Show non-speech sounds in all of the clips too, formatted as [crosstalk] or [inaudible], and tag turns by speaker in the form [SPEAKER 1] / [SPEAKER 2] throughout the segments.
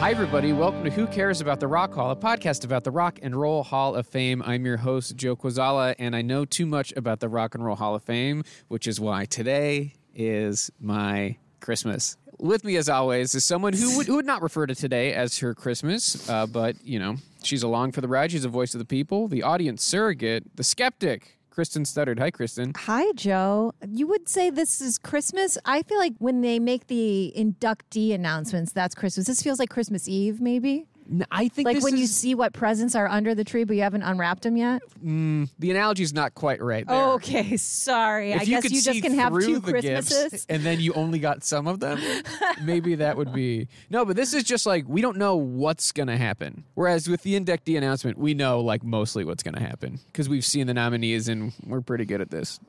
[SPEAKER 1] Hi, everybody. Welcome to Who Cares About the Rock Hall, a podcast about the Rock and Roll Hall of Fame. I'm your host, Joe Quazala, and I know too much about the Rock and Roll Hall of Fame, which is why today is my Christmas. With me, as always, is someone who would, who would not refer to today as her Christmas, uh, but, you know, she's along for the ride. She's a voice of the people, the audience surrogate, the skeptic, Kristen Studdard. Hi, Kristen.
[SPEAKER 2] Hi, Joe. You would say this is Christmas. I feel like when they make the inductee announcements, that's Christmas. This feels like Christmas Eve, maybe.
[SPEAKER 1] I think
[SPEAKER 2] Like when you see what presents are under the tree, but you haven't unwrapped them yet.
[SPEAKER 1] the analogy's not quite right there.
[SPEAKER 2] Okay, sorry. Oh, I
[SPEAKER 1] If
[SPEAKER 2] guess
[SPEAKER 1] could
[SPEAKER 2] you
[SPEAKER 1] see
[SPEAKER 2] just can have
[SPEAKER 1] through
[SPEAKER 2] two
[SPEAKER 1] the gifts
[SPEAKER 2] Christmases.
[SPEAKER 1] [laughs] and then you only got some of them. Maybe that would be no, but this is just like we don't know what's gonna happen. Whereas with the inductee announcement, we know like mostly what's gonna happen because we've seen the nominees and we're pretty good at this.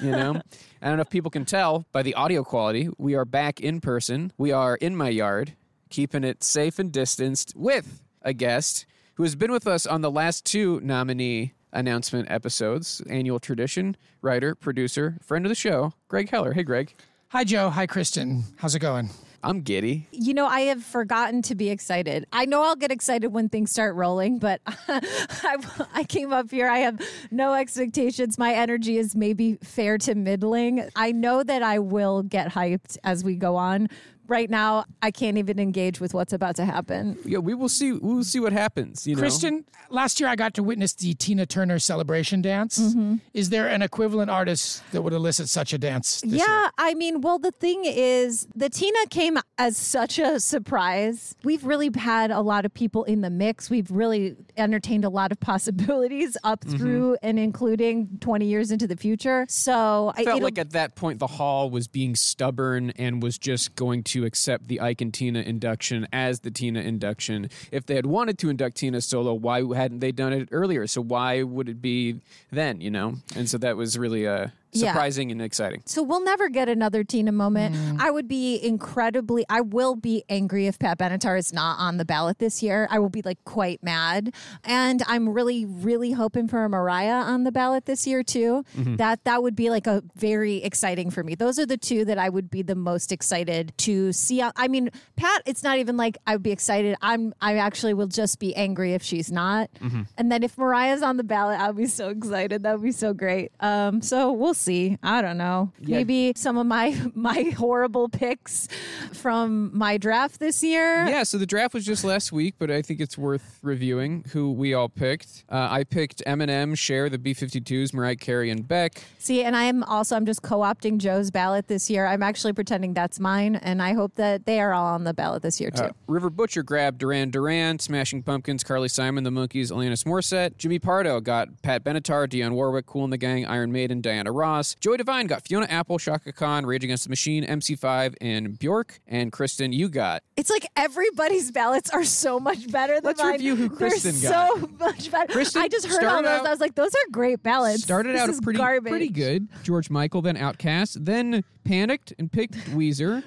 [SPEAKER 1] You know, I don't know if people can tell by the audio quality. We are back in person. We are in my yard, keeping it safe and distanced with a guest who has been with us on the last two nominee announcement episodes, annual tradition, writer, producer, friend of the show, Greg Heller. Hey, Greg.
[SPEAKER 3] Hi, Joe. Hi, Kristen. How's it going?
[SPEAKER 1] I'm giddy.
[SPEAKER 2] You know, I have forgotten to be excited. I know I'll get excited when things start rolling, but [laughs] I, I came up here. I have no expectations. My energy is maybe fair to middling. I know that I will get hyped as we go on. Right now, I can't even engage with what's about to happen.
[SPEAKER 1] Yeah, we will see. We will see what happens. You know,
[SPEAKER 3] Kristen, last year I got to witness the Tina Turner celebration dance.
[SPEAKER 2] Mm-hmm.
[SPEAKER 3] Is there an equivalent artist that would elicit such a dance? This
[SPEAKER 2] yeah,
[SPEAKER 3] year?
[SPEAKER 2] I mean, well, the thing is, the Tina came as such a surprise. We've really had a lot of people in the mix. We've really entertained a lot of [laughs] possibilities up through and including 20 years into the future. So I
[SPEAKER 1] felt
[SPEAKER 2] it'll-
[SPEAKER 1] like at that point the hall was being stubborn and was just going to accept the Ike and Tina induction as the Tina induction. If they had wanted to induct Tina solo, why hadn't they done it earlier? So why would it be then? You know, and so that was really uh,
[SPEAKER 2] Yeah.
[SPEAKER 1] surprising and exciting.
[SPEAKER 2] so we'll never get another Tina moment. I would be incredibly, I will be angry if Pat Benatar is not on the ballot this year. I will be like quite mad, and I'm really, really hoping for a Mariah on the ballot this year too. That that would be like a very exciting for me. Those are the two that I would be the most excited to see. I mean, Pat, it's not even like I would be excited. I'm, I actually will just be angry if she's not. And then if Mariah's on the ballot, I'll be so excited. That would be so great. Um, so we'll see. I don't know. Maybe some of my [laughs] my horrible picks from my draft this year.
[SPEAKER 1] Yeah, so the draft was just last week, but I think it's worth reviewing who we all picked. Uh, I picked Eminem, Cher, the B-52s, Mariah Carey, and Beck.
[SPEAKER 2] See, and I'm also I'm just co-opting Joe's ballot this year. I'm actually pretending that's mine, and I hope that they are all on the ballot this year too.
[SPEAKER 1] Uh, River Butcher grabbed Duran Duran, Smashing Pumpkins, Carly Simon, The Monkees, Alanis Morissette. Jimmy Pardo got Pat Benatar, Dionne Warwick, Cool and the Gang, Iron Maiden, Diana Ross. Joey Devine got Fiona Apple, Shaka Khan, Rage Against the Machine, MC5, and Bjork. And Kristen, you got
[SPEAKER 2] It's like everybody's ballots are so much better than
[SPEAKER 1] Let's
[SPEAKER 2] mine.
[SPEAKER 1] review who Kristen
[SPEAKER 2] They're
[SPEAKER 1] got.
[SPEAKER 2] so [laughs] much better.
[SPEAKER 1] Kristen
[SPEAKER 2] I just heard all
[SPEAKER 1] started
[SPEAKER 2] those.
[SPEAKER 1] out-
[SPEAKER 2] I was like, those are great ballots.
[SPEAKER 1] Started
[SPEAKER 2] This
[SPEAKER 1] out
[SPEAKER 2] is
[SPEAKER 1] pretty
[SPEAKER 2] garbage.
[SPEAKER 1] pretty good. George Michael, then Outcast, then panicked and picked
[SPEAKER 2] [laughs]
[SPEAKER 1] Weezer,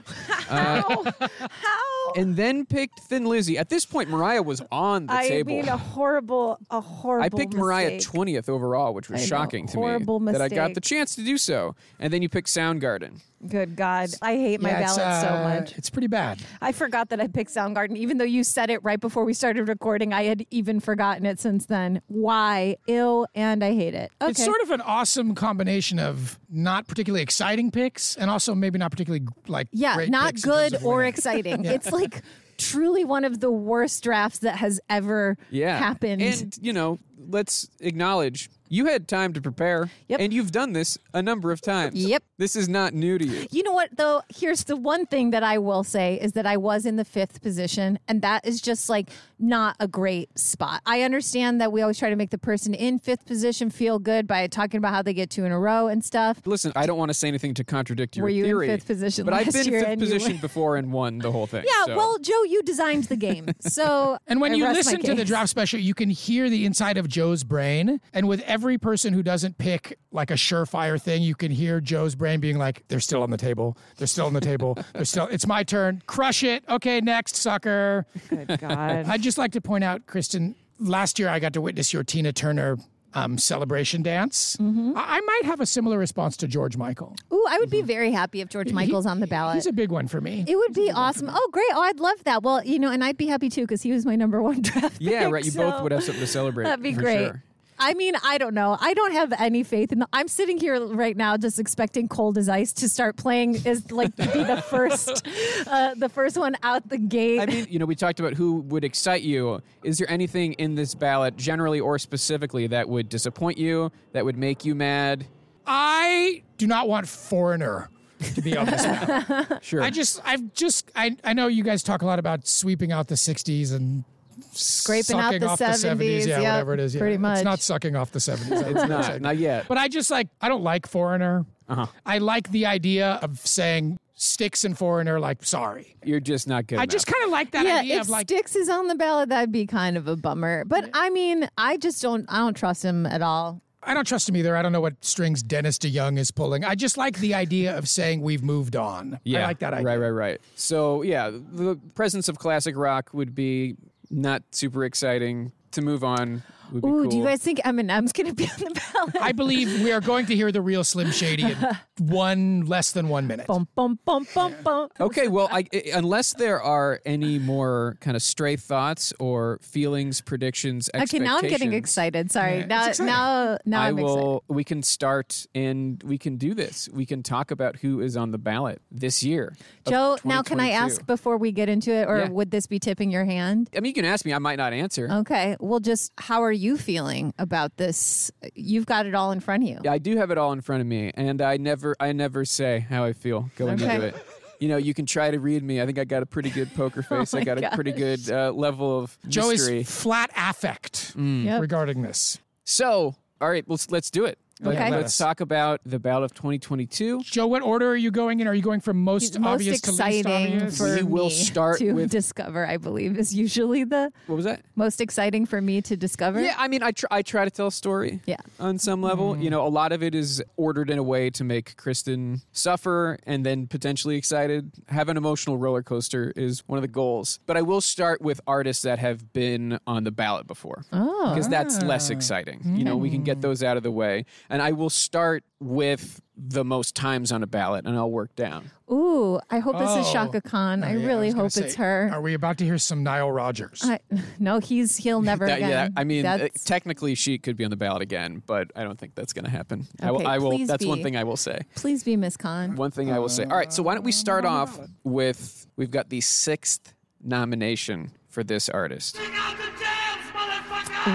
[SPEAKER 1] Uh, [laughs]
[SPEAKER 2] How? How?
[SPEAKER 1] and then picked Thin Lizzy. At this point, Mariah was on the
[SPEAKER 2] I
[SPEAKER 1] table.
[SPEAKER 2] mean, a horrible, a horrible.
[SPEAKER 1] I picked Mariah
[SPEAKER 2] mistake.
[SPEAKER 1] twentieth overall, which was
[SPEAKER 2] I know.
[SPEAKER 1] shocking to
[SPEAKER 2] Horrible
[SPEAKER 1] me that I got the
[SPEAKER 2] mistake.
[SPEAKER 1] chance to do so. And then you picked Soundgarden.
[SPEAKER 2] Good God, I hate my
[SPEAKER 3] Yeah, it's,
[SPEAKER 2] balance
[SPEAKER 3] uh,
[SPEAKER 2] so much.
[SPEAKER 3] It's pretty bad.
[SPEAKER 2] I forgot that I picked Soundgarden, even though you said it right before we started recording. I had even forgotten it since then. Why? Ill, and I hate it. Okay.
[SPEAKER 3] It's sort of an awesome combination of not particularly exciting picks and also maybe not particularly like
[SPEAKER 2] yeah,
[SPEAKER 3] great
[SPEAKER 2] not
[SPEAKER 3] picks in terms
[SPEAKER 2] good
[SPEAKER 3] of
[SPEAKER 2] or
[SPEAKER 3] winning.
[SPEAKER 2] exciting. It's like truly one of the worst drafts that has ever
[SPEAKER 1] Yeah.
[SPEAKER 2] happened.
[SPEAKER 1] And, you know, let's acknowledge You had time to prepare,
[SPEAKER 2] Yep.
[SPEAKER 1] and you've done this a number of times.
[SPEAKER 2] Yep.
[SPEAKER 1] This is not new to you.
[SPEAKER 2] You know what though? Here's the one thing that I will say is that I was in the fifth position, and that is just like not a great spot. I understand that we always try to make the person in fifth position feel good by talking about how they get two in a row and stuff.
[SPEAKER 1] Listen, I don't want to say anything to contradict your
[SPEAKER 2] Were you in
[SPEAKER 1] theory,
[SPEAKER 2] fifth position
[SPEAKER 1] but I've
[SPEAKER 2] last
[SPEAKER 1] been
[SPEAKER 2] year
[SPEAKER 1] fifth
[SPEAKER 2] and you were-
[SPEAKER 1] position before and won the whole thing.
[SPEAKER 2] Yeah,
[SPEAKER 1] so-
[SPEAKER 2] well, Joe, you designed the game, so
[SPEAKER 3] [laughs] And when
[SPEAKER 2] I
[SPEAKER 3] you
[SPEAKER 2] rest my
[SPEAKER 3] listen to the
[SPEAKER 2] case.
[SPEAKER 3] drop special, you can hear the inside of Joe's brain. And with every person who doesn't pick like a surefire thing, you can hear Joe's brain being like, they're still on the table. They're still on the table. They're still, it's my turn. Crush it. Okay, next, sucker.
[SPEAKER 4] Good God.
[SPEAKER 3] [laughs] I'd just like to point out, Kristen, last year I got to witness your Tina Turner um, celebration dance.
[SPEAKER 2] Mm-hmm.
[SPEAKER 3] I-, I might have a similar response to George Michael.
[SPEAKER 2] Ooh, I would be very happy if
[SPEAKER 3] [laughs]
[SPEAKER 2] George Michael's on the ballot.
[SPEAKER 3] He's a big one for me.
[SPEAKER 2] it would be awesome. Oh, great! Oh, I'd love that. Well, you know, and I'd be happy too because he was my number one [laughs] draft.
[SPEAKER 1] yeah,
[SPEAKER 2] pick,
[SPEAKER 1] right. You
[SPEAKER 2] so-
[SPEAKER 1] both would have something to celebrate.
[SPEAKER 2] [laughs] That'd be
[SPEAKER 1] for
[SPEAKER 2] great.
[SPEAKER 1] sure.
[SPEAKER 2] I mean, I don't know. I don't have any faith in. I'm sitting here right now, just expecting "Cold as Ice" to start playing, is like be
[SPEAKER 1] [laughs]
[SPEAKER 2] the first, uh, the first one out the gate.
[SPEAKER 1] I mean, you know, we talked about who would excite you. Is there anything in this ballot, generally or specifically, that would disappoint you, that would make you mad?
[SPEAKER 3] I do not want foreigner to be on this ballot.
[SPEAKER 1] Sure.
[SPEAKER 3] I just, I've just, I, I know you guys talk a lot about sweeping out the 60s and
[SPEAKER 2] Scraping out
[SPEAKER 3] sucking
[SPEAKER 2] the
[SPEAKER 3] off the 70s.
[SPEAKER 2] 70s,
[SPEAKER 3] Yeah,
[SPEAKER 2] yep,
[SPEAKER 3] whatever it is. Yeah.
[SPEAKER 2] pretty much.
[SPEAKER 3] It's not sucking off the 70s.
[SPEAKER 2] [laughs]
[SPEAKER 3] I
[SPEAKER 1] it's
[SPEAKER 3] would
[SPEAKER 1] not.
[SPEAKER 3] say.
[SPEAKER 1] Not yet.
[SPEAKER 3] But I just like, I don't like foreigner.
[SPEAKER 2] Uh-huh.
[SPEAKER 3] I like the idea of saying sticks and foreigner, like, sorry.
[SPEAKER 1] You're just not good.
[SPEAKER 3] I
[SPEAKER 1] enough.
[SPEAKER 3] just kind of like that
[SPEAKER 2] yeah,
[SPEAKER 3] idea
[SPEAKER 2] if
[SPEAKER 3] of like,
[SPEAKER 2] Styx is on the ballot, that'd be kind of a bummer. But I mean, I just don't. I don't trust him at all.
[SPEAKER 3] I don't trust him either. I don't know what strings Dennis DeYoung is pulling. I just like the idea of saying we've moved on. I like that idea.
[SPEAKER 1] Right, right, right. So yeah, the presence of classic rock would be not super exciting. To move on would be
[SPEAKER 2] Ooh,
[SPEAKER 1] cool.
[SPEAKER 2] do you guys think Eminem's gonna be on the ballot?
[SPEAKER 3] I believe we are going to hear the real Slim Shady
[SPEAKER 2] [laughs]
[SPEAKER 3] in one less than one minute.
[SPEAKER 2] bum bum bum bum bum.
[SPEAKER 1] Okay, well, I, I- unless there are any more kind of stray thoughts or feelings, predictions,
[SPEAKER 2] Okay, now I'm getting
[SPEAKER 1] expectations,
[SPEAKER 2] excited. Sorry.
[SPEAKER 3] Yeah,
[SPEAKER 2] now,
[SPEAKER 3] it's exciting.
[SPEAKER 2] now, now
[SPEAKER 1] I
[SPEAKER 2] I'm excited.
[SPEAKER 1] will. We can start and we can do this. We can talk about who is on the ballot this year. of
[SPEAKER 2] Joe, now can I ask
[SPEAKER 1] 2022.
[SPEAKER 2] before we get into it, or
[SPEAKER 1] Yeah.
[SPEAKER 2] would this be tipping your hand?
[SPEAKER 1] I mean, you can ask me. I might not answer.
[SPEAKER 2] Okay. Well, just how are you feeling about this? You've got it all in front of you.
[SPEAKER 1] Yeah, I do have it all in front of me, and I never, I never say how I feel going
[SPEAKER 2] Okay.
[SPEAKER 1] into it. You know, you can try to read me. I think I got a pretty good poker
[SPEAKER 2] [laughs] Oh
[SPEAKER 1] face. I got a pretty good uh, level of
[SPEAKER 3] Joe
[SPEAKER 1] mystery. Mm.
[SPEAKER 3] is flat affect
[SPEAKER 2] Yep.
[SPEAKER 3] regarding this.
[SPEAKER 1] so, all right, let's let's do it. Let-
[SPEAKER 2] Okay.
[SPEAKER 1] Let's talk about the Battle of 2022.
[SPEAKER 3] Joe, what order are you going in? Are you going from most,
[SPEAKER 2] Most
[SPEAKER 3] obvious to least
[SPEAKER 2] exciting
[SPEAKER 3] obvious?
[SPEAKER 2] for
[SPEAKER 1] We will
[SPEAKER 2] me
[SPEAKER 1] start
[SPEAKER 2] to
[SPEAKER 1] with-
[SPEAKER 2] discover, I believe, is usually the
[SPEAKER 1] What was that?
[SPEAKER 2] most exciting for me to discover.
[SPEAKER 1] Yeah, I mean, I try, I try to tell a story.
[SPEAKER 2] Yeah. Mm.
[SPEAKER 1] On some level, you know, a lot of it is ordered in a way to make Kristen suffer and then potentially excited. Have an emotional roller coaster is one of the goals. But I will start with artists that have been on the ballot before.
[SPEAKER 2] Oh,
[SPEAKER 1] Because that's
[SPEAKER 2] ah.
[SPEAKER 1] less exciting. You know, we can
[SPEAKER 2] Mm.
[SPEAKER 1] get those out of the way. And I will start with the most times on a ballot and I'll work down.
[SPEAKER 2] Ooh, I hope this is
[SPEAKER 3] Oh.
[SPEAKER 2] Shaka Khan. I
[SPEAKER 3] Yeah,
[SPEAKER 2] really
[SPEAKER 3] was gonna
[SPEAKER 2] hope
[SPEAKER 3] say,
[SPEAKER 2] it's her.
[SPEAKER 3] Are we about to hear some Nile Rogers?
[SPEAKER 2] I, [laughs] no, he's he'll
[SPEAKER 1] [laughs]
[SPEAKER 2] never
[SPEAKER 1] That-
[SPEAKER 2] again.
[SPEAKER 1] yeah, I mean, uh,
[SPEAKER 2] That's-
[SPEAKER 1] technically she could be on the ballot again, but I don't think that's going to happen. I will.
[SPEAKER 2] Okay,
[SPEAKER 1] I will
[SPEAKER 2] please
[SPEAKER 1] that's one
[SPEAKER 2] be.
[SPEAKER 1] thing I will say.
[SPEAKER 2] please be Miss Khan.
[SPEAKER 1] One thing I will say. All right, so why don't we start off with we've got the sixth nomination for this artist.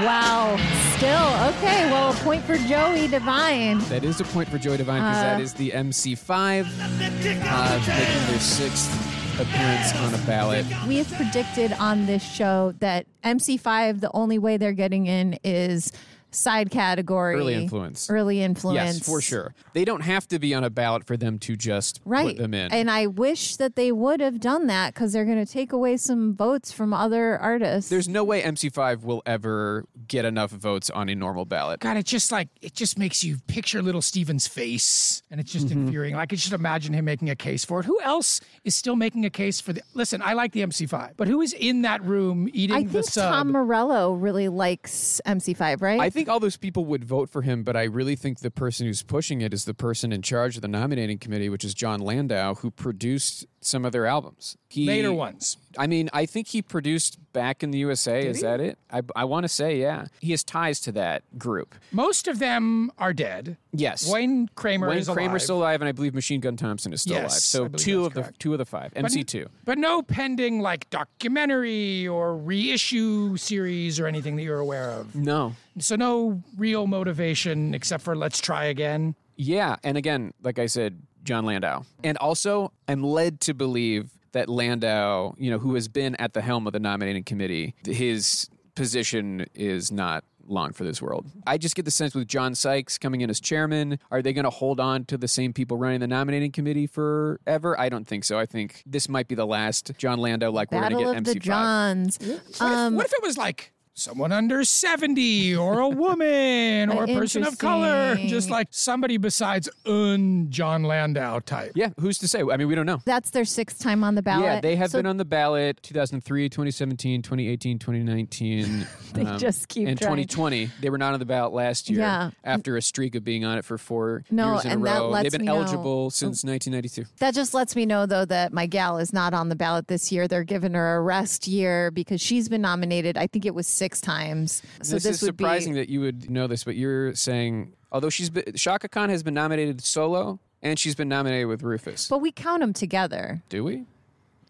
[SPEAKER 2] Wow. Still okay. Well, a point for Joey Divine.
[SPEAKER 1] That is a point for Joy Divine because
[SPEAKER 2] Uh.
[SPEAKER 1] that is the MC5 uh, making their sixth appearance on a ballot.
[SPEAKER 2] We have predicted on this show that MC5, the only way they're getting in is side category.
[SPEAKER 1] Early influence.
[SPEAKER 2] Early influence.
[SPEAKER 1] Yes, for sure. They don't have to be on a ballot for them to just put
[SPEAKER 2] Right.
[SPEAKER 1] them in.
[SPEAKER 2] And I wish that they would have done that because they're going to take away some votes from other artists.
[SPEAKER 1] There's no way MC5 will ever get enough votes on a normal ballot.
[SPEAKER 3] God, it just like it just makes you picture little Steven's face, and it's just
[SPEAKER 1] Mm-hmm.
[SPEAKER 3] infuriating. Like I could just imagine him making a case for it. Who else is still making a case for the? Listen, I like the MC5, but who is in that room eating
[SPEAKER 2] I
[SPEAKER 3] the
[SPEAKER 2] think
[SPEAKER 3] sub?
[SPEAKER 2] Tom Morello really likes MC5, right?
[SPEAKER 1] I think all those people would vote for him, but I really think the person who's pushing it is the person in charge of the nominating committee, which is John Landau, who produced some of their albums. He,
[SPEAKER 3] Later ones.
[SPEAKER 1] I mean, I think he produced Back in the USA. is that it? I, I want to say, yeah. He has ties to that group.
[SPEAKER 3] Most of them are dead.
[SPEAKER 1] Yes.
[SPEAKER 3] Wayne Kramer
[SPEAKER 1] Wayne
[SPEAKER 3] is
[SPEAKER 1] Kramer's
[SPEAKER 3] alive.
[SPEAKER 1] still alive, and I believe Machine Gun Thompson is still
[SPEAKER 3] Yes, I
[SPEAKER 1] alive. So
[SPEAKER 3] believe
[SPEAKER 1] two
[SPEAKER 3] that's
[SPEAKER 1] of the
[SPEAKER 3] correct.
[SPEAKER 1] two of the five.
[SPEAKER 3] But-
[SPEAKER 1] MC two.
[SPEAKER 3] But no pending like documentary or reissue series or anything that you're aware of.
[SPEAKER 1] No.
[SPEAKER 3] So no real motivation except for let's try again.
[SPEAKER 1] Yeah, and again, like I said, John Landau. And also, I'm led to believe that Landau, you know, who has been at the helm of the nominating committee, his position is not long for this world. I just get the sense with John Sykes coming in as chairman, are they going to hold on to the same people running the nominating committee forever? I don't think so. I think this might be the last John Landau like we're
[SPEAKER 2] Battle
[SPEAKER 1] going to
[SPEAKER 2] of
[SPEAKER 1] get
[SPEAKER 2] the
[SPEAKER 1] MC5.
[SPEAKER 2] Johns.
[SPEAKER 3] What, if, what if it was like someone under 70
[SPEAKER 1] [laughs]
[SPEAKER 3] or a woman or a person of color? Just
[SPEAKER 2] Interesting.
[SPEAKER 3] like somebody besides un John Landau type.
[SPEAKER 1] Yeah, who's to say? I mean, we don't know.
[SPEAKER 2] That's their sixth time on the ballot.
[SPEAKER 1] Yeah, they have
[SPEAKER 2] So
[SPEAKER 1] been on the ballot 2003, 2017, 2018, 2019.
[SPEAKER 2] [laughs] They just keep
[SPEAKER 1] um, And
[SPEAKER 2] trying.
[SPEAKER 1] 2020, they were not on the ballot last year
[SPEAKER 2] Yeah.
[SPEAKER 1] after a streak of being on it for four
[SPEAKER 2] No,
[SPEAKER 1] years in
[SPEAKER 2] and
[SPEAKER 1] a
[SPEAKER 2] that
[SPEAKER 1] row.
[SPEAKER 2] lets
[SPEAKER 1] They've been
[SPEAKER 2] me know-
[SPEAKER 1] eligible since 1992.
[SPEAKER 2] That just lets me know, though, that my gal is not on the ballot this year. They're giving her a rest year because she's been nominated. I think it was six times. So
[SPEAKER 1] this,
[SPEAKER 2] this,
[SPEAKER 1] is
[SPEAKER 2] would
[SPEAKER 1] surprising
[SPEAKER 2] be.
[SPEAKER 1] that you would know this, but you're saying although she's been, Shaka Khan has been nominated solo and she's been nominated with Rufus.
[SPEAKER 2] But we count them together.
[SPEAKER 1] Do we?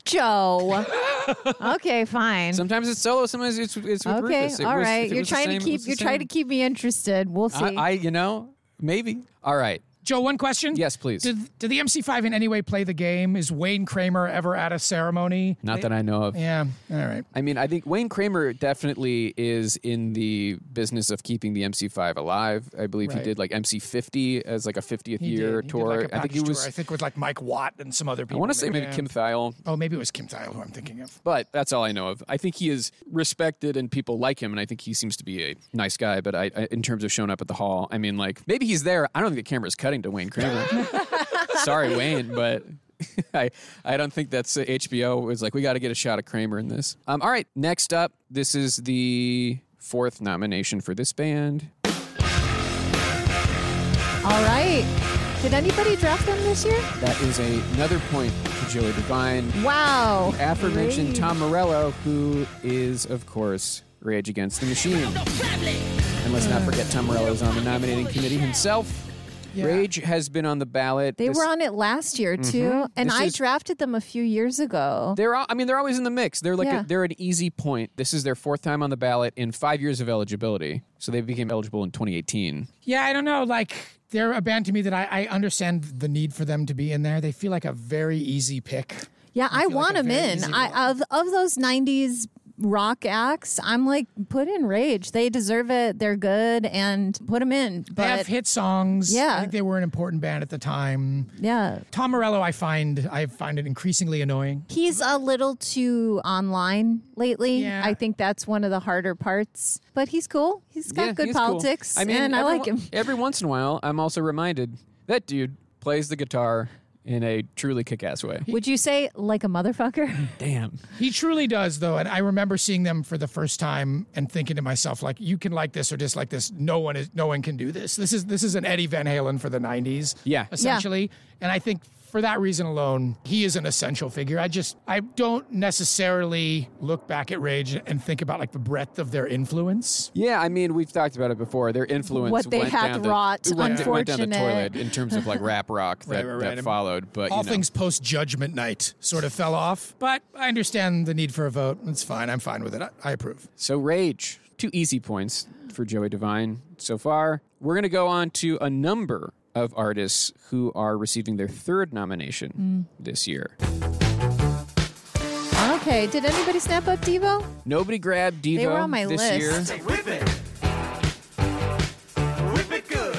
[SPEAKER 2] Joe. [laughs] okay, fine.
[SPEAKER 1] Sometimes it's solo, sometimes it's it's with
[SPEAKER 2] okay,
[SPEAKER 1] Rufus. It
[SPEAKER 2] all
[SPEAKER 1] was-
[SPEAKER 2] right.
[SPEAKER 1] if it
[SPEAKER 2] You're
[SPEAKER 1] was the
[SPEAKER 2] trying
[SPEAKER 1] same,
[SPEAKER 2] to
[SPEAKER 1] it
[SPEAKER 2] keep
[SPEAKER 1] was the
[SPEAKER 2] you're trying to
[SPEAKER 1] same.
[SPEAKER 2] keep me interested. We'll see.
[SPEAKER 1] I, I you know maybe. All right.
[SPEAKER 3] Joe, one question.
[SPEAKER 1] Yes, please.
[SPEAKER 3] Did, did the MC5 in any way play the game? Is Wayne Kramer ever at a ceremony?
[SPEAKER 1] Not that I know of.
[SPEAKER 3] Yeah. All right.
[SPEAKER 1] I mean, I think Wayne Kramer definitely is in the business of keeping the MC5 alive. I believe he
[SPEAKER 3] Right.
[SPEAKER 1] did like MC50 as like a 50th year
[SPEAKER 3] He did. He did,
[SPEAKER 1] tour.
[SPEAKER 3] like, a
[SPEAKER 1] I think he
[SPEAKER 3] package
[SPEAKER 1] was.
[SPEAKER 3] tour, I think with like Mike Watt and some other
[SPEAKER 1] I
[SPEAKER 3] people.
[SPEAKER 1] want to say maybe
[SPEAKER 3] Yeah.
[SPEAKER 1] Kim Thiel,
[SPEAKER 3] Oh, maybe it was Kim Thiel who I'm thinking of.
[SPEAKER 1] but that's all I know of. I think he is respected and people like him, and I think he seems to be a nice guy. But I, I in terms of showing up at the hall, I mean, like maybe he's there. I don't think the camera's cutting to Wayne Kramer. Sorry, Wayne, but. [laughs] I, I don't think that's uh, HBO was like we got to get a shot of Kramer in this. Um, all right, next up, this is the fourth nomination for this band.
[SPEAKER 2] all right. Did anybody draft them this year?
[SPEAKER 1] That is a, another point to Joey Devine.
[SPEAKER 2] Wow.
[SPEAKER 1] Aforementioned
[SPEAKER 2] Great.
[SPEAKER 1] Tom Morello, who is, of course, Rage Against the Machine. And let's not forget Tom Morello is on the nominating committee himself. Rage has been on the ballot.
[SPEAKER 2] They
[SPEAKER 1] This- Mm-hmm.
[SPEAKER 2] were on it last year too, and
[SPEAKER 1] This
[SPEAKER 2] I
[SPEAKER 1] is-
[SPEAKER 2] drafted them a few years ago.
[SPEAKER 1] They're all, I mean they're always in the mix. They're like
[SPEAKER 2] Yeah.
[SPEAKER 1] a, they're an easy point. This is their fourth time on the ballot in 5 years of eligibility. So they became eligible in 2018.
[SPEAKER 3] Yeah, I don't know. Like they're a band to me that I, I understand the need for them to be in there. They feel like a very easy pick.
[SPEAKER 2] Yeah, I,
[SPEAKER 3] feel like
[SPEAKER 2] want
[SPEAKER 3] a
[SPEAKER 2] him
[SPEAKER 3] very
[SPEAKER 2] in.
[SPEAKER 3] easy
[SPEAKER 2] I of of those '90s rock acts, I'm like, put in Rage. They deserve it. They're good, and put them in.
[SPEAKER 3] They have
[SPEAKER 2] But
[SPEAKER 3] hit songs.
[SPEAKER 2] Yeah.
[SPEAKER 3] I think they were an important band at the time.
[SPEAKER 2] yeah,
[SPEAKER 3] Tom Morello, I find I find it increasingly annoying.
[SPEAKER 2] he's a little too online lately.
[SPEAKER 3] Yeah.
[SPEAKER 2] I think that's one of the harder parts. But he's cool. He's got
[SPEAKER 1] Yeah,
[SPEAKER 2] good
[SPEAKER 1] he's cool.
[SPEAKER 2] politics, and I
[SPEAKER 1] every
[SPEAKER 2] like
[SPEAKER 1] on-
[SPEAKER 2] him.
[SPEAKER 1] Every once in a while, I'm also reminded that dude plays the guitar in a truly kick-ass way.
[SPEAKER 2] Would you say like a motherfucker?
[SPEAKER 1] Damn.
[SPEAKER 3] He truly does, though, and I remember seeing them for the first time and thinking to myself, like, you can like this or dislike this. No one is, no one can do this. This is this is an Eddie Van Halen for the '90s,
[SPEAKER 1] Yeah.
[SPEAKER 3] essentially. And I think for that reason alone, he is an essential figure. I just I don't necessarily look back at Rage and think about like the breadth of their influence.
[SPEAKER 1] Yeah, I mean, we've talked about it before. Their influence
[SPEAKER 2] What they
[SPEAKER 1] went
[SPEAKER 2] had
[SPEAKER 1] down the,
[SPEAKER 2] wrought,
[SPEAKER 1] it went, it went down the
[SPEAKER 2] unfortunate.
[SPEAKER 1] toilet in terms of like rap rock that,
[SPEAKER 3] [laughs] Right, right, right.
[SPEAKER 1] that followed. But
[SPEAKER 3] All
[SPEAKER 1] you know.
[SPEAKER 3] things post Judgment Night sort of fell off, but I understand the need for a vote. It's fine. I'm fine with it. I, I approve.
[SPEAKER 1] so rage, two easy points for Joey Devine so far. We're gonna go on to a number of artists who are receiving their third nomination
[SPEAKER 2] Mm.
[SPEAKER 1] this year.
[SPEAKER 2] okay. Did anybody snap up Devo?
[SPEAKER 1] Nobody grabbed Devo
[SPEAKER 2] were on my
[SPEAKER 1] this
[SPEAKER 2] list.
[SPEAKER 1] year.
[SPEAKER 4] Whip it. Whip it good.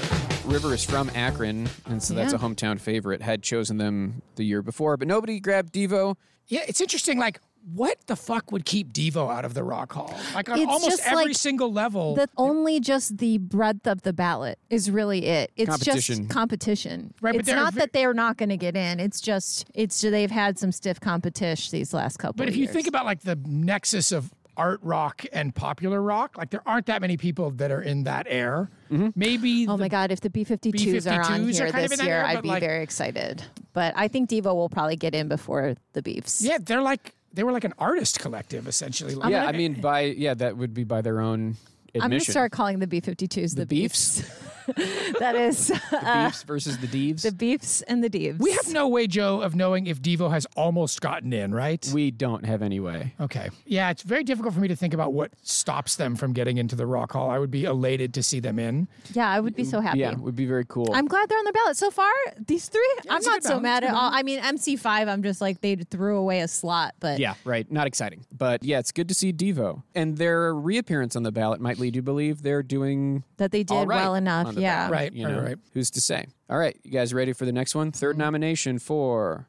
[SPEAKER 1] River is from Akron, and so that's a
[SPEAKER 2] Yeah.
[SPEAKER 1] hometown favorite. Had chosen them the year before, but nobody grabbed Devo.
[SPEAKER 3] Yeah, it's interesting. Like, what the fuck would keep Devo out of the Rock Hall? Like on
[SPEAKER 2] It's
[SPEAKER 3] almost
[SPEAKER 2] just
[SPEAKER 3] every
[SPEAKER 2] like
[SPEAKER 3] single level.
[SPEAKER 2] that only just the breadth of the ballot is really it. It's
[SPEAKER 1] Competition.
[SPEAKER 2] just competition.
[SPEAKER 3] Right, but
[SPEAKER 2] it's
[SPEAKER 3] they're
[SPEAKER 2] not
[SPEAKER 3] ve-
[SPEAKER 2] that they're not going to get in. It's just it's they've had some stiff competition these last couple.
[SPEAKER 3] but if
[SPEAKER 2] of
[SPEAKER 3] you
[SPEAKER 2] years.
[SPEAKER 3] think about like the nexus of art rock and popular rock, like there aren't that many people that are in that air. Maybe
[SPEAKER 2] oh
[SPEAKER 1] Mm-hmm.
[SPEAKER 3] the
[SPEAKER 2] my god, if the B 52s are on
[SPEAKER 3] B-52s are
[SPEAKER 2] here
[SPEAKER 3] kind of
[SPEAKER 2] this
[SPEAKER 3] in that
[SPEAKER 2] year,
[SPEAKER 3] area,
[SPEAKER 2] I'd
[SPEAKER 3] but
[SPEAKER 2] be
[SPEAKER 3] like-
[SPEAKER 2] very excited. But I think Devo will probably get in before the Beefs.
[SPEAKER 3] Yeah, they're like they were like an artist collective essentially. Like,
[SPEAKER 1] yeah, I mean, by yeah, that would be by their own admission.
[SPEAKER 2] I'm going to start calling the B52s the,
[SPEAKER 1] Beefs?
[SPEAKER 2] Beefs. [laughs] that is
[SPEAKER 1] the beefs versus the deeves.
[SPEAKER 2] Uh, the Beefs and the Deeves.
[SPEAKER 3] we have no way, Joe, of knowing if Devo has almost gotten in, right?
[SPEAKER 1] we don't have any way.
[SPEAKER 3] okay. Yeah, it's very difficult for me to think about what stops them from getting into the Rock Hall. I would be elated to see them in.
[SPEAKER 2] yeah, I would be so happy.
[SPEAKER 1] Yeah, would be very cool.
[SPEAKER 2] I'm glad they're on the ballot. So far, these three, I'm
[SPEAKER 3] it's a
[SPEAKER 2] not
[SPEAKER 3] good
[SPEAKER 2] so
[SPEAKER 3] balance,
[SPEAKER 2] mad
[SPEAKER 3] good
[SPEAKER 2] at all. I mean, MC5, I'm just like, they threw away a slot, but
[SPEAKER 1] yeah, right. Not exciting. But yeah, it's good to see Devo. And their reappearance on the ballot might lead you to believe they're doing
[SPEAKER 2] that they
[SPEAKER 1] all
[SPEAKER 2] did
[SPEAKER 1] right
[SPEAKER 2] well
[SPEAKER 1] on
[SPEAKER 2] enough.
[SPEAKER 1] the
[SPEAKER 2] Yeah.
[SPEAKER 1] ballot,
[SPEAKER 3] Right,
[SPEAKER 1] you
[SPEAKER 3] right,
[SPEAKER 1] know?
[SPEAKER 3] right.
[SPEAKER 1] Who's to say? All right, you guys ready for the next one? Third
[SPEAKER 2] Mm-hmm.
[SPEAKER 1] nomination for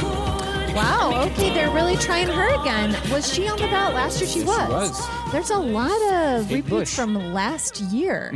[SPEAKER 2] Wow. Okay. They're really trying her again. Was she on the ballot last year? She was.
[SPEAKER 1] was.
[SPEAKER 2] There's a lot of
[SPEAKER 1] Kate
[SPEAKER 2] repeats
[SPEAKER 1] Bush.
[SPEAKER 2] from last year.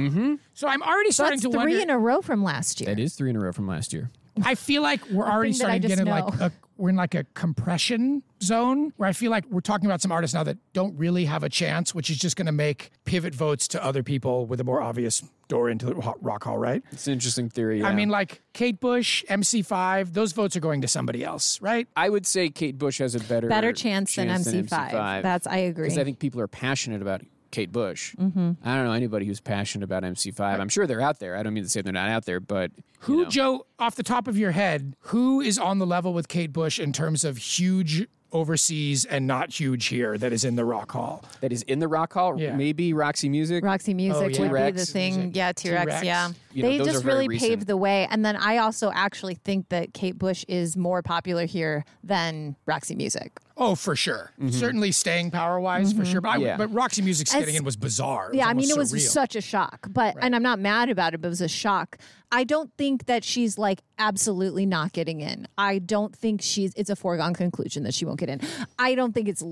[SPEAKER 3] So I'm already starting
[SPEAKER 2] That's
[SPEAKER 3] Mm-hmm. to
[SPEAKER 2] three
[SPEAKER 3] wonder.
[SPEAKER 2] in a row from last year.
[SPEAKER 1] That is three in a row from last year.
[SPEAKER 3] I feel like we're already
[SPEAKER 2] thing that I
[SPEAKER 3] starting to get
[SPEAKER 2] just
[SPEAKER 3] in like
[SPEAKER 2] know.
[SPEAKER 3] a, we're in like a compression zone where I feel like we're talking about some artists now that don't really have a chance, which is just going to make pivot votes to other people with a more obvious door into the ho- rock hall, right?
[SPEAKER 1] It's an interesting theory.
[SPEAKER 3] I
[SPEAKER 1] yeah.
[SPEAKER 3] mean, like Kate Bush, MC5, those votes are going to somebody else, right?
[SPEAKER 1] I would say Kate Bush has a better
[SPEAKER 2] Better chance, than MC5. That's I agree.
[SPEAKER 1] because I think people are passionate about Kate Bush. Mm-hmm. I don't know anybody who's passionate about MC5. I'm sure they're out there. I don't mean to say they're not out there, but
[SPEAKER 3] Who, Joe, off the top of your head, who is on the level with Kate Bush in terms of huge overseas and not huge here that is in the rock hall?
[SPEAKER 1] that is in the Rock Hall.
[SPEAKER 3] Yeah.
[SPEAKER 1] Maybe Roxy Music.
[SPEAKER 2] Roxy Music
[SPEAKER 3] Oh, yeah.
[SPEAKER 2] would be the
[SPEAKER 1] T-Rex
[SPEAKER 2] thing. Yeah, T Rex.
[SPEAKER 3] T-Rex.
[SPEAKER 2] Yeah.
[SPEAKER 1] You know,
[SPEAKER 2] they
[SPEAKER 1] those are
[SPEAKER 2] just
[SPEAKER 1] very
[SPEAKER 2] really
[SPEAKER 1] recent.
[SPEAKER 2] paved the way. And then I also actually think that Kate Bush is more popular here than Roxy Music.
[SPEAKER 3] Oh, for sure. Certainly staying power wise, for sure. But, I,
[SPEAKER 1] Yeah.
[SPEAKER 3] but Roxy Music's
[SPEAKER 2] As-
[SPEAKER 3] getting in was bizarre.
[SPEAKER 2] Yeah, I mean, it was
[SPEAKER 3] almost surreal.
[SPEAKER 2] such a shock, but and I'm not mad about it, but it was a shock. I don't think that she's like absolutely not getting in. I don't think she's it's a foregone conclusion that she won't get in. I don't think it's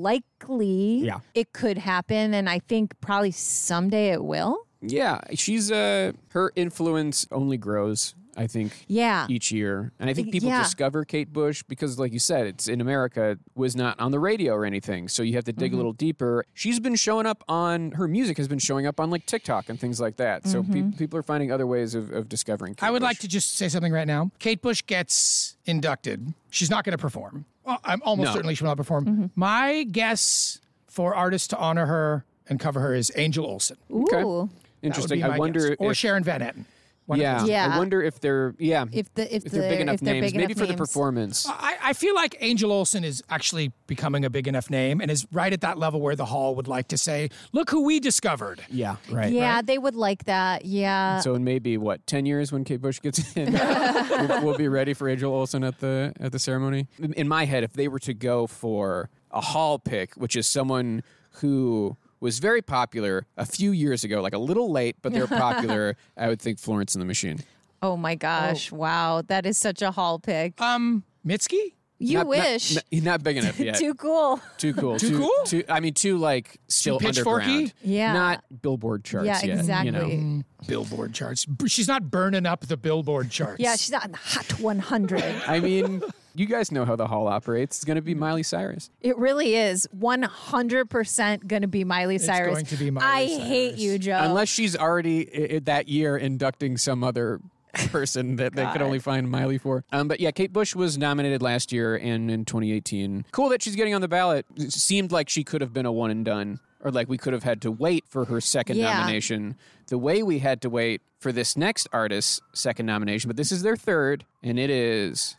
[SPEAKER 2] likely
[SPEAKER 1] Yeah.
[SPEAKER 2] it could happen, and I think probably someday it will.
[SPEAKER 1] Yeah, she's uh her influence only grows. I think.
[SPEAKER 2] Yeah.
[SPEAKER 1] Each year, and I think people
[SPEAKER 2] Yeah.
[SPEAKER 1] discover Kate Bush because, like you said, it's in America it was not on the radio or anything, so you have to dig
[SPEAKER 2] Mm-hmm.
[SPEAKER 1] a little deeper. She's been showing up on her music has been showing up on like TikTok and things like that. So
[SPEAKER 2] Mm-hmm.
[SPEAKER 1] peop people are finding other ways of, of discovering. Kate
[SPEAKER 3] I would
[SPEAKER 1] Bush.
[SPEAKER 3] like to just say something right now. Kate Bush gets inducted. She's not going to perform. Well, I'm almost
[SPEAKER 1] No.
[SPEAKER 3] certainly she will not perform. My guess for artists to honor her and cover her is Angel Olsen. That would
[SPEAKER 2] Ooh.
[SPEAKER 1] Okay.
[SPEAKER 3] be
[SPEAKER 1] Interesting.
[SPEAKER 3] my
[SPEAKER 1] I wonder
[SPEAKER 3] guess. or
[SPEAKER 1] if
[SPEAKER 3] Sharon Van Etten. One of
[SPEAKER 1] yeah,
[SPEAKER 3] those.
[SPEAKER 2] Yeah.
[SPEAKER 1] I wonder if they're yeah
[SPEAKER 2] If the if,
[SPEAKER 1] if they're big enough
[SPEAKER 2] if they're
[SPEAKER 1] names
[SPEAKER 2] big
[SPEAKER 1] maybe
[SPEAKER 2] enough
[SPEAKER 1] for the
[SPEAKER 2] names.
[SPEAKER 1] performance.
[SPEAKER 3] I, I feel like Angel Olsen is actually becoming a big enough name and is right at that level where the hall would like to say, look who we discovered.
[SPEAKER 1] Yeah, right.
[SPEAKER 2] Yeah, they would like that. Yeah.
[SPEAKER 1] So in maybe what ten years when Kate Bush gets
[SPEAKER 2] [laughs]
[SPEAKER 1] in, we'll, we'll be ready for Angel Olsen at the at the ceremony. In- In my head, if they were to go for a hall pick, which is someone who was very popular a few years ago, like a little late, but they're
[SPEAKER 2] [laughs]
[SPEAKER 1] popular, I would think Florence and the Machine.
[SPEAKER 2] oh my gosh. Wow. That is such a hall pick.
[SPEAKER 3] Um, Mitski?
[SPEAKER 2] you
[SPEAKER 1] Not- not-
[SPEAKER 2] wish.
[SPEAKER 1] not, not big enough yet.
[SPEAKER 2] Too cool.
[SPEAKER 1] Too cool. Too,
[SPEAKER 3] cool?
[SPEAKER 1] Too, I mean, too like still
[SPEAKER 3] pitchforky?
[SPEAKER 1] underground.
[SPEAKER 2] Yeah.
[SPEAKER 1] Not Billboard charts.
[SPEAKER 2] Yeah,
[SPEAKER 1] yet,
[SPEAKER 2] exactly.
[SPEAKER 1] you know?
[SPEAKER 3] Billboard charts. B- She's not burning up the Billboard charts.
[SPEAKER 2] Yeah, she's not in the hot 100.
[SPEAKER 1] I mean, you guys know how the hall operates. It's going to
[SPEAKER 2] Mm-hmm.
[SPEAKER 1] be Miley Cyrus.
[SPEAKER 2] It really is 100% going to be Miley Cyrus.
[SPEAKER 3] going to be Miley
[SPEAKER 2] I
[SPEAKER 3] Cyrus.
[SPEAKER 2] hate you, Joe.
[SPEAKER 1] Unless she's already i- i- that year inducting some other person that [laughs] they could only find Miley for. Um, but yeah, Kate Bush was nominated last year and in 2018. Cool that she's getting on the ballot. It seemed like she could have been a one and done, or like we could have had to wait for her second
[SPEAKER 2] Yeah.
[SPEAKER 1] nomination. The way we had to wait for this next artist's second nomination, but this is their third, and it is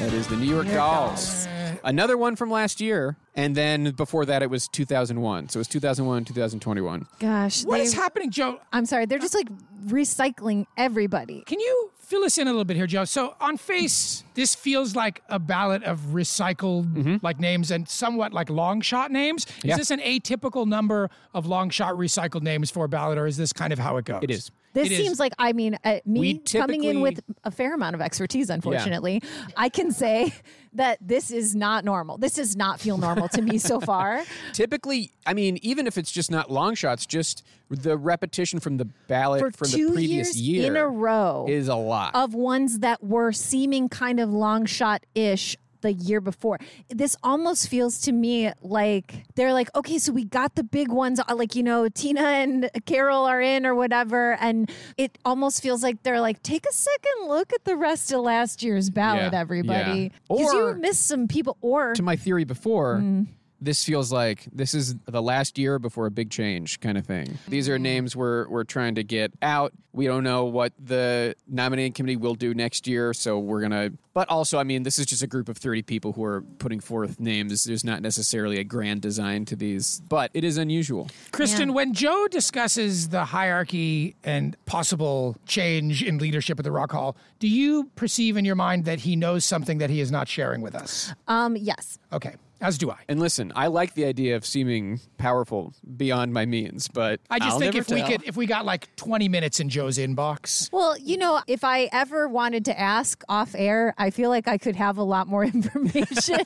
[SPEAKER 1] that is the New York Dolls. Another one from last year, and then before that it was 2001. So it was 2001, 2021.
[SPEAKER 2] Gosh.
[SPEAKER 3] What
[SPEAKER 2] they,
[SPEAKER 3] is happening, Joe?
[SPEAKER 2] I'm sorry. They're just like recycling everybody.
[SPEAKER 3] Can you fill us in a little bit here, Joe? So on face, this feels like a ballot of recycled like names and somewhat like long shot names. Is
[SPEAKER 1] Mm-hmm. Yeah.
[SPEAKER 3] this an atypical number of long shot recycled names for a ballot, or is this kind of how it goes?
[SPEAKER 1] It is.
[SPEAKER 2] This
[SPEAKER 3] It is.
[SPEAKER 2] seems like, I mean, uh, me
[SPEAKER 1] We
[SPEAKER 2] coming in with
[SPEAKER 1] typically-
[SPEAKER 2] a fair amount of expertise, unfortunately, I can say that this is not normal. This does not feel normal to me so far.
[SPEAKER 1] Typically, I mean, even if it's just not long shots, just the repetition from the ballot
[SPEAKER 2] For
[SPEAKER 1] from
[SPEAKER 2] two
[SPEAKER 1] the previous
[SPEAKER 2] years
[SPEAKER 1] year
[SPEAKER 2] in a row
[SPEAKER 1] is a lot.
[SPEAKER 2] of ones that were seeming kind of long shot ish the year before. This almost feels to me like they're like, okay, so we got the big ones, uh, like, you know, Tina and Carol are in or whatever. And it almost feels like they're like, take a second look at the rest of last year's ballot,
[SPEAKER 1] Yeah, yeah.
[SPEAKER 2] everybody. Because
[SPEAKER 1] Or-
[SPEAKER 2] you missed some people. Or
[SPEAKER 1] to my theory before,
[SPEAKER 2] Mm.
[SPEAKER 1] this feels like this is the last year before a big change kind of thing. These
[SPEAKER 2] Mm.
[SPEAKER 1] are names we're we're trying to get out. We don't know what the nominating committee will do next year, so we're gonna. But also, I mean, this is just a group of thirty people who are putting forth names. There's not necessarily a grand design to these, but it is unusual.
[SPEAKER 3] Kristen,
[SPEAKER 2] Yeah.
[SPEAKER 3] when Joe discusses the hierarchy and possible change in leadership at the Rock Hall, do you perceive in your mind that he knows something that he is not sharing with us?
[SPEAKER 2] um, yes.
[SPEAKER 3] Okay, as do I.
[SPEAKER 1] And listen, I like the idea of seeming powerful beyond my means, but
[SPEAKER 3] I just
[SPEAKER 1] I'll
[SPEAKER 3] think
[SPEAKER 1] never
[SPEAKER 3] if we
[SPEAKER 1] tell.
[SPEAKER 3] could, if we got like 20 minutes in Joe's inbox,
[SPEAKER 2] Well, you know, if I ever wanted to ask off air, I feel like I could have a lot more [laughs] information.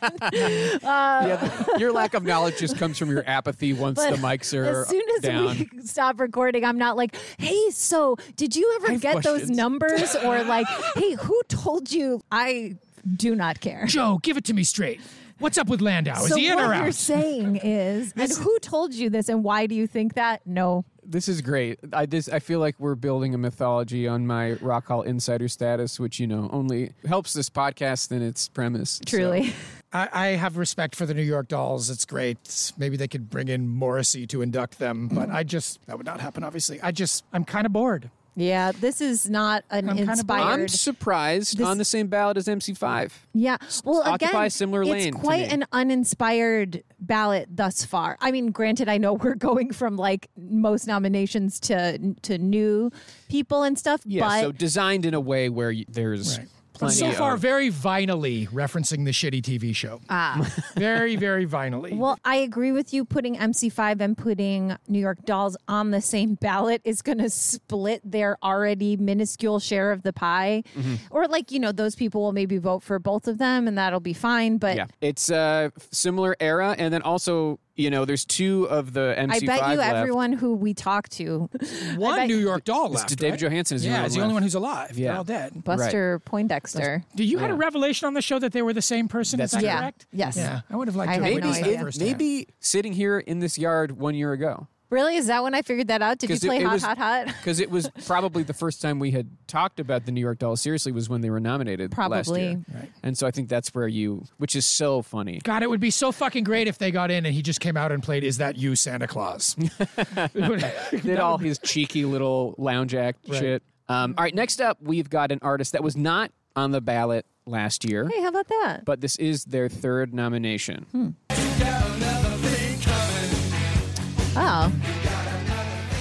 [SPEAKER 1] yeah, th- [laughs] your lack of knowledge just comes from your apathy once
[SPEAKER 2] But
[SPEAKER 1] the mics are
[SPEAKER 2] as soon as
[SPEAKER 1] down.
[SPEAKER 2] we [laughs] stop recording, I'm not like, hey, so did you ever get those
[SPEAKER 1] questions." [laughs]
[SPEAKER 2] numbers? Or like, hey, who told you? I do not care.
[SPEAKER 3] Joe, give it to me straight. What's up with
[SPEAKER 1] Oh,
[SPEAKER 3] Landau? Is
[SPEAKER 2] so
[SPEAKER 3] he in
[SPEAKER 2] what
[SPEAKER 1] [laughs]
[SPEAKER 3] or
[SPEAKER 2] you're
[SPEAKER 3] out?
[SPEAKER 2] saying is, and who told you this, and why do you think that? No,
[SPEAKER 1] [laughs] This is great. I this I feel like we're building a mythology on my Rock Hall insider status, which you know only helps this podcast in its premise. So-
[SPEAKER 2] truly.
[SPEAKER 3] I, I have respect for the New York Dolls. It's great. Maybe they could bring in Morrissey to induct them, but I just that would not happen. Obviously, I just I'm kind of bored.
[SPEAKER 2] Yeah, this is not an
[SPEAKER 3] kinda
[SPEAKER 2] inspired.
[SPEAKER 1] I'm surprised
[SPEAKER 2] This-
[SPEAKER 1] on the same ballot as MC5.
[SPEAKER 2] Yeah. Well,
[SPEAKER 1] occupy
[SPEAKER 2] again,
[SPEAKER 1] a similar
[SPEAKER 2] it's
[SPEAKER 1] lane to
[SPEAKER 2] quite
[SPEAKER 1] me.
[SPEAKER 2] an uninspired ballot thus far. I mean, granted, I know [laughs] we're going from like most nominations to to new people and stuff,
[SPEAKER 1] Yeah,
[SPEAKER 2] but
[SPEAKER 1] so designed in a way where y- there's plenty
[SPEAKER 3] so far,
[SPEAKER 2] uh,
[SPEAKER 1] of
[SPEAKER 3] very vinily referencing the shitty TV show.
[SPEAKER 2] Ah.
[SPEAKER 3] [laughs] very, very vinily.
[SPEAKER 2] well, I agree with you. Putting MC5 and putting New York Dolls on the same [laughs] ballot is going to split their already minuscule share of the pie,
[SPEAKER 1] Mm-hmm.
[SPEAKER 2] or like you know, those people will maybe vote for both of them, and that'll be fine. But
[SPEAKER 1] yeah. It's a similar era, and then also you know there's two of the MC5.
[SPEAKER 2] I bet you
[SPEAKER 1] left.
[SPEAKER 2] everyone who we talk to [laughs]
[SPEAKER 3] one
[SPEAKER 2] bet-
[SPEAKER 3] New York Doll
[SPEAKER 1] It's
[SPEAKER 3] left.
[SPEAKER 1] David
[SPEAKER 3] right?
[SPEAKER 1] Johansen is the
[SPEAKER 3] yeah,
[SPEAKER 1] only
[SPEAKER 3] he's
[SPEAKER 1] one left.
[SPEAKER 3] the only one who's alive. They're
[SPEAKER 1] Yeah.
[SPEAKER 3] all dead.
[SPEAKER 2] Buster Poindexter.
[SPEAKER 3] Do you had a revelation on the show that they were the same person?
[SPEAKER 1] That's
[SPEAKER 3] Is that
[SPEAKER 2] Yeah.
[SPEAKER 3] correct?
[SPEAKER 2] Yes.
[SPEAKER 3] Yeah. I would have liked
[SPEAKER 2] I
[SPEAKER 3] to
[SPEAKER 2] had
[SPEAKER 3] have
[SPEAKER 2] no
[SPEAKER 3] witnessed
[SPEAKER 2] idea.
[SPEAKER 3] that
[SPEAKER 1] Maybe,
[SPEAKER 3] first.
[SPEAKER 1] maybe sitting here in this yard one year ago.
[SPEAKER 2] Really? Is that when I figured that out? Did you
[SPEAKER 1] 'Cause it-
[SPEAKER 2] play
[SPEAKER 1] it
[SPEAKER 2] Hot,
[SPEAKER 1] was-
[SPEAKER 2] Hot, Hot? [laughs]
[SPEAKER 1] because it was probably the first time we had talked about the New York Dolls seriously was when they were nominated last
[SPEAKER 2] Probably.
[SPEAKER 1] year. And so I think that's where you, which is so funny.
[SPEAKER 3] God, it would be so fucking great if they got in and he just came out and played "Is That You,
[SPEAKER 2] [laughs]
[SPEAKER 3] Santa Claus?"
[SPEAKER 1] Did all his cheeky little lounge act shit. Um, all right, next up, we've got an artist that was not on the ballot last year,
[SPEAKER 2] Hey, how about that?
[SPEAKER 1] but this is their third nomination. [laughs]
[SPEAKER 2] Oh,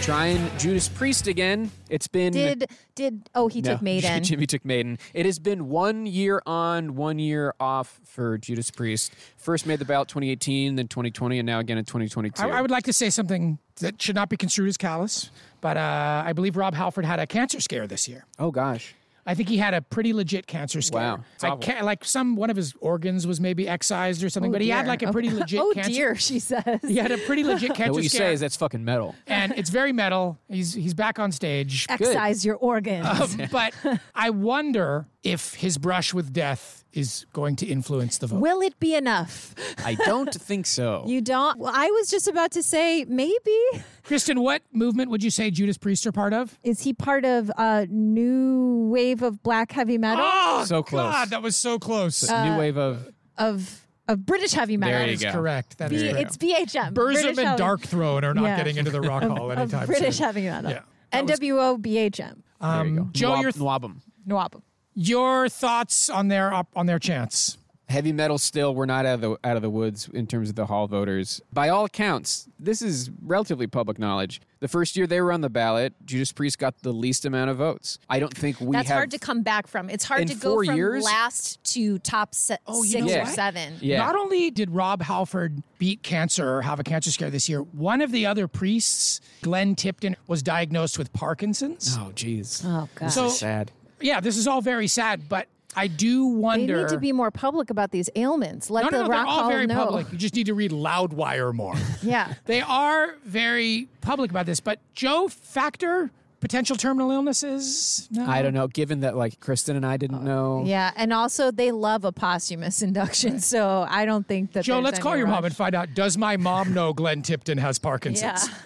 [SPEAKER 1] Trying Judas Priest again. It's been.
[SPEAKER 2] did did oh he
[SPEAKER 1] No, [laughs]
[SPEAKER 2] took Maiden?
[SPEAKER 1] Jimmy took Maiden. It has been one year on, one year off for Judas Priest. First made the ballot 2018, then 2020, and now again in 2022.
[SPEAKER 3] I, I would like to say something that should not be construed as callous, but uh, I believe Rob Halford had a cancer scare this year.
[SPEAKER 1] Oh gosh.
[SPEAKER 3] I think he had a pretty legit cancer scare.
[SPEAKER 1] Wow. It's
[SPEAKER 3] I
[SPEAKER 1] awful.
[SPEAKER 3] can't, like some one of his organs was maybe excised or something,
[SPEAKER 2] Oh,
[SPEAKER 3] but he had
[SPEAKER 2] dear.
[SPEAKER 3] like a
[SPEAKER 2] Oh, [laughs]
[SPEAKER 3] pretty legit.
[SPEAKER 2] oh
[SPEAKER 3] cancer,
[SPEAKER 2] dear,
[SPEAKER 1] [laughs]
[SPEAKER 2] she says.
[SPEAKER 3] [laughs] He had a
[SPEAKER 2] [laughs]
[SPEAKER 3] pretty legit cancer
[SPEAKER 1] And what you
[SPEAKER 3] scare,
[SPEAKER 1] say is that's fucking metal.
[SPEAKER 3] and it's very metal. He's he's back
[SPEAKER 2] [laughs]
[SPEAKER 3] on stage.
[SPEAKER 2] Excise your organs.
[SPEAKER 1] Oh. [laughs]
[SPEAKER 3] Um, but I wonder if his brush with death is going to influence the vote.
[SPEAKER 2] Will it be enough?
[SPEAKER 1] I
[SPEAKER 3] [laughs]
[SPEAKER 1] don't think so.
[SPEAKER 2] You don't. Well, I was just about to say maybe.
[SPEAKER 3] Kristen, what movement would you say Judas Priest are part of?
[SPEAKER 2] Is he part of a new wave of black heavy metal
[SPEAKER 3] [gasps]
[SPEAKER 1] so close. Uh,
[SPEAKER 3] God, that was so close.
[SPEAKER 2] Uh,
[SPEAKER 1] New wave of
[SPEAKER 2] of of British heavy metal?
[SPEAKER 1] There
[SPEAKER 3] that
[SPEAKER 1] you
[SPEAKER 3] is
[SPEAKER 1] go.
[SPEAKER 3] correct. That is
[SPEAKER 2] B-
[SPEAKER 3] correct.
[SPEAKER 2] it's BHM.
[SPEAKER 3] Burzum
[SPEAKER 2] British
[SPEAKER 3] and
[SPEAKER 2] heavy-
[SPEAKER 3] Dark Throne are not
[SPEAKER 2] Yeah.
[SPEAKER 3] getting into the Rock Hall
[SPEAKER 2] of
[SPEAKER 3] anytime
[SPEAKER 2] British
[SPEAKER 3] soon.
[SPEAKER 2] heavy metal.
[SPEAKER 3] Yeah.
[SPEAKER 2] NWO BHM.
[SPEAKER 1] there you go.
[SPEAKER 3] um, Joe,
[SPEAKER 1] Nwab-
[SPEAKER 3] your-
[SPEAKER 1] Nwabum.
[SPEAKER 2] Nawab.
[SPEAKER 3] Your thoughts on their op- on their chance?
[SPEAKER 1] Heavy metal still we're not out of the out of the woods in terms of the hall voters. By all accounts, this is relatively public knowledge. The first year they were on the ballot, Judas Priest got the least amount of votes. I don't think we
[SPEAKER 2] That's
[SPEAKER 1] have
[SPEAKER 2] hard to come back from. It's hard
[SPEAKER 1] In
[SPEAKER 2] to go
[SPEAKER 1] four
[SPEAKER 2] from
[SPEAKER 1] years?
[SPEAKER 2] last to top se-
[SPEAKER 3] Oh, you
[SPEAKER 2] six
[SPEAKER 3] know
[SPEAKER 2] or
[SPEAKER 1] what?
[SPEAKER 2] seven.
[SPEAKER 1] Yeah.
[SPEAKER 3] Not only did Rob Halford beat cancer or have a cancer scare this year, one of the other priests, Glenn Tipton, was diagnosed with Parkinson's.
[SPEAKER 1] Oh jeez.
[SPEAKER 2] Oh god.
[SPEAKER 3] So
[SPEAKER 1] Sad.
[SPEAKER 3] yeah, this is all very sad, but I do
[SPEAKER 2] they
[SPEAKER 3] wonder.
[SPEAKER 2] need to be more public about these ailments. Let
[SPEAKER 3] no, no,
[SPEAKER 2] the
[SPEAKER 3] no, they're
[SPEAKER 2] rock
[SPEAKER 3] all
[SPEAKER 2] hall
[SPEAKER 3] very
[SPEAKER 2] know.
[SPEAKER 3] public. You just need to
[SPEAKER 2] [laughs]
[SPEAKER 3] read Loudwire more.
[SPEAKER 2] Yeah.
[SPEAKER 3] They are very public about this, but Joe Factor potential terminal illnesses?
[SPEAKER 2] Uh,
[SPEAKER 3] No? Uh,
[SPEAKER 1] I don't know. Given that like Kristen and I didn't know.
[SPEAKER 2] Yeah, and also they love a posthumous [laughs] induction, so I don't think that.
[SPEAKER 3] Joe,
[SPEAKER 2] there's
[SPEAKER 3] let's call
[SPEAKER 2] any
[SPEAKER 3] your mom
[SPEAKER 2] rush.
[SPEAKER 3] and find out. Does my mom know Glenn Tipton has
[SPEAKER 2] Yeah,
[SPEAKER 3] Parkinson's?
[SPEAKER 2] [laughs]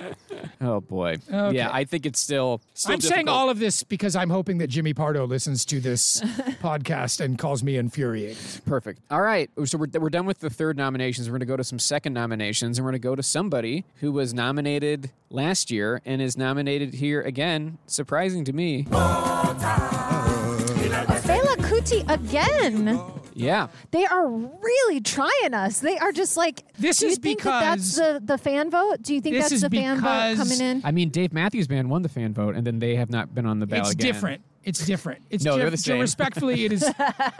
[SPEAKER 1] Oh boy. Yeah, I think it's still. still
[SPEAKER 3] I'm saying
[SPEAKER 1] difficult.
[SPEAKER 3] all of this because I'm hoping that Jimmy Pardo listens
[SPEAKER 2] [laughs]
[SPEAKER 3] to this podcast and calls me infuriated.
[SPEAKER 1] Perfect. All right. So we're, we're done with the third nominations. We're going to go to some second nominations, and we're going to go to somebody who was nominated last year and is nominated here again. Surprising to me.
[SPEAKER 2] Fela Kuti again.
[SPEAKER 1] Yeah.
[SPEAKER 2] They are really trying us. They are just like.
[SPEAKER 3] This
[SPEAKER 2] do you
[SPEAKER 3] is
[SPEAKER 2] think that that's
[SPEAKER 3] because-
[SPEAKER 2] the, the fan vote. Do you think
[SPEAKER 3] This
[SPEAKER 2] that's
[SPEAKER 3] is
[SPEAKER 2] the fan vote
[SPEAKER 3] because
[SPEAKER 2] coming in?
[SPEAKER 1] I mean, Dave Matthews Band won the fan vote, and then they have not been on the ballot
[SPEAKER 3] It's
[SPEAKER 1] again.
[SPEAKER 3] different. It's different. It's
[SPEAKER 1] No, they're
[SPEAKER 3] diff-
[SPEAKER 1] the same.
[SPEAKER 3] Respectfully, it is.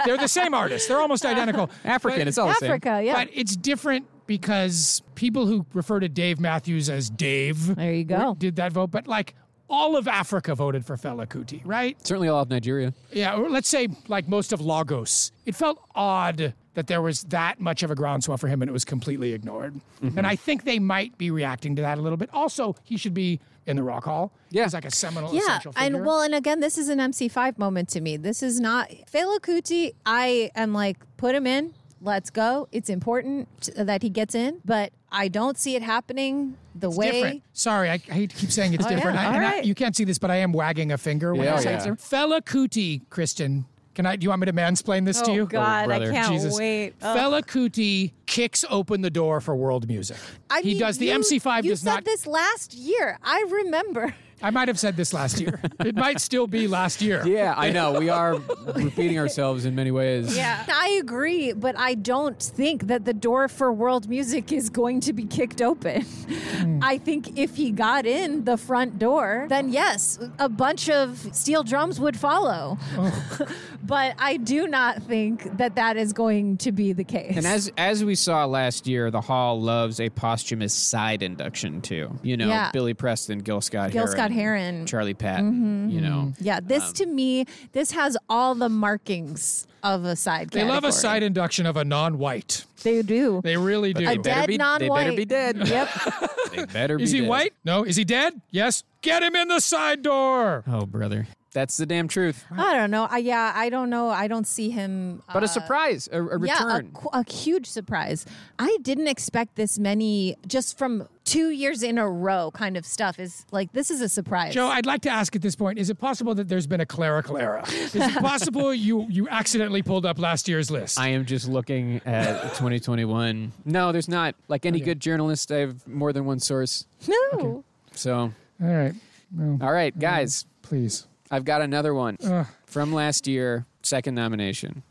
[SPEAKER 3] They're the same artist. They're
[SPEAKER 2] [laughs]
[SPEAKER 3] almost identical.
[SPEAKER 1] African.
[SPEAKER 3] But-
[SPEAKER 1] It's all the same.
[SPEAKER 2] Africa, Oh, yeah.
[SPEAKER 3] But it's different because people who refer to Dave Matthews as Dave
[SPEAKER 2] There you go.
[SPEAKER 3] did that vote, but like all of Africa voted for Fela Kuti, right?
[SPEAKER 1] Certainly all of Nigeria.
[SPEAKER 3] Yeah, or let's say like most of Lagos. It felt odd that there was that much of a groundswell for him and it was completely ignored. And I think they might be reacting to that a little bit. Also, he should be in the Rock Hall.
[SPEAKER 1] Yeah.
[SPEAKER 3] He's like a seminal
[SPEAKER 2] Yeah,
[SPEAKER 3] essential figure.
[SPEAKER 2] and well, and again, this is an MC5 moment to me. This is not Fela Kuti. I am like, put him in. Let's go. It's important that he gets in, but I don't see it happening the way.
[SPEAKER 3] different. Sorry, I, I hate to keep saying it's
[SPEAKER 2] Oh,
[SPEAKER 3] different.
[SPEAKER 2] yeah,
[SPEAKER 3] I-
[SPEAKER 2] all
[SPEAKER 3] and I-
[SPEAKER 2] right.
[SPEAKER 3] you can't see this, but I am wagging a finger when
[SPEAKER 1] Yeah,
[SPEAKER 3] I say
[SPEAKER 1] yeah.
[SPEAKER 3] it's different. Fela Kuti, Kristen. Can I? Do you want me to mansplain this
[SPEAKER 2] Oh,
[SPEAKER 3] to you? Oh,
[SPEAKER 1] brother. can't
[SPEAKER 3] Jesus. Fela Kuti kicks open the door for world music.
[SPEAKER 2] I
[SPEAKER 3] he
[SPEAKER 2] mean,
[SPEAKER 3] does. The
[SPEAKER 2] you-
[SPEAKER 3] MC5
[SPEAKER 2] You
[SPEAKER 3] does
[SPEAKER 2] said
[SPEAKER 3] not.
[SPEAKER 2] this last year. I remember.
[SPEAKER 3] I might have said this
[SPEAKER 2] [laughs]
[SPEAKER 3] last year. it might still be last year.
[SPEAKER 1] Yeah, I know. We are repeating ourselves in many ways.
[SPEAKER 2] I agree, but I don't think that the door for world music is going to be kicked open.
[SPEAKER 3] Hmm.
[SPEAKER 2] I think if he got in the front door, then yes, a bunch of steel drums would follow.
[SPEAKER 3] Oh.
[SPEAKER 2] [laughs] but I do not think that that is going to be the case.
[SPEAKER 1] And as as we saw last year, the Hall loves a posthumous side induction too. You know,
[SPEAKER 2] Yeah.
[SPEAKER 1] Billy Preston, Gil Scott,
[SPEAKER 2] Gil
[SPEAKER 1] Heron,
[SPEAKER 2] Scott Heron. Mm-hmm.
[SPEAKER 1] Charlie Patton. You know,
[SPEAKER 2] yeah, this to me, this has all the markings of a side.
[SPEAKER 3] They love a
[SPEAKER 2] category.
[SPEAKER 3] side induction of a non-white.
[SPEAKER 2] They do.
[SPEAKER 3] They really do.
[SPEAKER 2] A dead
[SPEAKER 1] be- they
[SPEAKER 2] non-white.
[SPEAKER 1] better be dead. [laughs]
[SPEAKER 2] Yep.
[SPEAKER 1] they better.
[SPEAKER 3] [laughs] Is
[SPEAKER 1] be
[SPEAKER 3] he
[SPEAKER 1] dead.
[SPEAKER 3] white? No. Is he dead? Yes. Get him in the side door.
[SPEAKER 1] Oh, brother, that's the damn truth.
[SPEAKER 2] I don't know. I, yeah, I don't know. I don't see him.
[SPEAKER 1] But
[SPEAKER 2] uh,
[SPEAKER 1] a surprise, a, a
[SPEAKER 2] Yeah, a,
[SPEAKER 1] return.
[SPEAKER 2] qu- a huge surprise. I didn't expect this many just from two years in a row kind of stuff. Is like this is a surprise.
[SPEAKER 3] Joe, I'd like to ask at this point: Is it possible that there's been a clerical error?
[SPEAKER 1] [laughs]
[SPEAKER 3] Is it possible you you accidentally pulled up last year's list?
[SPEAKER 1] I am just looking at
[SPEAKER 2] [laughs]
[SPEAKER 1] 2021. No, there's not. Like any good journalist, I have more than one source.
[SPEAKER 2] no.
[SPEAKER 1] So,
[SPEAKER 3] All right,
[SPEAKER 1] all right, guys,
[SPEAKER 3] please.
[SPEAKER 1] I've got another one from last year, second nomination.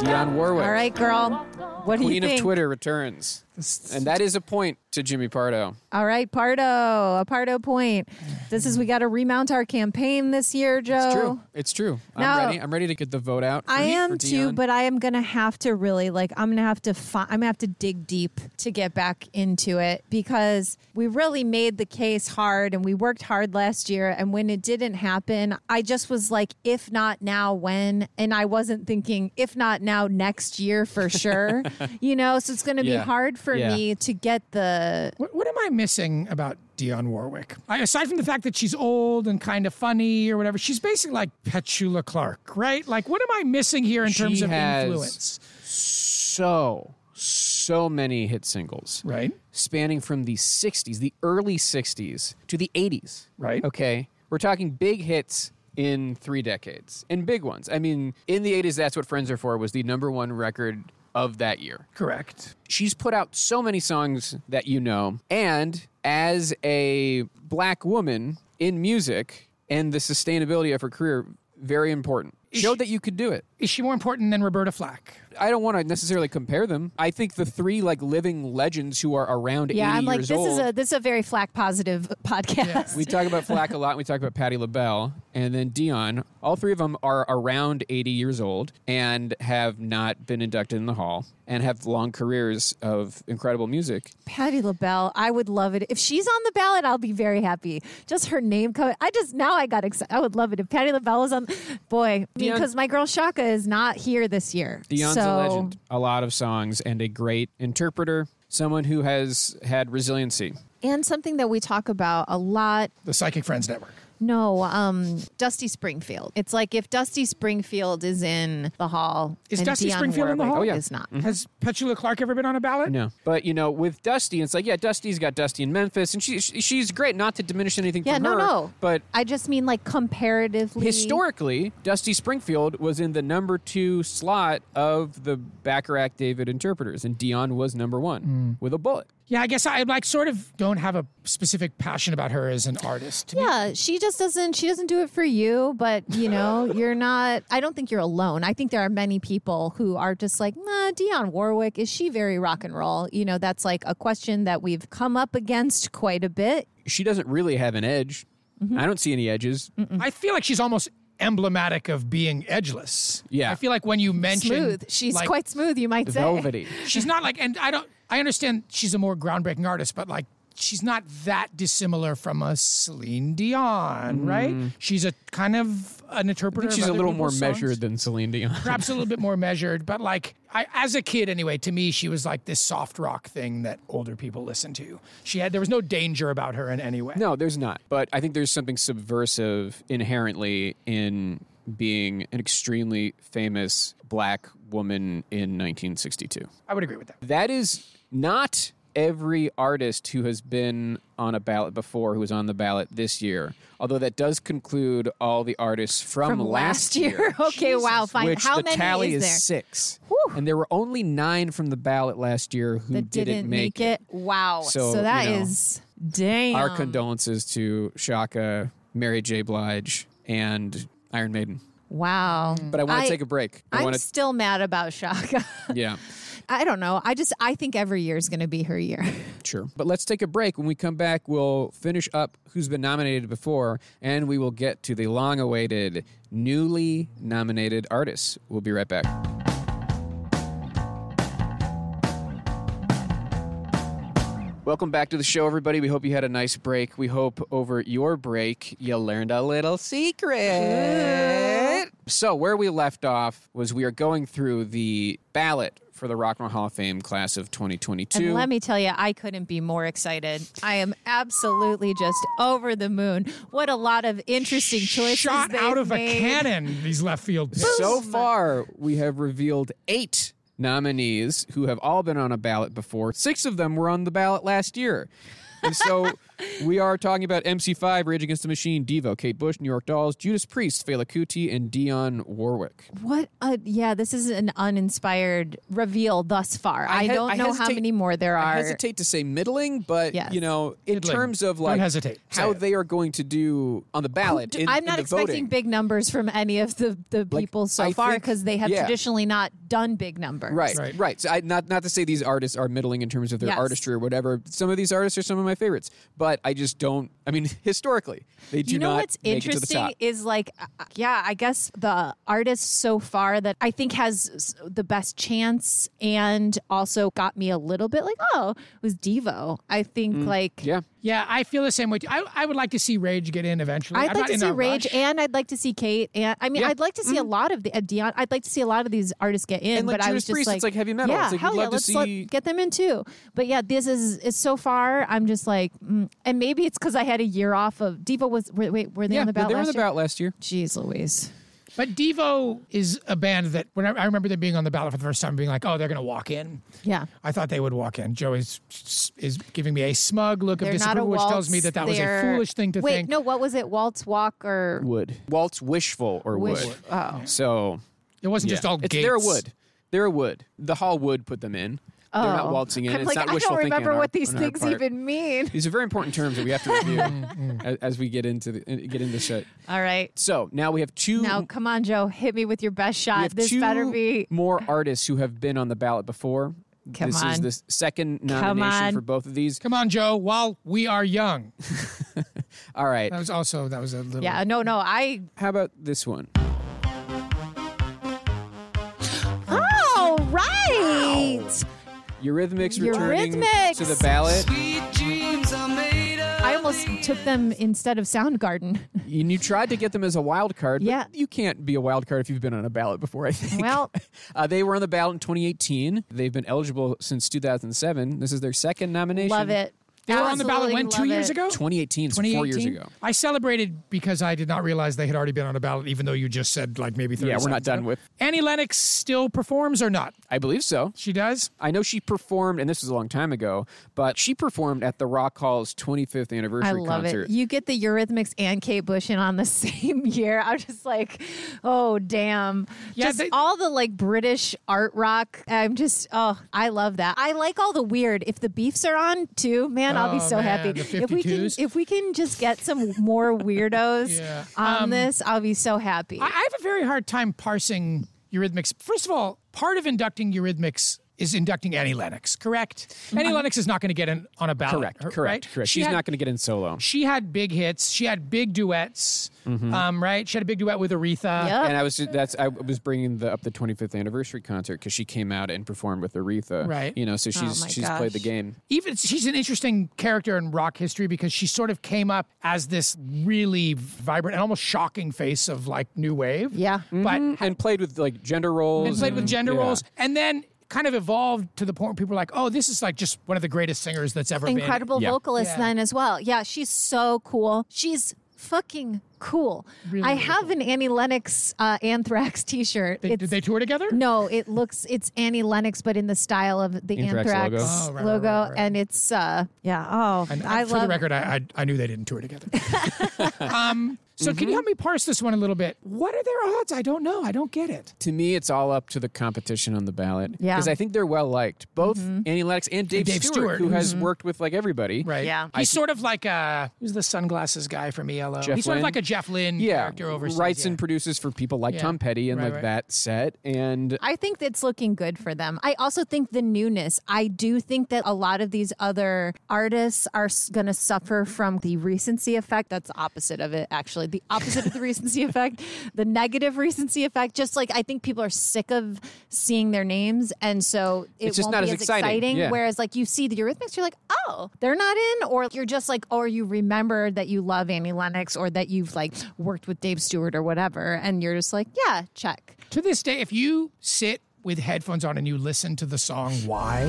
[SPEAKER 1] Dionne Warwick,
[SPEAKER 2] All right, girl. What do you
[SPEAKER 1] Queen
[SPEAKER 2] think?
[SPEAKER 1] of Twitter, returns, and that is a point to Jimmy Pardo.
[SPEAKER 2] All right, Pardo, a Pardo point. This is we got to remount our campaign this year, Joe.
[SPEAKER 3] Oh.
[SPEAKER 1] It's true. It's true.
[SPEAKER 2] No.
[SPEAKER 1] I'm ready. I'm ready to get the vote out. for-
[SPEAKER 2] I
[SPEAKER 1] for
[SPEAKER 2] am too,
[SPEAKER 1] Dionne.
[SPEAKER 2] but I am gonna have to really like I'm gonna have to fi- I'm gonna have to dig deep to get back into it because we really made the case hard and we worked hard last year and when it didn't happen, I just was like, if not now, when? And I wasn't thinking if not now, next
[SPEAKER 1] [laughs]
[SPEAKER 2] year for sure. you know, so it's gonna
[SPEAKER 1] Yeah.
[SPEAKER 2] be hard for
[SPEAKER 1] Yeah.
[SPEAKER 2] me to get the
[SPEAKER 3] What, what am I missing about Dionne Warwick? I, aside from the fact that she's old and kind of funny or whatever, she's basically like Petula Clark, right? Like, what am I missing here in
[SPEAKER 1] She
[SPEAKER 3] terms of
[SPEAKER 1] has-
[SPEAKER 3] influence?
[SPEAKER 1] so so many hit singles.
[SPEAKER 3] Right.
[SPEAKER 1] spanning from the 60s, the early 60s, to the 80s.
[SPEAKER 3] Right.
[SPEAKER 1] Okay. We're talking big hits in three decades and big ones. I mean, in the 80s, that's what Friends Are For was the number one record of that year.
[SPEAKER 3] Correct.
[SPEAKER 1] She's put out so many songs that you know. And as a black woman in music and the sustainability of her career, very important. Showed that you could do it.
[SPEAKER 3] Is she more important than Roberta Flack?
[SPEAKER 1] I don't want to necessarily compare them. I think the three like living legends who are around
[SPEAKER 2] yeah.
[SPEAKER 1] 80
[SPEAKER 2] I'm like
[SPEAKER 1] years
[SPEAKER 2] this
[SPEAKER 1] old,
[SPEAKER 2] is a this is a very flack positive podcast.
[SPEAKER 1] We talk about Flack a lot. and We talk about Patty LaBelle and then Dion. All three of them are around 80 years old and have not been inducted in the Hall and have long careers of incredible music.
[SPEAKER 2] Patty LaBelle, I would love it. If she's on the ballot, I'll be very happy. Just her name coming. I just, now I got excited. I would love it if Patty LaBelle was on. Boy,
[SPEAKER 1] Dionne-
[SPEAKER 2] because my girl Shaka is not here this year.
[SPEAKER 1] Dion's
[SPEAKER 2] so,
[SPEAKER 1] a legend. A lot of songs and a great interpreter. someone who has had resiliency.
[SPEAKER 2] And something that we talk about a lot
[SPEAKER 3] The Psychic Friends Network.
[SPEAKER 2] No, um, Dusty Springfield. It's like if Dusty Springfield is in the hall.
[SPEAKER 3] Is
[SPEAKER 2] and
[SPEAKER 3] Dusty
[SPEAKER 2] Dionne
[SPEAKER 3] Springfield in the
[SPEAKER 2] Warwick
[SPEAKER 3] hall?
[SPEAKER 1] Oh, yeah.
[SPEAKER 2] Is not.
[SPEAKER 3] Has Petula Clark ever been on a ballot?
[SPEAKER 1] No, but you know, with Dusty, it's like yeah, Dusty's got Dusty in Memphis, and she she- she's great. Not to diminish anything
[SPEAKER 2] Yeah,
[SPEAKER 1] from
[SPEAKER 2] no,
[SPEAKER 1] her,
[SPEAKER 2] no.
[SPEAKER 1] but
[SPEAKER 2] I just mean like comparatively.
[SPEAKER 1] historically, Dusty Springfield was in the number two slot of the Bacharach David interpreters, and Dion was number one with a bullet.
[SPEAKER 3] Yeah, I guess I like sort of don't have a specific passion about her as an artist.
[SPEAKER 2] Yeah, she just doesn't. She doesn't do it for you, but
[SPEAKER 1] [laughs]
[SPEAKER 2] you know, you're not. I don't think you're alone. I think there are many people who are just like, nah, Dionne Warwick. Is she very rock and roll? You know, that's like a question that we've come up against quite a bit.
[SPEAKER 1] She doesn't really have an edge.
[SPEAKER 2] Mm-hmm.
[SPEAKER 1] I don't see any edges.
[SPEAKER 3] I feel like she's almost emblematic of being edgeless.
[SPEAKER 1] Yeah.
[SPEAKER 3] I feel like when you mention
[SPEAKER 2] Smooth. She's
[SPEAKER 3] like,
[SPEAKER 2] quite smooth, you might say.
[SPEAKER 1] Velvety.
[SPEAKER 3] she's not like and I don't I understand she's a more groundbreaking artist, but like she's not that dissimilar from a Celine Dion, right? She's a kind of an interpreter.
[SPEAKER 1] Mm. She's
[SPEAKER 3] of
[SPEAKER 1] a
[SPEAKER 3] other
[SPEAKER 1] little more
[SPEAKER 3] people's songs.
[SPEAKER 1] measured than Celine Dion.
[SPEAKER 3] Perhaps a little bit more measured, but like I, as a kid anyway, to me she was like this soft rock thing that older people listen to. She had there was no danger about her in any way.
[SPEAKER 1] No, there's not. But I think there's something subversive inherently in being an extremely famous black woman in 1962.
[SPEAKER 3] I would agree with that.
[SPEAKER 1] That is not every artist who has been on a ballot before who was on the ballot this year. Although that does conclude all the artists from,
[SPEAKER 2] From last year. [laughs] okay, wow. Fine.
[SPEAKER 1] Which
[SPEAKER 2] How
[SPEAKER 1] the
[SPEAKER 2] many
[SPEAKER 1] tally
[SPEAKER 2] is
[SPEAKER 1] is,
[SPEAKER 2] there?
[SPEAKER 1] six, and there were only nine from the ballot last year who
[SPEAKER 2] [laughs] that
[SPEAKER 1] didn't, make, it.
[SPEAKER 2] Wow. So,
[SPEAKER 1] So,
[SPEAKER 2] that
[SPEAKER 1] you know,
[SPEAKER 2] is damn.
[SPEAKER 1] Our condolences to Shaka, Mary J. Blige, and Iron Maiden.
[SPEAKER 2] wow.
[SPEAKER 1] But I want
[SPEAKER 2] I-
[SPEAKER 1] to take a break. I
[SPEAKER 2] I'm
[SPEAKER 1] want to,
[SPEAKER 2] still mad about Shaka. [laughs]
[SPEAKER 1] yeah,
[SPEAKER 2] I don't know. I just I think every year is going to be her year. [laughs]
[SPEAKER 1] sure. But let's take a break. When we come back, we'll finish up who's been nominated before, and we will get to the long-awaited newly nominated artists. We'll be right back. Welcome back to the show, everybody. We hope you had a nice break. We hope over your break you learned a little secret. So, where we left off was we are going through the ballot for the Rock and Roll Hall of Fame class of 2022.
[SPEAKER 2] And let me tell you, I couldn't be more excited. I am absolutely just over the moon. What a lot of interesting choices
[SPEAKER 3] Shot out
[SPEAKER 2] they've
[SPEAKER 3] of
[SPEAKER 2] made.
[SPEAKER 3] a cannon, these left field picks.
[SPEAKER 1] So far, we have revealed eight nominees who have all been on a ballot before. Six of them were on the ballot last year. And [laughs] so we are talking about MC5, Rage Against the Machine, Devo, Kate Bush, New York Dolls, Judas Priest, Fela Kuti, and Dion Warwick.
[SPEAKER 2] What a yeah, this is an uninspired reveal thus far. I,
[SPEAKER 1] he-
[SPEAKER 2] don't
[SPEAKER 1] I
[SPEAKER 2] know how
[SPEAKER 1] hesitate-
[SPEAKER 2] many more there
[SPEAKER 1] I
[SPEAKER 2] are.
[SPEAKER 1] hesitate to say middling, but
[SPEAKER 2] Yes.
[SPEAKER 1] you know, in
[SPEAKER 3] Middling.
[SPEAKER 1] terms of
[SPEAKER 3] Don't
[SPEAKER 1] like
[SPEAKER 3] hesitate. Say
[SPEAKER 1] how
[SPEAKER 3] it.
[SPEAKER 1] they are going to do on the ballot. in-
[SPEAKER 2] I'm
[SPEAKER 1] in
[SPEAKER 2] not
[SPEAKER 1] the
[SPEAKER 2] expecting
[SPEAKER 1] voting.
[SPEAKER 2] big numbers from any of the, the people so
[SPEAKER 1] I
[SPEAKER 2] far
[SPEAKER 1] think-
[SPEAKER 2] because they have
[SPEAKER 1] yeah.
[SPEAKER 2] traditionally not done big numbers.
[SPEAKER 1] Right,
[SPEAKER 3] Right.
[SPEAKER 1] right. So I, not not to say these artists are middling in terms of their
[SPEAKER 2] Yes.
[SPEAKER 1] artistry or whatever. Some of these artists are some of my favorites, but I just don't. I mean, [laughs] historically, they do
[SPEAKER 2] you know
[SPEAKER 1] not
[SPEAKER 2] what's
[SPEAKER 1] make it to the
[SPEAKER 2] interesting
[SPEAKER 1] top.
[SPEAKER 2] is like, uh, uh, yeah, I guess the artist so far that I think has s- the best chance and also got me a little bit like, oh, was Devo. I think like.
[SPEAKER 1] Mm. yeah,
[SPEAKER 3] Yeah, I feel the same way. Too. I I would like to see Rage get in eventually.
[SPEAKER 2] I'd
[SPEAKER 3] I'm
[SPEAKER 2] like
[SPEAKER 3] not
[SPEAKER 2] to
[SPEAKER 3] in
[SPEAKER 2] see
[SPEAKER 3] a
[SPEAKER 2] Rage,
[SPEAKER 3] rush.
[SPEAKER 2] and I'd like to see Kate, and I mean, I'd like to see a lot of the uh, Dion. I'd like to see a lot of these artists get in,
[SPEAKER 1] Mm-hmm. And, like,
[SPEAKER 2] but I
[SPEAKER 1] Judas
[SPEAKER 2] was just
[SPEAKER 1] Priest,
[SPEAKER 2] like,
[SPEAKER 1] it's like heavy metal.
[SPEAKER 2] Yeah,
[SPEAKER 1] It's like,
[SPEAKER 2] hell
[SPEAKER 1] we'd
[SPEAKER 2] yeah,
[SPEAKER 1] love to
[SPEAKER 2] let's let-
[SPEAKER 1] see-
[SPEAKER 2] get them in too. But yeah, this is is so far. I'm just like, mm. and maybe it's because I had a year off of Diva. Was wait, wait were they
[SPEAKER 1] yeah.
[SPEAKER 2] on the ballot
[SPEAKER 1] they were
[SPEAKER 2] last
[SPEAKER 1] on the
[SPEAKER 2] year?
[SPEAKER 1] ballot last year.
[SPEAKER 2] Jeez Louise.
[SPEAKER 3] But Devo is a band that when I, I remember them being on the ballot for the first time, being like, "Oh, they're going to walk in."
[SPEAKER 2] Yeah.
[SPEAKER 3] I thought they would walk in. Joe is is giving me a smug look
[SPEAKER 2] They're
[SPEAKER 3] of
[SPEAKER 2] not a
[SPEAKER 3] disapproval, which
[SPEAKER 2] waltz.
[SPEAKER 3] tells me that that was a
[SPEAKER 2] they're-
[SPEAKER 3] foolish thing to
[SPEAKER 2] Wait,
[SPEAKER 3] think.
[SPEAKER 2] no, what was it? Waltz, walk, or
[SPEAKER 1] Would Walt's wishful or
[SPEAKER 2] Wish-
[SPEAKER 1] would?
[SPEAKER 2] oh.
[SPEAKER 1] So
[SPEAKER 3] it wasn't
[SPEAKER 1] yeah.
[SPEAKER 3] just all
[SPEAKER 1] it's,
[SPEAKER 3] gates.
[SPEAKER 1] they're a wood. They're a wood. The hall would put them in. They're
[SPEAKER 2] Oh.
[SPEAKER 1] not waltzing in.
[SPEAKER 2] I'm
[SPEAKER 1] it's
[SPEAKER 2] like,
[SPEAKER 1] not
[SPEAKER 2] I
[SPEAKER 1] wishful
[SPEAKER 2] don't
[SPEAKER 1] thinking on
[SPEAKER 2] remember
[SPEAKER 1] our-
[SPEAKER 2] what these
[SPEAKER 1] on our
[SPEAKER 2] things
[SPEAKER 1] part. [laughs]
[SPEAKER 2] even mean.
[SPEAKER 1] These are very important terms that we
[SPEAKER 2] [laughs]
[SPEAKER 1] have to review as, as we get into the, uh, get into shit.
[SPEAKER 2] All right.
[SPEAKER 1] So now we have two
[SPEAKER 2] Now, come on, Joe. Hit me with your best
[SPEAKER 1] We
[SPEAKER 2] shot.
[SPEAKER 1] have
[SPEAKER 2] Uh, This
[SPEAKER 1] two
[SPEAKER 2] better be.
[SPEAKER 1] more artists who have been on the ballot before.
[SPEAKER 2] Come
[SPEAKER 1] this
[SPEAKER 2] on.
[SPEAKER 1] is the second
[SPEAKER 2] Come on.
[SPEAKER 1] nomination for both of these.
[SPEAKER 3] Come on, Joe. While we are young,
[SPEAKER 1] All right.
[SPEAKER 3] that was also that was a little.
[SPEAKER 2] Yeah, no, no. I.
[SPEAKER 1] How about this one?
[SPEAKER 2] Oh, right.
[SPEAKER 1] Eurythmics returning
[SPEAKER 2] Eurythmics.
[SPEAKER 1] to the ballot.
[SPEAKER 2] I almost almost took them instead of
[SPEAKER 1] [laughs]
[SPEAKER 2] Soundgarden.
[SPEAKER 1] And you tried to get them as a wild card. but
[SPEAKER 2] Yeah.
[SPEAKER 1] you can't be a wild card if you've been on a ballot before. I think.
[SPEAKER 2] Well-
[SPEAKER 1] [laughs] uh, they were on the ballot in 2018. They've been eligible since 2007. This is their second nomination.
[SPEAKER 2] love it.
[SPEAKER 3] They were on the ballot
[SPEAKER 2] Absolutely
[SPEAKER 3] when two
[SPEAKER 2] love
[SPEAKER 3] years
[SPEAKER 2] it.
[SPEAKER 3] ago.
[SPEAKER 1] 2018, so four years
[SPEAKER 3] 2018?
[SPEAKER 1] ago.
[SPEAKER 3] I celebrated because I did not realize they had already been on a ballot, even though you just said like maybe 30
[SPEAKER 1] Yeah, we're not
[SPEAKER 3] seconds
[SPEAKER 1] done
[SPEAKER 3] ago.
[SPEAKER 1] with.
[SPEAKER 3] Annie Lennox still performs or not?
[SPEAKER 1] I believe so.
[SPEAKER 3] She does.
[SPEAKER 1] I know she performed, and this was a long time ago, but she performed at the Rock Hall's 25th anniversary
[SPEAKER 2] I love
[SPEAKER 1] concert.
[SPEAKER 2] it. You get the Eurythmics and Kate Bush in on the [laughs] same year. I'm just like, oh damn.
[SPEAKER 3] Yeah,
[SPEAKER 2] just
[SPEAKER 3] they-
[SPEAKER 2] all the like British art rock. I'm just oh, I love that. I like all the weird. If the beefs are on too, man, I'll be
[SPEAKER 3] Oh,
[SPEAKER 2] so
[SPEAKER 3] man,
[SPEAKER 2] happy.
[SPEAKER 3] the
[SPEAKER 2] If we can
[SPEAKER 3] 52s.
[SPEAKER 2] if we can just get some
[SPEAKER 3] [laughs]
[SPEAKER 2] more weirdos
[SPEAKER 3] Yeah.
[SPEAKER 2] on this, I'll be so happy.
[SPEAKER 3] I, I have a very hard time parsing Eurythmics. First of all, part of inducting Eurythmics is inducting Annie Lennox, correct? Annie Lennox is not going to get in on a ballot.
[SPEAKER 1] Mm-hmm. Correct,
[SPEAKER 3] right?
[SPEAKER 1] correct, correct.
[SPEAKER 3] She
[SPEAKER 1] She's
[SPEAKER 3] had-
[SPEAKER 1] not going to get in solo.
[SPEAKER 3] She had big hits. She had big duets,
[SPEAKER 1] Mm-hmm.
[SPEAKER 3] um, right? She had a big duet with Aretha.
[SPEAKER 2] Yep.
[SPEAKER 1] And I
[SPEAKER 3] Oh.
[SPEAKER 1] was just, that's I was bringing the, up the 25th anniversary concert because she came out and performed with Aretha,
[SPEAKER 3] Right. Oh
[SPEAKER 1] You know, so she's
[SPEAKER 2] my
[SPEAKER 1] she's played the
[SPEAKER 2] gosh.
[SPEAKER 1] game.
[SPEAKER 3] even she's an interesting character in rock history because she sort of came up as this really vibrant and almost shocking face of like new wave.
[SPEAKER 2] Yeah.
[SPEAKER 3] But
[SPEAKER 1] and played with like gender roles
[SPEAKER 3] and played with gender
[SPEAKER 1] yeah.
[SPEAKER 3] roles and then kind of evolved to the point where people are like, oh, this is like just one of the greatest singers that's ever been.
[SPEAKER 2] incredible
[SPEAKER 1] Yeah.
[SPEAKER 2] vocalist
[SPEAKER 3] Yeah.
[SPEAKER 2] then as well. Yeah, she's so cool. She's fucking cool. I have an Annie Lennox uh, Anthrax T-shirt.
[SPEAKER 3] They,
[SPEAKER 2] It's-
[SPEAKER 3] did they tour together?
[SPEAKER 2] [laughs] No, it looks it's Annie Lennox, but in the style of the
[SPEAKER 1] Anthrax
[SPEAKER 2] Anthrax,
[SPEAKER 1] logo.
[SPEAKER 2] logo,
[SPEAKER 3] Oh, right, right, right, right.
[SPEAKER 2] and it's uh yeah oh
[SPEAKER 3] And
[SPEAKER 2] I
[SPEAKER 3] for
[SPEAKER 2] love
[SPEAKER 3] the record, I, I I knew they didn't tour
[SPEAKER 2] [laughs]
[SPEAKER 3] together. um, so
[SPEAKER 1] Mm-hmm.
[SPEAKER 3] can you help me parse this one a little bit? What are their odds? I don't know. I don't get it.
[SPEAKER 1] To me, it's all up to the competition on the ballot.
[SPEAKER 2] Yeah.
[SPEAKER 1] because I think they're well liked. Both Annie Lennox and Dave,
[SPEAKER 3] Mm-hmm. Dave
[SPEAKER 1] Stewart,
[SPEAKER 3] Stewart, Mm-hmm.
[SPEAKER 1] who has worked with like everybody.
[SPEAKER 3] Right.
[SPEAKER 2] Yeah.
[SPEAKER 3] He's sort of like a who's the sunglasses guy from ELO.
[SPEAKER 1] Jeff
[SPEAKER 3] He's sort
[SPEAKER 1] Lynne?
[SPEAKER 3] of like a Jeff Lynne
[SPEAKER 1] Yeah,
[SPEAKER 3] character overseas.
[SPEAKER 1] writes
[SPEAKER 3] yeah.
[SPEAKER 1] and produces for people like
[SPEAKER 3] Yeah.
[SPEAKER 1] Tom Petty and
[SPEAKER 3] Right,
[SPEAKER 1] like
[SPEAKER 3] right.
[SPEAKER 1] that set. And
[SPEAKER 2] I think it's looking good for them. I also think the newness. I do think that a lot of these other artists are going to suffer from the recency effect. That's the opposite of it, actually. The opposite of the recency [laughs] effect, the negative recency effect. Just like I think people are sick of seeing their names, and so it
[SPEAKER 1] It's just
[SPEAKER 2] won't
[SPEAKER 1] not
[SPEAKER 2] be
[SPEAKER 1] as exciting, yeah.
[SPEAKER 2] Whereas, like you see the Eurythmics, you're like, oh, they're not in, or you're just like, or you remember that you love Annie Lennox, or that you've like worked with Dave Stewart or whatever, and you're just like, yeah, check.
[SPEAKER 3] To this day, if you sit with headphones on and you listen to the song Why,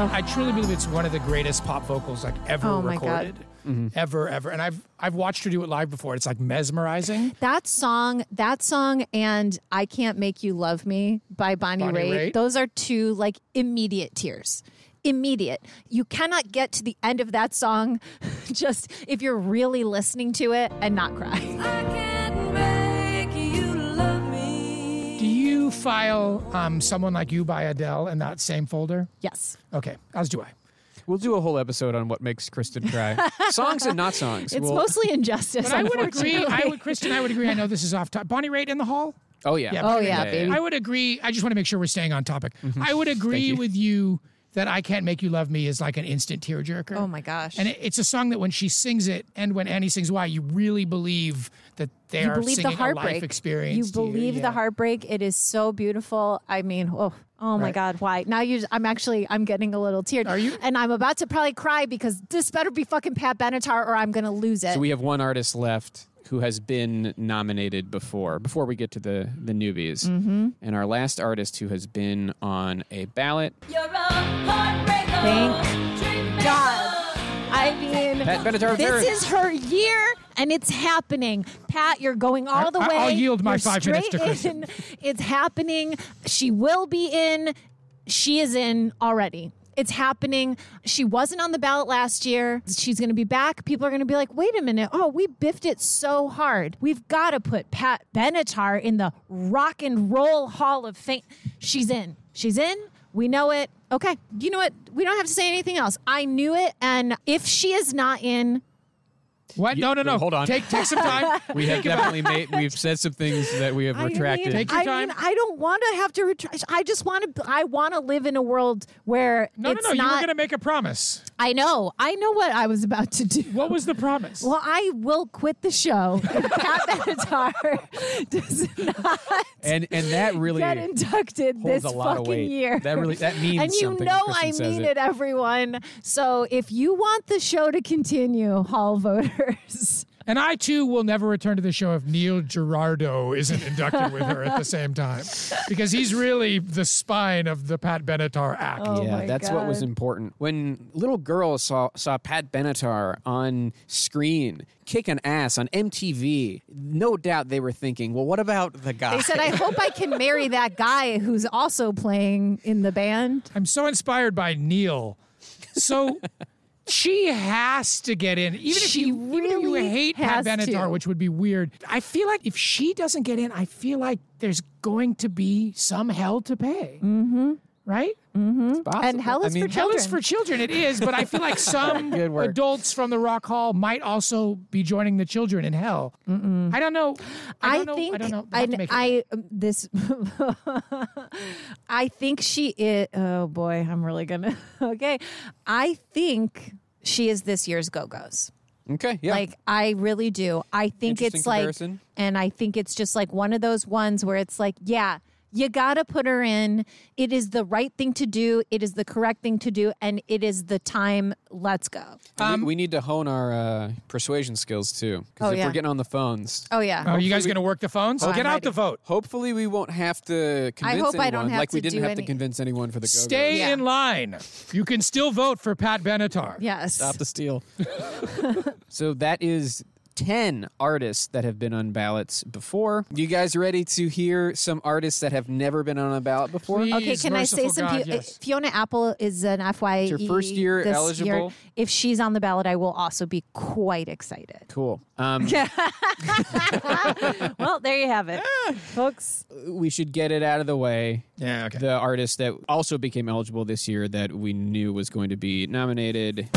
[SPEAKER 3] I truly believe it's one of the greatest pop vocals like ever
[SPEAKER 2] Oh my God.
[SPEAKER 3] recorded. Ever, ever. And I've I've watched her do it live before. It's like mesmerizing.
[SPEAKER 2] That song, that song, and "I Can't Make You Love Me" by Bonnie,
[SPEAKER 3] Bonnie
[SPEAKER 2] Raitt.
[SPEAKER 3] Raitt.
[SPEAKER 2] Those are two like immediate tears. Immediate. You cannot get to the end of that song [laughs] just if you're really listening to it and not cry.
[SPEAKER 4] I can't make you love me.
[SPEAKER 3] Do you file um, someone like you by Adele in that same folder?
[SPEAKER 2] Yes.
[SPEAKER 3] Okay, as do I.
[SPEAKER 1] we'll do a whole episode on what makes Kristen [laughs] cry, songs and not songs.
[SPEAKER 2] It's
[SPEAKER 1] We'll-
[SPEAKER 2] mostly injustice.
[SPEAKER 3] But I would
[SPEAKER 2] unfortunately.
[SPEAKER 3] agree. I would, Kristen. I would agree. I know this is off top. Bonnie Raitt in the hall.
[SPEAKER 1] Oh yeah.
[SPEAKER 3] Yeah,
[SPEAKER 2] Oh, yeah, baby.
[SPEAKER 3] I would agree. I just want to make sure we're staying on topic. I would agree with you that I Can't Make You Love Me is like an instant tearjerker.
[SPEAKER 2] Oh my gosh.
[SPEAKER 3] And it- it's a song that when she sings it and when Annie sings Why, you really believe that they
[SPEAKER 2] you
[SPEAKER 3] are
[SPEAKER 2] believe the
[SPEAKER 3] singing a
[SPEAKER 2] heartbreak
[SPEAKER 3] life experience.
[SPEAKER 2] You
[SPEAKER 3] to
[SPEAKER 2] believe
[SPEAKER 3] yeah.
[SPEAKER 2] the heartbreak. It is so beautiful. I mean, oh, oh my
[SPEAKER 3] Right.
[SPEAKER 2] God, why? Now you, I'm actually, I'm getting a little teared.
[SPEAKER 3] Are you?
[SPEAKER 2] And I'm about to probably cry because this better be fucking Pat Benatar or I'm gonna lose it.
[SPEAKER 1] So we have one artist left who has been nominated before. Before we get to the the newbies, mm-hmm. and our last artist who has been on a ballot,
[SPEAKER 4] You're a heartbreaker.
[SPEAKER 2] Thank
[SPEAKER 4] Dream
[SPEAKER 2] God. I mean,
[SPEAKER 1] Pat Benatar.
[SPEAKER 2] this is her year, and it's happening. Pat, you're going all the
[SPEAKER 3] I-
[SPEAKER 2] way.
[SPEAKER 3] I'll yield my
[SPEAKER 2] You're
[SPEAKER 3] five minutes
[SPEAKER 2] straight
[SPEAKER 3] to Kristen.
[SPEAKER 2] in. It's happening. She will be in. She is in already. It's happening. She wasn't on the ballot last year. She's going to be back. People are going to be like, wait a minute. Oh, we biffed it so hard. We've got to put Pat Benatar in the Rock and Roll Hall of Fame. She's in. She's in. We know it. Okay. You know what? We don't have to say anything else. I knew it. And if she is not in,
[SPEAKER 3] What?
[SPEAKER 1] Ye-
[SPEAKER 3] no, no,
[SPEAKER 1] wait,
[SPEAKER 3] no.
[SPEAKER 1] hold on.
[SPEAKER 3] Take take
[SPEAKER 2] [laughs]
[SPEAKER 3] some time.
[SPEAKER 1] We have definitely made. We've said some things that we have retracted.
[SPEAKER 2] I mean,
[SPEAKER 3] Take your
[SPEAKER 2] I,
[SPEAKER 3] time.
[SPEAKER 2] mean, I don't want to have to retract. I just want to. I want to live in a world where
[SPEAKER 3] No, no,
[SPEAKER 2] it's
[SPEAKER 3] no. You were
[SPEAKER 2] not.
[SPEAKER 3] gonna make a promise.
[SPEAKER 2] I know. I know what I was about to do.
[SPEAKER 3] What was the promise?
[SPEAKER 2] Well, I will quit the show if Pat Benatar [laughs] does not
[SPEAKER 1] and and that really
[SPEAKER 2] get inducted
[SPEAKER 1] holds
[SPEAKER 2] this
[SPEAKER 1] a lot
[SPEAKER 2] fucking
[SPEAKER 1] of weight.
[SPEAKER 2] year.
[SPEAKER 1] That really that means
[SPEAKER 2] and you
[SPEAKER 1] something when
[SPEAKER 2] know
[SPEAKER 1] Kristen
[SPEAKER 2] I
[SPEAKER 1] says
[SPEAKER 2] mean it. everyone. So if you want the show to continue, Hall voters,
[SPEAKER 3] and I too will never return to the show if Neil Gerardo isn't inducted with her at the same
[SPEAKER 2] [laughs]
[SPEAKER 3] time, because he's really the spine of the Pat Benatar act.
[SPEAKER 2] Oh
[SPEAKER 1] yeah,
[SPEAKER 2] my
[SPEAKER 1] that's what was
[SPEAKER 2] God.
[SPEAKER 1] important. When little girls saw saw Pat Benatar on screen kick an ass on MTV, no doubt they were thinking, well, what about the guy? [laughs]
[SPEAKER 2] they said, I hope I can marry that guy who's also playing in the band.
[SPEAKER 3] I'm so inspired by Neil.
[SPEAKER 2] [laughs]
[SPEAKER 3] So she has to get in, even if
[SPEAKER 2] She
[SPEAKER 3] you, even if you
[SPEAKER 2] really
[SPEAKER 3] hate
[SPEAKER 2] has
[SPEAKER 3] Pat Benatar,
[SPEAKER 2] to.
[SPEAKER 3] which would be weird. I feel like if she doesn't get in, I feel like there's going to be some hell to pay. Mm-hmm. Right?
[SPEAKER 2] And hell is
[SPEAKER 1] I mean,
[SPEAKER 2] for
[SPEAKER 3] Hell
[SPEAKER 2] Mm-hmm. children.
[SPEAKER 3] is for children. It is, but I
[SPEAKER 2] [laughs]
[SPEAKER 3] feel like some
[SPEAKER 1] Good work.
[SPEAKER 3] adults from the Rock Hall might also be joining the children in hell. I don't know.
[SPEAKER 2] I,
[SPEAKER 3] I, don't know.
[SPEAKER 2] think
[SPEAKER 3] I don't know. We'll
[SPEAKER 2] I,
[SPEAKER 3] have to make it.
[SPEAKER 2] I- um, this [laughs] I think she is oh boy, I'm really gonna [laughs] okay. I think she is this year's go-go's.
[SPEAKER 1] okay, yeah.
[SPEAKER 2] Like I really do. I think
[SPEAKER 1] Interesting
[SPEAKER 2] it's like
[SPEAKER 1] comparison.
[SPEAKER 2] and I think it's just like one of those ones where it's like, yeah, you got to put her in. It is the right thing to do. It is the correct thing to do and it is the time. Let's go.
[SPEAKER 1] We- we, need to hone our uh, persuasion skills too, because
[SPEAKER 2] um, Oh,
[SPEAKER 1] if
[SPEAKER 2] yeah.
[SPEAKER 1] we're getting on the phones,
[SPEAKER 2] Oh yeah.
[SPEAKER 3] Are you guys going to work the phones?
[SPEAKER 2] Oh, I'm
[SPEAKER 3] get out
[SPEAKER 2] ready.
[SPEAKER 3] the vote.
[SPEAKER 1] hopefully we won't have to convince
[SPEAKER 2] hope
[SPEAKER 1] anyone,
[SPEAKER 2] I don't have
[SPEAKER 1] like we
[SPEAKER 2] to
[SPEAKER 1] didn't
[SPEAKER 2] do
[SPEAKER 1] have to
[SPEAKER 2] any-
[SPEAKER 1] convince anyone for the go.
[SPEAKER 3] Stay
[SPEAKER 2] Yeah.
[SPEAKER 3] in line. You can still vote for Pat Benatar.
[SPEAKER 2] Yes.
[SPEAKER 1] Stop the steal. [laughs] so that is 10 artists that have been on ballots before. You guys ready to hear some artists that have never been on a ballot before?
[SPEAKER 3] Please.
[SPEAKER 2] Okay, can I say
[SPEAKER 3] merciful
[SPEAKER 2] some?
[SPEAKER 3] God,
[SPEAKER 2] peo-
[SPEAKER 3] yes.
[SPEAKER 2] Fiona Apple is an FYE.
[SPEAKER 1] It's her first year
[SPEAKER 2] this
[SPEAKER 1] eligible.
[SPEAKER 2] year. If she's on the ballot, I will also be quite excited.
[SPEAKER 1] Cool. Um,
[SPEAKER 2] well, there you have it,
[SPEAKER 1] Eh.
[SPEAKER 2] folks.
[SPEAKER 1] we should get it out of the way.
[SPEAKER 3] Yeah, okay.
[SPEAKER 1] The artist that also became eligible this year that we knew was going to be nominated,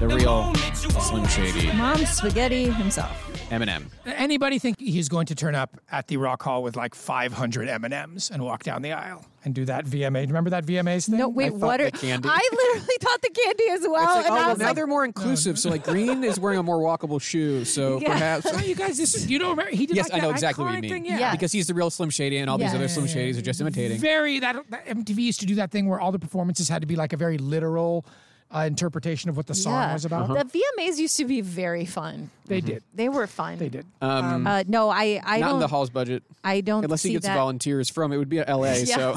[SPEAKER 1] the real Slim Shady,
[SPEAKER 2] Mom Spaghetti himself.
[SPEAKER 1] Eminem.
[SPEAKER 2] Oh,
[SPEAKER 3] Anybody think he's going to turn up at the Rock Hall with like 500 M&Ms and walk down the aisle and do that VMA? Remember that VMAs thing?
[SPEAKER 2] No, wait,
[SPEAKER 1] thought
[SPEAKER 2] what? Are,
[SPEAKER 1] the candy.
[SPEAKER 2] I literally thought the candy as well,
[SPEAKER 1] Like,
[SPEAKER 2] and
[SPEAKER 1] oh,
[SPEAKER 2] I
[SPEAKER 1] well,
[SPEAKER 2] was
[SPEAKER 1] now
[SPEAKER 2] like,
[SPEAKER 1] they're more inclusive. So, [laughs] like, Green is wearing a more walkable shoe. So,
[SPEAKER 2] Yeah.
[SPEAKER 1] perhaps.
[SPEAKER 3] No, Oh, you guys, this is, you don't remember. He
[SPEAKER 1] [laughs]
[SPEAKER 3] did
[SPEAKER 1] Yes,
[SPEAKER 3] like
[SPEAKER 1] I know
[SPEAKER 3] that
[SPEAKER 1] exactly what you
[SPEAKER 3] iconic
[SPEAKER 1] mean.
[SPEAKER 3] Thing, yeah.
[SPEAKER 2] Yeah.
[SPEAKER 1] Because he's the real Slim Shady, and all these
[SPEAKER 2] Yeah.
[SPEAKER 1] other Slim Shadys are just imitating.
[SPEAKER 3] Very that, that MTV used to do that thing where all the performances had to be like a very literal uh, interpretation of what the song
[SPEAKER 2] yeah.
[SPEAKER 3] was about.
[SPEAKER 1] Uh-huh.
[SPEAKER 2] The VMAs used to be very fun.
[SPEAKER 1] Mm-hmm.
[SPEAKER 3] They did.
[SPEAKER 2] They were fun.
[SPEAKER 3] They did.
[SPEAKER 1] Um,
[SPEAKER 2] Uh, no, I, I
[SPEAKER 1] not
[SPEAKER 2] don't.
[SPEAKER 1] in the hall's budget.
[SPEAKER 2] I don't
[SPEAKER 1] Unless he
[SPEAKER 2] see
[SPEAKER 1] gets
[SPEAKER 2] that.
[SPEAKER 1] volunteers from it would be at LA.
[SPEAKER 2] [laughs] Yeah.
[SPEAKER 1] So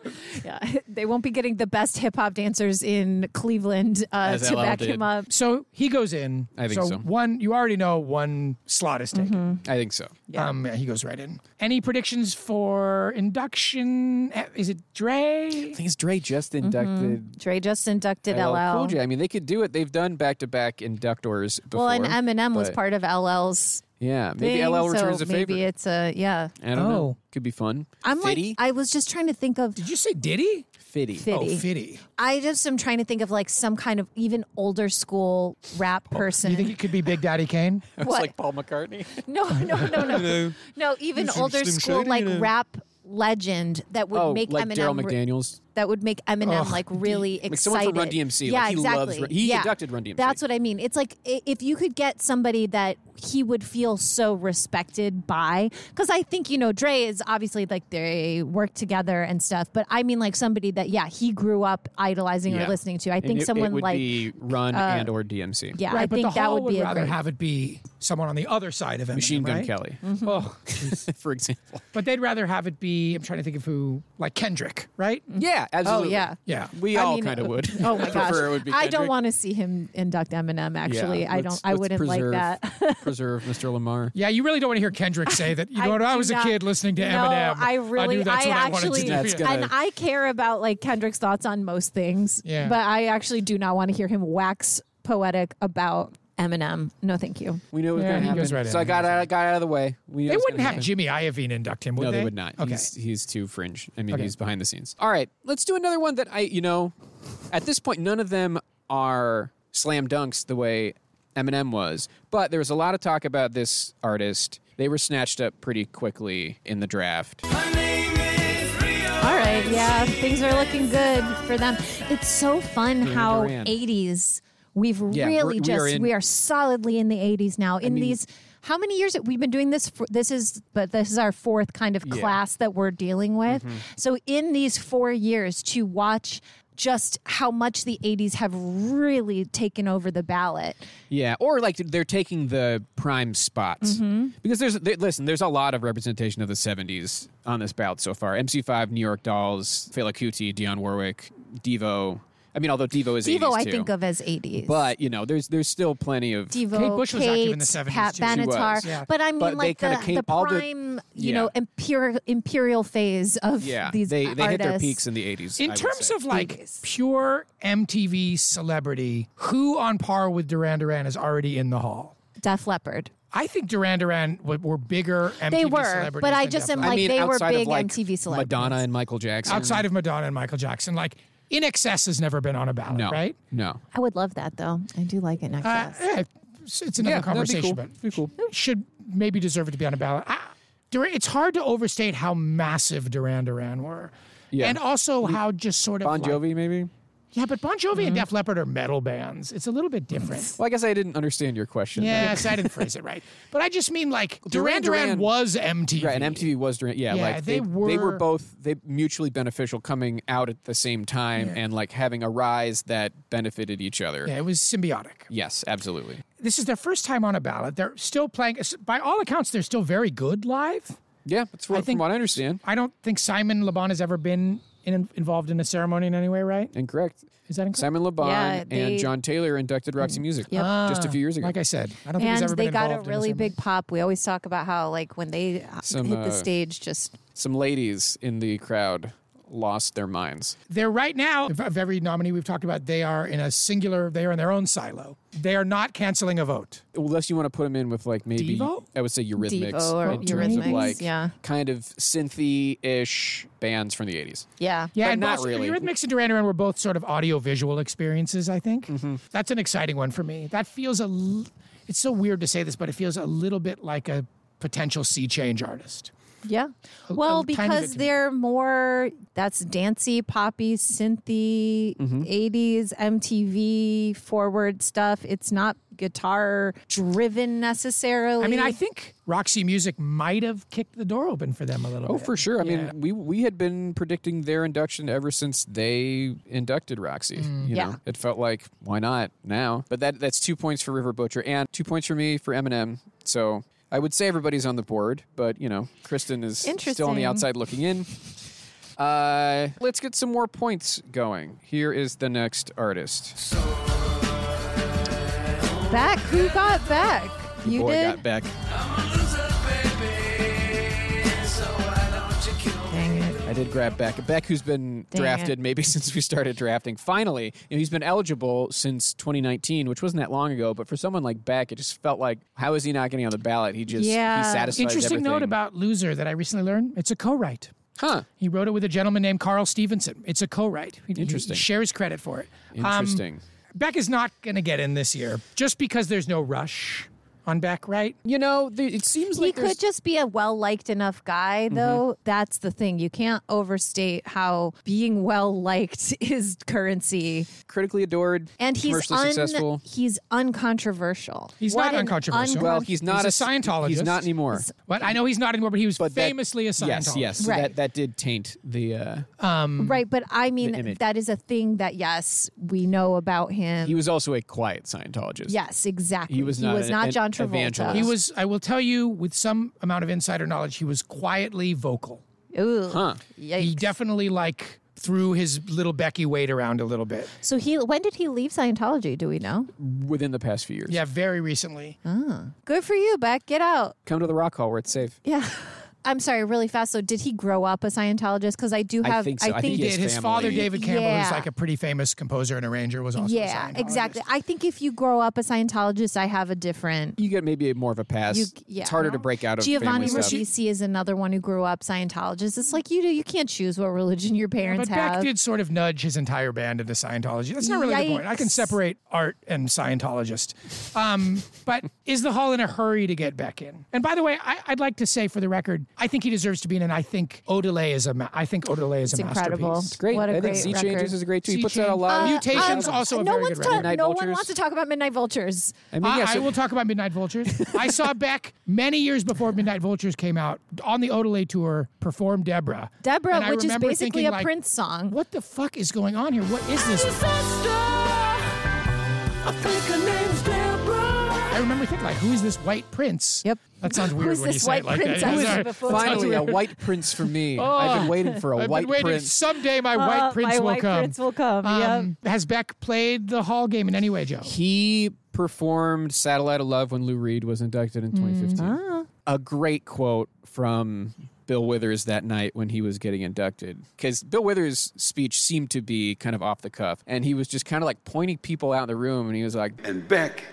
[SPEAKER 1] [laughs]
[SPEAKER 2] Yeah. [laughs] They won't be getting the best hip hop dancers in Cleveland uh,
[SPEAKER 1] As
[SPEAKER 2] to
[SPEAKER 1] LL
[SPEAKER 2] back
[SPEAKER 1] did.
[SPEAKER 2] him up.
[SPEAKER 3] So he goes in.
[SPEAKER 1] I think so.
[SPEAKER 3] One, you already know one slot is taken.
[SPEAKER 2] Mm-hmm.
[SPEAKER 1] I think so.
[SPEAKER 3] Um, yeah, he goes right in. Any predictions for induction? Eh, Is it Dre?
[SPEAKER 1] I think it's Dre just inducted
[SPEAKER 2] Dre just inducted LL.
[SPEAKER 1] LL Cool J. I mean, they could do it. They've done back to back inductors before.
[SPEAKER 2] well, and Eminem was
[SPEAKER 1] but-
[SPEAKER 2] part of LL's
[SPEAKER 1] Yeah, maybe
[SPEAKER 2] thing,
[SPEAKER 1] LL returns
[SPEAKER 2] so
[SPEAKER 1] a favor.
[SPEAKER 2] maybe it's a yeah.
[SPEAKER 1] I don't know.
[SPEAKER 3] Oh.
[SPEAKER 1] Could be fun.
[SPEAKER 2] I'm
[SPEAKER 1] Fitty?
[SPEAKER 2] like I was just trying to think of
[SPEAKER 3] Did you say Diddy?
[SPEAKER 1] Fitty.
[SPEAKER 3] Oh,
[SPEAKER 2] Fitty.
[SPEAKER 3] Fitty.
[SPEAKER 2] I just am trying to think of like some kind of even older school
[SPEAKER 1] Oh,
[SPEAKER 2] rap person.
[SPEAKER 3] You think it could be Big Daddy
[SPEAKER 2] [laughs]
[SPEAKER 3] Kane?
[SPEAKER 1] It's [laughs]
[SPEAKER 2] What?
[SPEAKER 1] like Paul
[SPEAKER 2] [laughs]
[SPEAKER 1] McCartney.
[SPEAKER 2] no, no, no,
[SPEAKER 1] [laughs]
[SPEAKER 2] no, no. Even older
[SPEAKER 1] Slim
[SPEAKER 2] school
[SPEAKER 1] Shady,
[SPEAKER 2] like
[SPEAKER 1] you know.
[SPEAKER 2] rap legend that would
[SPEAKER 1] oh,
[SPEAKER 2] make
[SPEAKER 1] like Daryl
[SPEAKER 2] Eminem re-
[SPEAKER 1] McDaniels.
[SPEAKER 2] that would make Eminem
[SPEAKER 3] Ugh,
[SPEAKER 2] like really excited.
[SPEAKER 1] Like someone from Run DMC,
[SPEAKER 2] Yeah,
[SPEAKER 1] like, he
[SPEAKER 2] exactly.
[SPEAKER 1] loves Run- he
[SPEAKER 2] yeah.
[SPEAKER 1] inducted Run DMC.
[SPEAKER 2] That's what I mean. It's like i- if you could get somebody that he would feel so respected by, because I think you know Dre is obviously like they work together and stuff, but I mean like somebody that yeah he grew up idolizing
[SPEAKER 1] Yeah.
[SPEAKER 2] or listening to. I
[SPEAKER 1] And
[SPEAKER 2] think
[SPEAKER 1] it- it
[SPEAKER 2] someone
[SPEAKER 1] would
[SPEAKER 2] like uh,
[SPEAKER 1] be Run and or DMC.
[SPEAKER 2] yeah,
[SPEAKER 3] right,
[SPEAKER 2] I
[SPEAKER 3] but
[SPEAKER 2] think
[SPEAKER 3] the
[SPEAKER 2] that
[SPEAKER 3] hall
[SPEAKER 2] would
[SPEAKER 3] would,
[SPEAKER 2] be a
[SPEAKER 3] rather
[SPEAKER 2] great-
[SPEAKER 3] have it be someone on the other side of Eminem,
[SPEAKER 1] Machine Gun
[SPEAKER 3] right?
[SPEAKER 1] Kelly,
[SPEAKER 3] Oh,
[SPEAKER 2] Mm-hmm.
[SPEAKER 1] [laughs] for example.
[SPEAKER 3] but they'd rather have it be. I'm trying to think of who, like Kendrick, right?
[SPEAKER 1] Yeah,
[SPEAKER 2] Oh
[SPEAKER 1] absolutely.
[SPEAKER 2] yeah.
[SPEAKER 3] Yeah.
[SPEAKER 1] We
[SPEAKER 2] I
[SPEAKER 1] all
[SPEAKER 2] mean,
[SPEAKER 1] kind of would. [laughs]
[SPEAKER 2] Oh my gosh!
[SPEAKER 1] Prefer it would be
[SPEAKER 2] I don't
[SPEAKER 1] Kendrick.
[SPEAKER 2] want to see him induct Eminem. Actually,
[SPEAKER 1] Yeah,
[SPEAKER 2] I
[SPEAKER 1] let's-
[SPEAKER 2] don't. I
[SPEAKER 1] let's
[SPEAKER 2] wouldn't
[SPEAKER 1] preserve,
[SPEAKER 2] like that. [laughs]
[SPEAKER 1] preserve Mr. Lamar.
[SPEAKER 3] Yeah, you really don't want to hear Kendrick say that.
[SPEAKER 2] [laughs]
[SPEAKER 3] You know, when I
[SPEAKER 2] do
[SPEAKER 3] was
[SPEAKER 2] not-
[SPEAKER 3] a kid listening to
[SPEAKER 2] no,
[SPEAKER 3] Eminem,
[SPEAKER 2] I really,
[SPEAKER 3] knew that's
[SPEAKER 2] I
[SPEAKER 3] what
[SPEAKER 2] actually,
[SPEAKER 3] I wanted
[SPEAKER 1] That's
[SPEAKER 3] to do.
[SPEAKER 1] gonna-
[SPEAKER 2] and I care about like Kendrick's thoughts on most things.
[SPEAKER 3] Yeah.
[SPEAKER 2] But I actually do not want to hear him wax poetic about Eminem. No, thank you.
[SPEAKER 1] We knew it was
[SPEAKER 3] Yeah,
[SPEAKER 1] going to
[SPEAKER 3] he
[SPEAKER 1] happen.
[SPEAKER 3] goes right in.
[SPEAKER 1] so I got out, got out of the way. We knew it
[SPEAKER 3] They
[SPEAKER 1] was
[SPEAKER 3] wouldn't
[SPEAKER 1] gonna
[SPEAKER 3] have Jimmy Iovine induct him, would
[SPEAKER 1] No,
[SPEAKER 3] they?
[SPEAKER 1] they would not.
[SPEAKER 3] Okay.
[SPEAKER 1] He's, he's too fringe. I mean, he's behind the scenes. All right, let's do another one that I, you know, at this point, none of them are slam dunks the way Eminem was. But there was a lot of talk about this artist. They were snatched up pretty quickly in the draft.
[SPEAKER 2] All right, yeah, things are looking good for them. It's so fun how
[SPEAKER 1] Duran.
[SPEAKER 2] 80s we've
[SPEAKER 1] Yeah,
[SPEAKER 2] really
[SPEAKER 1] we're- we
[SPEAKER 2] just
[SPEAKER 1] are in-
[SPEAKER 2] we are solidly in the 80s now. In these how many years we've been doing this for, this is but this is our fourth kind of class that we're dealing with.
[SPEAKER 1] Mm-hmm.
[SPEAKER 2] So in these 4 years to watch just how much the 80s have really taken over the ballot.
[SPEAKER 1] Yeah, or like they're taking the prime spots
[SPEAKER 2] Mm-hmm.
[SPEAKER 1] because there's there, listen, there's a lot of representation of the '70s on this ballot so far. MC5, New York Dolls, Fela Kuti, Dionne Warwick, Devo. I mean, although Devo is
[SPEAKER 2] Devo
[SPEAKER 1] 80s
[SPEAKER 2] I
[SPEAKER 1] too.
[SPEAKER 2] think of as 80s.
[SPEAKER 1] but you know, there's there's still plenty of
[SPEAKER 2] Devo,
[SPEAKER 3] Kate Bush was active in the
[SPEAKER 2] Kate,
[SPEAKER 3] 70s
[SPEAKER 2] Pat
[SPEAKER 3] too. She
[SPEAKER 2] Benatar.
[SPEAKER 1] was.
[SPEAKER 3] Yeah.
[SPEAKER 2] But I mean,
[SPEAKER 1] But they
[SPEAKER 2] like
[SPEAKER 1] kinda
[SPEAKER 2] the,
[SPEAKER 1] came-
[SPEAKER 2] the
[SPEAKER 1] all the-
[SPEAKER 2] prime, you know,
[SPEAKER 1] yeah.
[SPEAKER 2] imperial, imperial phase of
[SPEAKER 1] yeah.
[SPEAKER 2] these
[SPEAKER 1] they they hit their
[SPEAKER 2] artists.
[SPEAKER 1] peaks in the '80s. I
[SPEAKER 3] In
[SPEAKER 1] would
[SPEAKER 3] terms
[SPEAKER 1] say.
[SPEAKER 3] of like
[SPEAKER 2] Yes.
[SPEAKER 3] pure MTV celebrity, who on par with Duran Duran is already in the hall?
[SPEAKER 2] Def Leppard.
[SPEAKER 3] I think Duran Duran w- were bigger MTV
[SPEAKER 2] They were,
[SPEAKER 3] celebrities.
[SPEAKER 2] but I
[SPEAKER 3] than
[SPEAKER 2] just
[SPEAKER 3] Def
[SPEAKER 2] am,
[SPEAKER 3] Leppard.
[SPEAKER 1] I
[SPEAKER 2] like,
[SPEAKER 1] mean,
[SPEAKER 2] they were
[SPEAKER 1] outside of,
[SPEAKER 2] big
[SPEAKER 1] like,
[SPEAKER 2] MTV celebrities.
[SPEAKER 1] Madonna and Michael Jackson.
[SPEAKER 3] outside of Madonna and Michael Jackson. Like In Excess has never been on a ballot,
[SPEAKER 1] no,
[SPEAKER 3] right?
[SPEAKER 1] No,
[SPEAKER 2] I would love that though. I do like it next.
[SPEAKER 3] Uh, yeah, it's, it's another
[SPEAKER 1] Yeah, that'd be
[SPEAKER 3] conversation,
[SPEAKER 1] cool.
[SPEAKER 3] but
[SPEAKER 1] Be cool.
[SPEAKER 3] should maybe deserve it to be on a ballot. I, Duran, it's hard to overstate how massive Duran Duran were.
[SPEAKER 1] Yeah.
[SPEAKER 3] And also how just sort of
[SPEAKER 1] Bon
[SPEAKER 3] like-
[SPEAKER 1] Jovi maybe.
[SPEAKER 3] yeah, but Bon Jovi
[SPEAKER 2] Mm-hmm.
[SPEAKER 3] and Def Leppard are metal bands. It's a little bit different.
[SPEAKER 1] Well, I guess I didn't understand your question.
[SPEAKER 3] Yes, I didn't phrase it right. But I just mean like Duran
[SPEAKER 1] Duran
[SPEAKER 3] Duran
[SPEAKER 1] Duran-
[SPEAKER 3] was MTV.
[SPEAKER 1] Right, and MTV was during yeah,
[SPEAKER 3] Yeah,
[SPEAKER 1] like
[SPEAKER 3] they
[SPEAKER 1] they, they were
[SPEAKER 3] were-
[SPEAKER 1] both they mutually beneficial coming out at the same time and like having a rise that benefited each other.
[SPEAKER 3] Yeah, it was symbiotic.
[SPEAKER 1] Yes, absolutely.
[SPEAKER 3] This is their first time on a ballot. They're still playing. By all accounts, they're still very good live.
[SPEAKER 1] Yeah, that's from,
[SPEAKER 3] think-
[SPEAKER 1] from what I understand.
[SPEAKER 3] I don't think Simon LeBon has ever been in, involved in a ceremony in any way, right?
[SPEAKER 1] Incorrect.
[SPEAKER 3] Is that incorrect?
[SPEAKER 1] Simon LeBon
[SPEAKER 2] Yeah, they-
[SPEAKER 1] and John Taylor inducted Roxy Music just a few years ago.
[SPEAKER 3] Like I said, I don't think he's
[SPEAKER 2] and
[SPEAKER 3] ever
[SPEAKER 2] they
[SPEAKER 3] been
[SPEAKER 2] got a
[SPEAKER 3] involved in
[SPEAKER 2] really
[SPEAKER 3] ceremony.
[SPEAKER 2] big pop. We always talk about how like when they uh,
[SPEAKER 1] Some,
[SPEAKER 2] hit the
[SPEAKER 1] uh,
[SPEAKER 2] stage, just
[SPEAKER 1] Some ladies in the crowd lost their minds.
[SPEAKER 3] They're right now of- of every nominee we've talked about. They are in a singular. They are in their own silo. They are not canceling a vote.
[SPEAKER 1] Unless you want to put them in with like maybe
[SPEAKER 3] Devo?
[SPEAKER 1] I would say Eurythmics
[SPEAKER 2] Devo or
[SPEAKER 1] in terms of
[SPEAKER 2] Eurythmics,
[SPEAKER 1] like
[SPEAKER 2] yeah.
[SPEAKER 1] kind of synthy ish bands from the eighties.
[SPEAKER 2] yeah,
[SPEAKER 3] Yeah,
[SPEAKER 1] But
[SPEAKER 3] and
[SPEAKER 1] not
[SPEAKER 3] also,
[SPEAKER 1] really.
[SPEAKER 3] Eurythmics and Duran Duran were both sort of audio-visual experiences. I think
[SPEAKER 1] Mm-hmm.
[SPEAKER 3] that's an exciting one for me. That feels a. L- it's so weird to say this, but it feels a little bit like a potential sea change artist.
[SPEAKER 2] yeah.
[SPEAKER 3] a
[SPEAKER 2] Well,
[SPEAKER 3] tiny bit
[SPEAKER 2] because
[SPEAKER 3] to me.
[SPEAKER 2] they're more that's dancey, poppy, synthy,
[SPEAKER 3] Mm-hmm.
[SPEAKER 2] '80s MTV forward stuff. It's not guitar driven necessarily.
[SPEAKER 3] I mean, I think Roxy Music might have kicked the door open for them a little.
[SPEAKER 1] Oh,
[SPEAKER 3] bit.
[SPEAKER 1] for sure. I mean, we we had been predicting their induction ever since they inducted Roxy. you
[SPEAKER 2] Yeah.
[SPEAKER 1] know, it felt like why not now? But that that's two points for River Butcher and two points for me for Eminem. So I would say everybody's on the board, but you know, Kristen is still on
[SPEAKER 2] Interesting.
[SPEAKER 1] the outside looking in. Uh, let's get some more points going. Here is the next artist.
[SPEAKER 2] back. Who got back? You
[SPEAKER 1] Boy,
[SPEAKER 2] did.
[SPEAKER 1] got back.
[SPEAKER 2] Dang it.
[SPEAKER 1] I did grab Beck. Beck, who's been
[SPEAKER 2] Dang
[SPEAKER 1] drafted
[SPEAKER 2] it.
[SPEAKER 1] maybe [laughs] since we started drafting. Finally, you know, he's been eligible since 2019, which wasn't that long ago. But for someone like Beck, it just felt like, how is he not getting on the ballot? He just
[SPEAKER 2] Yeah.
[SPEAKER 1] he satisfies
[SPEAKER 3] Interesting note
[SPEAKER 1] everything.
[SPEAKER 3] about Loser that I recently learned. It's a co-write.
[SPEAKER 1] huh?
[SPEAKER 3] He wrote it with a gentleman named Carl Stevenson. It's a co-write. He- he
[SPEAKER 1] Interesting.
[SPEAKER 3] shares credit for it. Um,
[SPEAKER 1] Interesting.
[SPEAKER 3] Beck is not going to get in this year just because there's no rush on Beck, right?
[SPEAKER 1] you know, the, it seems
[SPEAKER 2] He
[SPEAKER 1] like there's-
[SPEAKER 2] could just be a well liked enough
[SPEAKER 3] Mm-hmm.
[SPEAKER 2] guy, though. That's the thing. You can't overstate how being well liked [laughs] is currency.
[SPEAKER 1] critically adored
[SPEAKER 2] And he's
[SPEAKER 1] commercially
[SPEAKER 2] un-
[SPEAKER 1] successful.
[SPEAKER 2] he's uncontroversial.
[SPEAKER 3] He's
[SPEAKER 2] What
[SPEAKER 3] not
[SPEAKER 2] an
[SPEAKER 3] uncontroversial.
[SPEAKER 1] Well, he's not
[SPEAKER 3] He's a Scientologist.
[SPEAKER 1] He's not anymore.
[SPEAKER 3] But I know he's not anymore, but he was
[SPEAKER 1] But that-
[SPEAKER 3] famously a
[SPEAKER 1] Yes,
[SPEAKER 3] Scientologist.
[SPEAKER 1] yes. So
[SPEAKER 2] Right.
[SPEAKER 1] That that did taint the. Uh,
[SPEAKER 2] right, but I
[SPEAKER 1] The
[SPEAKER 2] mean
[SPEAKER 1] image.
[SPEAKER 2] that is a thing that yes, we know about him.
[SPEAKER 1] he was also a quiet Scientologist.
[SPEAKER 2] yes, exactly.
[SPEAKER 1] He was not an- an
[SPEAKER 2] John Travolta.
[SPEAKER 1] evangelist.
[SPEAKER 3] He was, I will tell you with some amount of insider knowledge, he was quietly vocal.
[SPEAKER 2] Ooh,
[SPEAKER 1] Huh.
[SPEAKER 3] He
[SPEAKER 2] yikes.
[SPEAKER 3] definitely like threw his little Becky weight around a little bit.
[SPEAKER 2] so he when did he leave Scientology? Do we know?
[SPEAKER 1] Within the past few years.
[SPEAKER 3] Yeah, very recently.
[SPEAKER 2] Good for you, Beck. Get out.
[SPEAKER 1] Come to the Rock Hall where it's safe.
[SPEAKER 2] Yeah. [laughs] I'm sorry, really fast. So, did he grow up a Scientologist? Because I do
[SPEAKER 1] I
[SPEAKER 2] have.
[SPEAKER 1] think so. I think he
[SPEAKER 3] He
[SPEAKER 1] His
[SPEAKER 3] did. His father,
[SPEAKER 1] family.
[SPEAKER 3] David Campbell, who's
[SPEAKER 2] Yeah.
[SPEAKER 3] like a pretty famous composer and arranger, was also a
[SPEAKER 2] yeah,
[SPEAKER 3] Scientologist.
[SPEAKER 2] exactly. I think if you grow up a Scientologist, I have a different.
[SPEAKER 1] You get maybe more of a pass.
[SPEAKER 2] You- yeah.
[SPEAKER 1] it's harder to break out of
[SPEAKER 2] Giovanni
[SPEAKER 1] family stuff.
[SPEAKER 2] Ribisi is another one who grew up Scientologist. It's like you do. You can't choose what religion your
[SPEAKER 3] But
[SPEAKER 2] parents
[SPEAKER 3] Beck
[SPEAKER 2] have.
[SPEAKER 3] did sort of nudge his entire band into Scientology. That's not really the point. I can
[SPEAKER 2] Yikes.
[SPEAKER 3] separate art and Scientologist. Um, but is the Hall in a hurry to get Beck in? And by the way, I, I'd like to say for the record, I think he deserves to be in, and I think Odelay is a ma- I think Odelay is
[SPEAKER 2] it's
[SPEAKER 3] a
[SPEAKER 2] incredible.
[SPEAKER 3] masterpiece.
[SPEAKER 1] Great.
[SPEAKER 2] What a
[SPEAKER 1] I
[SPEAKER 2] great
[SPEAKER 1] think Z
[SPEAKER 2] record.
[SPEAKER 1] Changes is great too.
[SPEAKER 3] Sea
[SPEAKER 1] He puts out a
[SPEAKER 3] Change- Uh,
[SPEAKER 1] lot of
[SPEAKER 3] Mutations
[SPEAKER 2] um,
[SPEAKER 3] also a
[SPEAKER 2] no
[SPEAKER 3] very
[SPEAKER 2] one's
[SPEAKER 3] good
[SPEAKER 2] talk-
[SPEAKER 3] record.
[SPEAKER 1] Midnight
[SPEAKER 2] no one
[SPEAKER 1] Vultures.
[SPEAKER 2] wants to talk about Midnight Vultures.
[SPEAKER 1] I mean,
[SPEAKER 3] I,
[SPEAKER 1] yeah,
[SPEAKER 3] I
[SPEAKER 1] so
[SPEAKER 3] will talk about Midnight Vultures.
[SPEAKER 2] [laughs]
[SPEAKER 3] I saw Beck many years before Midnight Vultures came out on the Odelay tour perform Deborah.
[SPEAKER 2] Deborah,
[SPEAKER 3] And I
[SPEAKER 2] which is
[SPEAKER 3] remember
[SPEAKER 2] basically
[SPEAKER 3] thinking,
[SPEAKER 2] a
[SPEAKER 3] like,
[SPEAKER 2] Prince song.
[SPEAKER 3] What the fuck is going on here? What is
[SPEAKER 4] Your
[SPEAKER 3] this?
[SPEAKER 4] sister, I think her name's Deborah.
[SPEAKER 3] I remember thinking, like, who is this white prince?
[SPEAKER 2] Yep.
[SPEAKER 3] That sounds weird
[SPEAKER 2] Who's
[SPEAKER 3] when you
[SPEAKER 2] this
[SPEAKER 3] say it
[SPEAKER 2] white
[SPEAKER 3] like
[SPEAKER 2] prince
[SPEAKER 3] that.
[SPEAKER 2] I
[SPEAKER 3] Yeah,
[SPEAKER 2] was
[SPEAKER 3] sorry.
[SPEAKER 2] before?
[SPEAKER 1] [laughs] finally a white prince for me. I've been waiting for a
[SPEAKER 3] Oh, I've
[SPEAKER 1] white
[SPEAKER 3] been waiting.
[SPEAKER 1] prince.
[SPEAKER 3] Someday my white
[SPEAKER 2] Uh,
[SPEAKER 3] prince
[SPEAKER 2] my
[SPEAKER 3] will
[SPEAKER 2] white
[SPEAKER 3] come.
[SPEAKER 2] prince will come,
[SPEAKER 3] Um, Has Beck played the Hall game in any way, Joe?
[SPEAKER 1] he performed Satellite of Love when Lou Reed was inducted
[SPEAKER 2] Mm,
[SPEAKER 1] in 2015.
[SPEAKER 2] ah.
[SPEAKER 1] A great quote from Bill Withers that night when he was getting inducted. Because Bill Withers' speech seemed to be kind of off the cuff. And he was just kind of like pointing people out in the room and he was like, [laughs]
[SPEAKER 5] and Beck.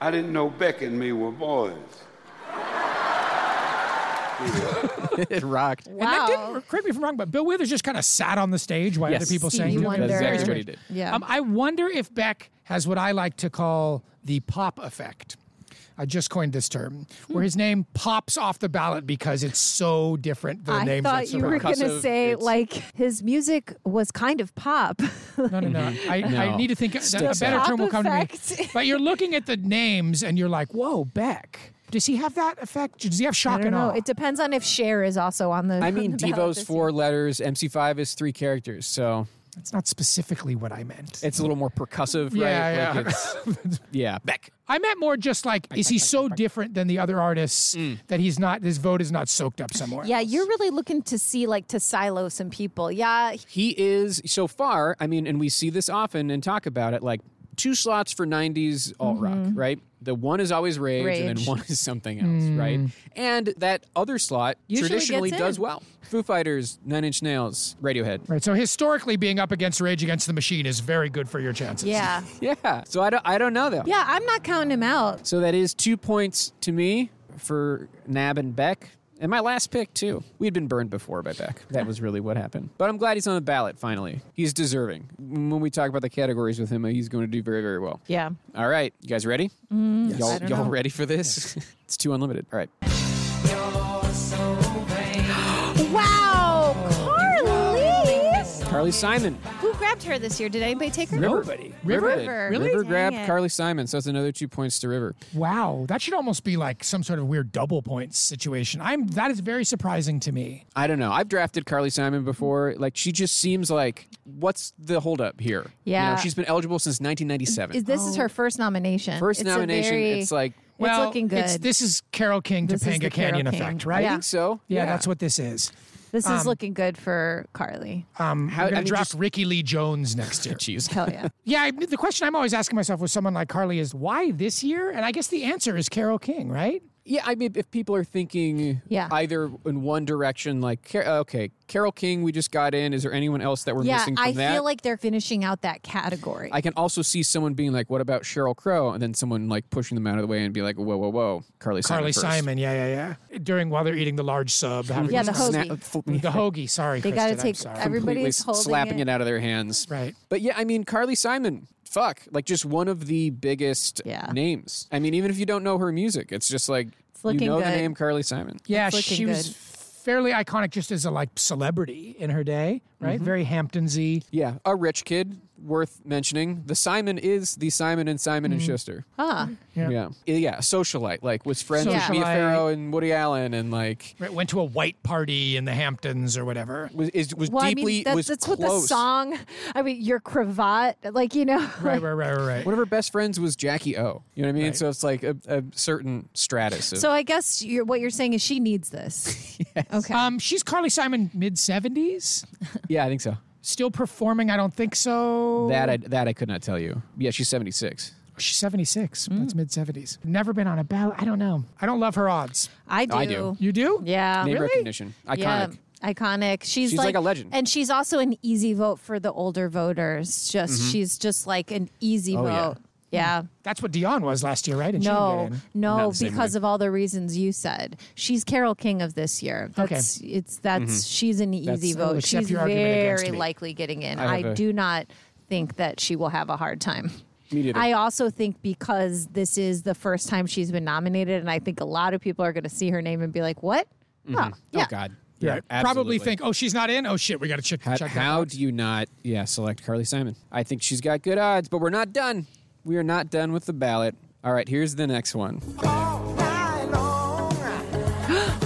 [SPEAKER 5] I didn't know Beck and me were boys.
[SPEAKER 1] it rocked.
[SPEAKER 3] And that
[SPEAKER 2] Wow.
[SPEAKER 3] didn't, correct me if I'm wrong, but Bill Withers just kind of sat on the stage while
[SPEAKER 1] Yes.
[SPEAKER 3] other people
[SPEAKER 1] Stevie
[SPEAKER 3] sang. to him.
[SPEAKER 1] Wonder. That's exactly what he did.
[SPEAKER 2] Yeah.
[SPEAKER 3] Um, I wonder if Beck has what I like to call the pop effect. I just coined this term,
[SPEAKER 2] Hmm.
[SPEAKER 3] where his name pops off the ballot because it's so different than the
[SPEAKER 2] I
[SPEAKER 3] names that
[SPEAKER 2] thought you were
[SPEAKER 3] surround.
[SPEAKER 2] going to
[SPEAKER 1] Percussive,
[SPEAKER 2] say
[SPEAKER 1] it's-
[SPEAKER 2] like his music was kind of pop. [laughs]
[SPEAKER 3] No, no, no. I, I
[SPEAKER 1] No.
[SPEAKER 3] need to think a
[SPEAKER 1] Sticks
[SPEAKER 3] better
[SPEAKER 2] out.
[SPEAKER 3] term will come to me.
[SPEAKER 2] Effect.
[SPEAKER 3] But you're looking at the names and you're like, whoa, Beck. Does he have that effect? Does he have
[SPEAKER 2] I
[SPEAKER 3] shock
[SPEAKER 2] don't
[SPEAKER 3] and
[SPEAKER 2] know.
[SPEAKER 3] awe?
[SPEAKER 2] It depends on if Cher is also on the.
[SPEAKER 1] I
[SPEAKER 2] [laughs] on
[SPEAKER 1] mean,
[SPEAKER 2] the ballot
[SPEAKER 1] Devo's
[SPEAKER 2] this
[SPEAKER 1] four letters, MC5 is three characters. So
[SPEAKER 3] It's not specifically what I meant.
[SPEAKER 1] it's a little more percussive, right?
[SPEAKER 3] Yeah,
[SPEAKER 1] Like
[SPEAKER 3] yeah. [laughs]
[SPEAKER 1] it's- yeah. Beck.
[SPEAKER 3] I meant more just like, is he so different than the other artists
[SPEAKER 1] Mm.
[SPEAKER 3] that he's not, his vote is not soaked up somewhere?
[SPEAKER 2] Yeah, you're really looking to see like to silo some people. Yeah,
[SPEAKER 1] He is so far, I mean, and we see this often and talk about it like two slots for 90s alt rock, right? The one is always rage, and then
[SPEAKER 2] Mm-hmm. Rage. Mm.
[SPEAKER 1] one is something else, right? And that other slot
[SPEAKER 2] Usually
[SPEAKER 1] traditionally
[SPEAKER 2] gets
[SPEAKER 1] does
[SPEAKER 2] in.
[SPEAKER 1] well. Foo Fighters, Nine Inch Nails, Radiohead.
[SPEAKER 3] Right. So historically, being up against Rage Against the Machine is very good for your chances.
[SPEAKER 2] yeah,
[SPEAKER 1] Yeah. So I don't, I don't know though.
[SPEAKER 2] yeah. I'm not counting him out.
[SPEAKER 1] So that is two points to me for Nab and Beck. And my last pick, too. We had been burned before by Beck. That was really what happened. But I'm glad he's on the ballot finally. He's deserving. When we talk about the categories with him, he's going to do very, very well.
[SPEAKER 2] Yeah. Mm,
[SPEAKER 1] All right. You guys ready?
[SPEAKER 3] I
[SPEAKER 1] Y'all,
[SPEAKER 3] don't
[SPEAKER 1] y'all ready for this? [laughs] it's too unlimited. All right.
[SPEAKER 2] Wow, Carly,
[SPEAKER 1] Carly Simon.
[SPEAKER 2] who grabbed her this year? Did anybody take her?
[SPEAKER 1] Nobody. River. did.
[SPEAKER 2] River.
[SPEAKER 1] River,
[SPEAKER 2] Really? Dang
[SPEAKER 1] grabbed
[SPEAKER 2] it.
[SPEAKER 1] Carly Simon, so that's another two points to River.
[SPEAKER 3] Wow. That should almost be like some sort of weird double points situation. I'm that is very surprising to me.
[SPEAKER 1] I don't know. I've drafted Carly Simon before. Like, she just seems like, what's the holdup here? You know,
[SPEAKER 2] Yeah.
[SPEAKER 1] she's been eligible since 1997.
[SPEAKER 2] Is this is her first nomination?
[SPEAKER 1] First
[SPEAKER 2] It's a
[SPEAKER 1] nomination,
[SPEAKER 2] very-
[SPEAKER 1] it's like,
[SPEAKER 3] Well,
[SPEAKER 2] it's looking good.
[SPEAKER 3] this is Carol King
[SPEAKER 2] This is
[SPEAKER 3] Topanga
[SPEAKER 2] the Carole
[SPEAKER 3] Canyon
[SPEAKER 2] King. Oh,
[SPEAKER 3] effect, right?
[SPEAKER 1] I
[SPEAKER 2] Yeah.
[SPEAKER 1] think so.
[SPEAKER 3] Yeah, that's what this is.
[SPEAKER 2] this
[SPEAKER 1] um,
[SPEAKER 2] is looking good for Carly.
[SPEAKER 3] Um,
[SPEAKER 1] How-
[SPEAKER 3] I'm
[SPEAKER 1] I
[SPEAKER 3] going
[SPEAKER 1] mean,
[SPEAKER 3] to draft
[SPEAKER 1] just-
[SPEAKER 3] Ricky Lee Jones next year.
[SPEAKER 1] Jeez.
[SPEAKER 2] Hell yeah.
[SPEAKER 3] yeah, I, the question I'm always asking myself with someone like Carly is why this year? And I guess the answer is Carol King, right?
[SPEAKER 1] [laughs] Yeah, I mean, if people are thinking
[SPEAKER 2] Yeah.
[SPEAKER 1] either in one direction, like, Car- uh, okay, Carol King, we just got in. Is there anyone else that we're
[SPEAKER 2] yeah,
[SPEAKER 1] missing from
[SPEAKER 2] I
[SPEAKER 1] that?
[SPEAKER 2] feel like they're finishing out that category.
[SPEAKER 1] I can also see someone being like, what about Cheryl Crow? And then someone like pushing them out of the way and be like, whoa, whoa, whoa, Carly Simon.
[SPEAKER 3] Carly
[SPEAKER 1] first.
[SPEAKER 3] Simon, yeah, yeah, yeah. During while they're eating the large sub, having
[SPEAKER 2] Yeah, the hoagie.
[SPEAKER 1] Snap- fl-
[SPEAKER 3] the hoagie. Sorry,
[SPEAKER 2] They gotta
[SPEAKER 3] Kristen, I'm
[SPEAKER 2] take
[SPEAKER 3] sorry.
[SPEAKER 1] completely
[SPEAKER 2] everybody's
[SPEAKER 1] s-
[SPEAKER 2] holding
[SPEAKER 1] slapping it. out of their hands.
[SPEAKER 3] Right.
[SPEAKER 1] But yeah, I mean, Carly Simon, fuck, like just one of the biggest
[SPEAKER 2] Yeah.
[SPEAKER 1] names. I mean, even if you don't know her music, it's just like, you
[SPEAKER 2] looking
[SPEAKER 1] know the
[SPEAKER 2] good.
[SPEAKER 1] name Carly Simon.
[SPEAKER 3] Yeah,
[SPEAKER 2] It's looking
[SPEAKER 3] she was
[SPEAKER 2] good.
[SPEAKER 3] fairly iconic just as a like celebrity in her day, right?
[SPEAKER 2] Mm-hmm.
[SPEAKER 3] Very Hamptonsy.
[SPEAKER 1] Yeah, a rich kid worth mentioning. The Simon is the Simon and Simon
[SPEAKER 2] Mm-hmm.
[SPEAKER 1] and Schuster.
[SPEAKER 2] Huh.
[SPEAKER 1] Yeah. yeah, yeah, socialite. Like was friends with Mia
[SPEAKER 3] Socialite.
[SPEAKER 1] Farrow and Woody Allen, and like
[SPEAKER 3] Right, went to a white party in the Hamptons or whatever.
[SPEAKER 1] was is, was
[SPEAKER 2] Well,
[SPEAKER 1] deeply
[SPEAKER 2] I mean, that's,
[SPEAKER 1] was
[SPEAKER 2] that's
[SPEAKER 1] close.
[SPEAKER 2] what the song. I mean, your cravat, like you know,
[SPEAKER 3] Right, right, right, right,
[SPEAKER 1] One
[SPEAKER 3] right.
[SPEAKER 1] of her best friends was Jackie O. You know what I mean? So it's like a, a certain stratus. Of,
[SPEAKER 2] So I guess you're, what you're saying is she needs this. Okay.
[SPEAKER 3] Um, she's Carly Simon, mid seventies,
[SPEAKER 1] yeah, I think so.
[SPEAKER 3] still performing. I don't think so.
[SPEAKER 1] That I, that I could not tell you. Yeah, she's seventy six.
[SPEAKER 3] She's 76.
[SPEAKER 1] Hmm.
[SPEAKER 3] That's mid 70s. Never been on a ballot. I don't know. I don't love her odds.
[SPEAKER 2] I do.
[SPEAKER 1] [laughs] I do.
[SPEAKER 3] You do?
[SPEAKER 2] Yeah.
[SPEAKER 1] Name
[SPEAKER 3] Really?
[SPEAKER 1] recognition. Iconic.
[SPEAKER 2] Oh,
[SPEAKER 1] Oh,
[SPEAKER 2] Yeah. Iconic. She's,
[SPEAKER 1] She's like a legend.
[SPEAKER 2] And she's also an easy vote for the older voters. Just she's just like an easy
[SPEAKER 1] Mm-hmm. Oh, yeah.
[SPEAKER 2] vote. Yeah.
[SPEAKER 3] That's what Dion was last year, right? And she
[SPEAKER 2] No,
[SPEAKER 3] didn't get in.
[SPEAKER 1] Not
[SPEAKER 2] no,
[SPEAKER 1] the same
[SPEAKER 2] because of all the reasons you said. She's Carol King of this year. That's, okay, it's that's she's an easy
[SPEAKER 3] Mm-hmm. I will
[SPEAKER 2] vote.
[SPEAKER 3] accept
[SPEAKER 2] She's
[SPEAKER 3] your argument against
[SPEAKER 2] very
[SPEAKER 3] me.
[SPEAKER 2] likely getting in.
[SPEAKER 1] I
[SPEAKER 2] I,
[SPEAKER 1] have a-
[SPEAKER 2] do not think that she will have a hard time.
[SPEAKER 1] Me neither.
[SPEAKER 2] I also think because this is the first time she's been nominated, and I think a lot of people are going to see her name and be like, "What?
[SPEAKER 3] Mm-hmm.
[SPEAKER 2] Oh, yeah.
[SPEAKER 1] Oh God.
[SPEAKER 3] Yeah. Probably
[SPEAKER 1] absolutely.
[SPEAKER 3] think, oh, she's not in. Oh, shit. We got to check,
[SPEAKER 1] How,
[SPEAKER 3] check that
[SPEAKER 1] how do you not? Yeah, select Carly Simon. I think she's got good odds, but we're not done. We are not done with the ballot. All right, here's the next one.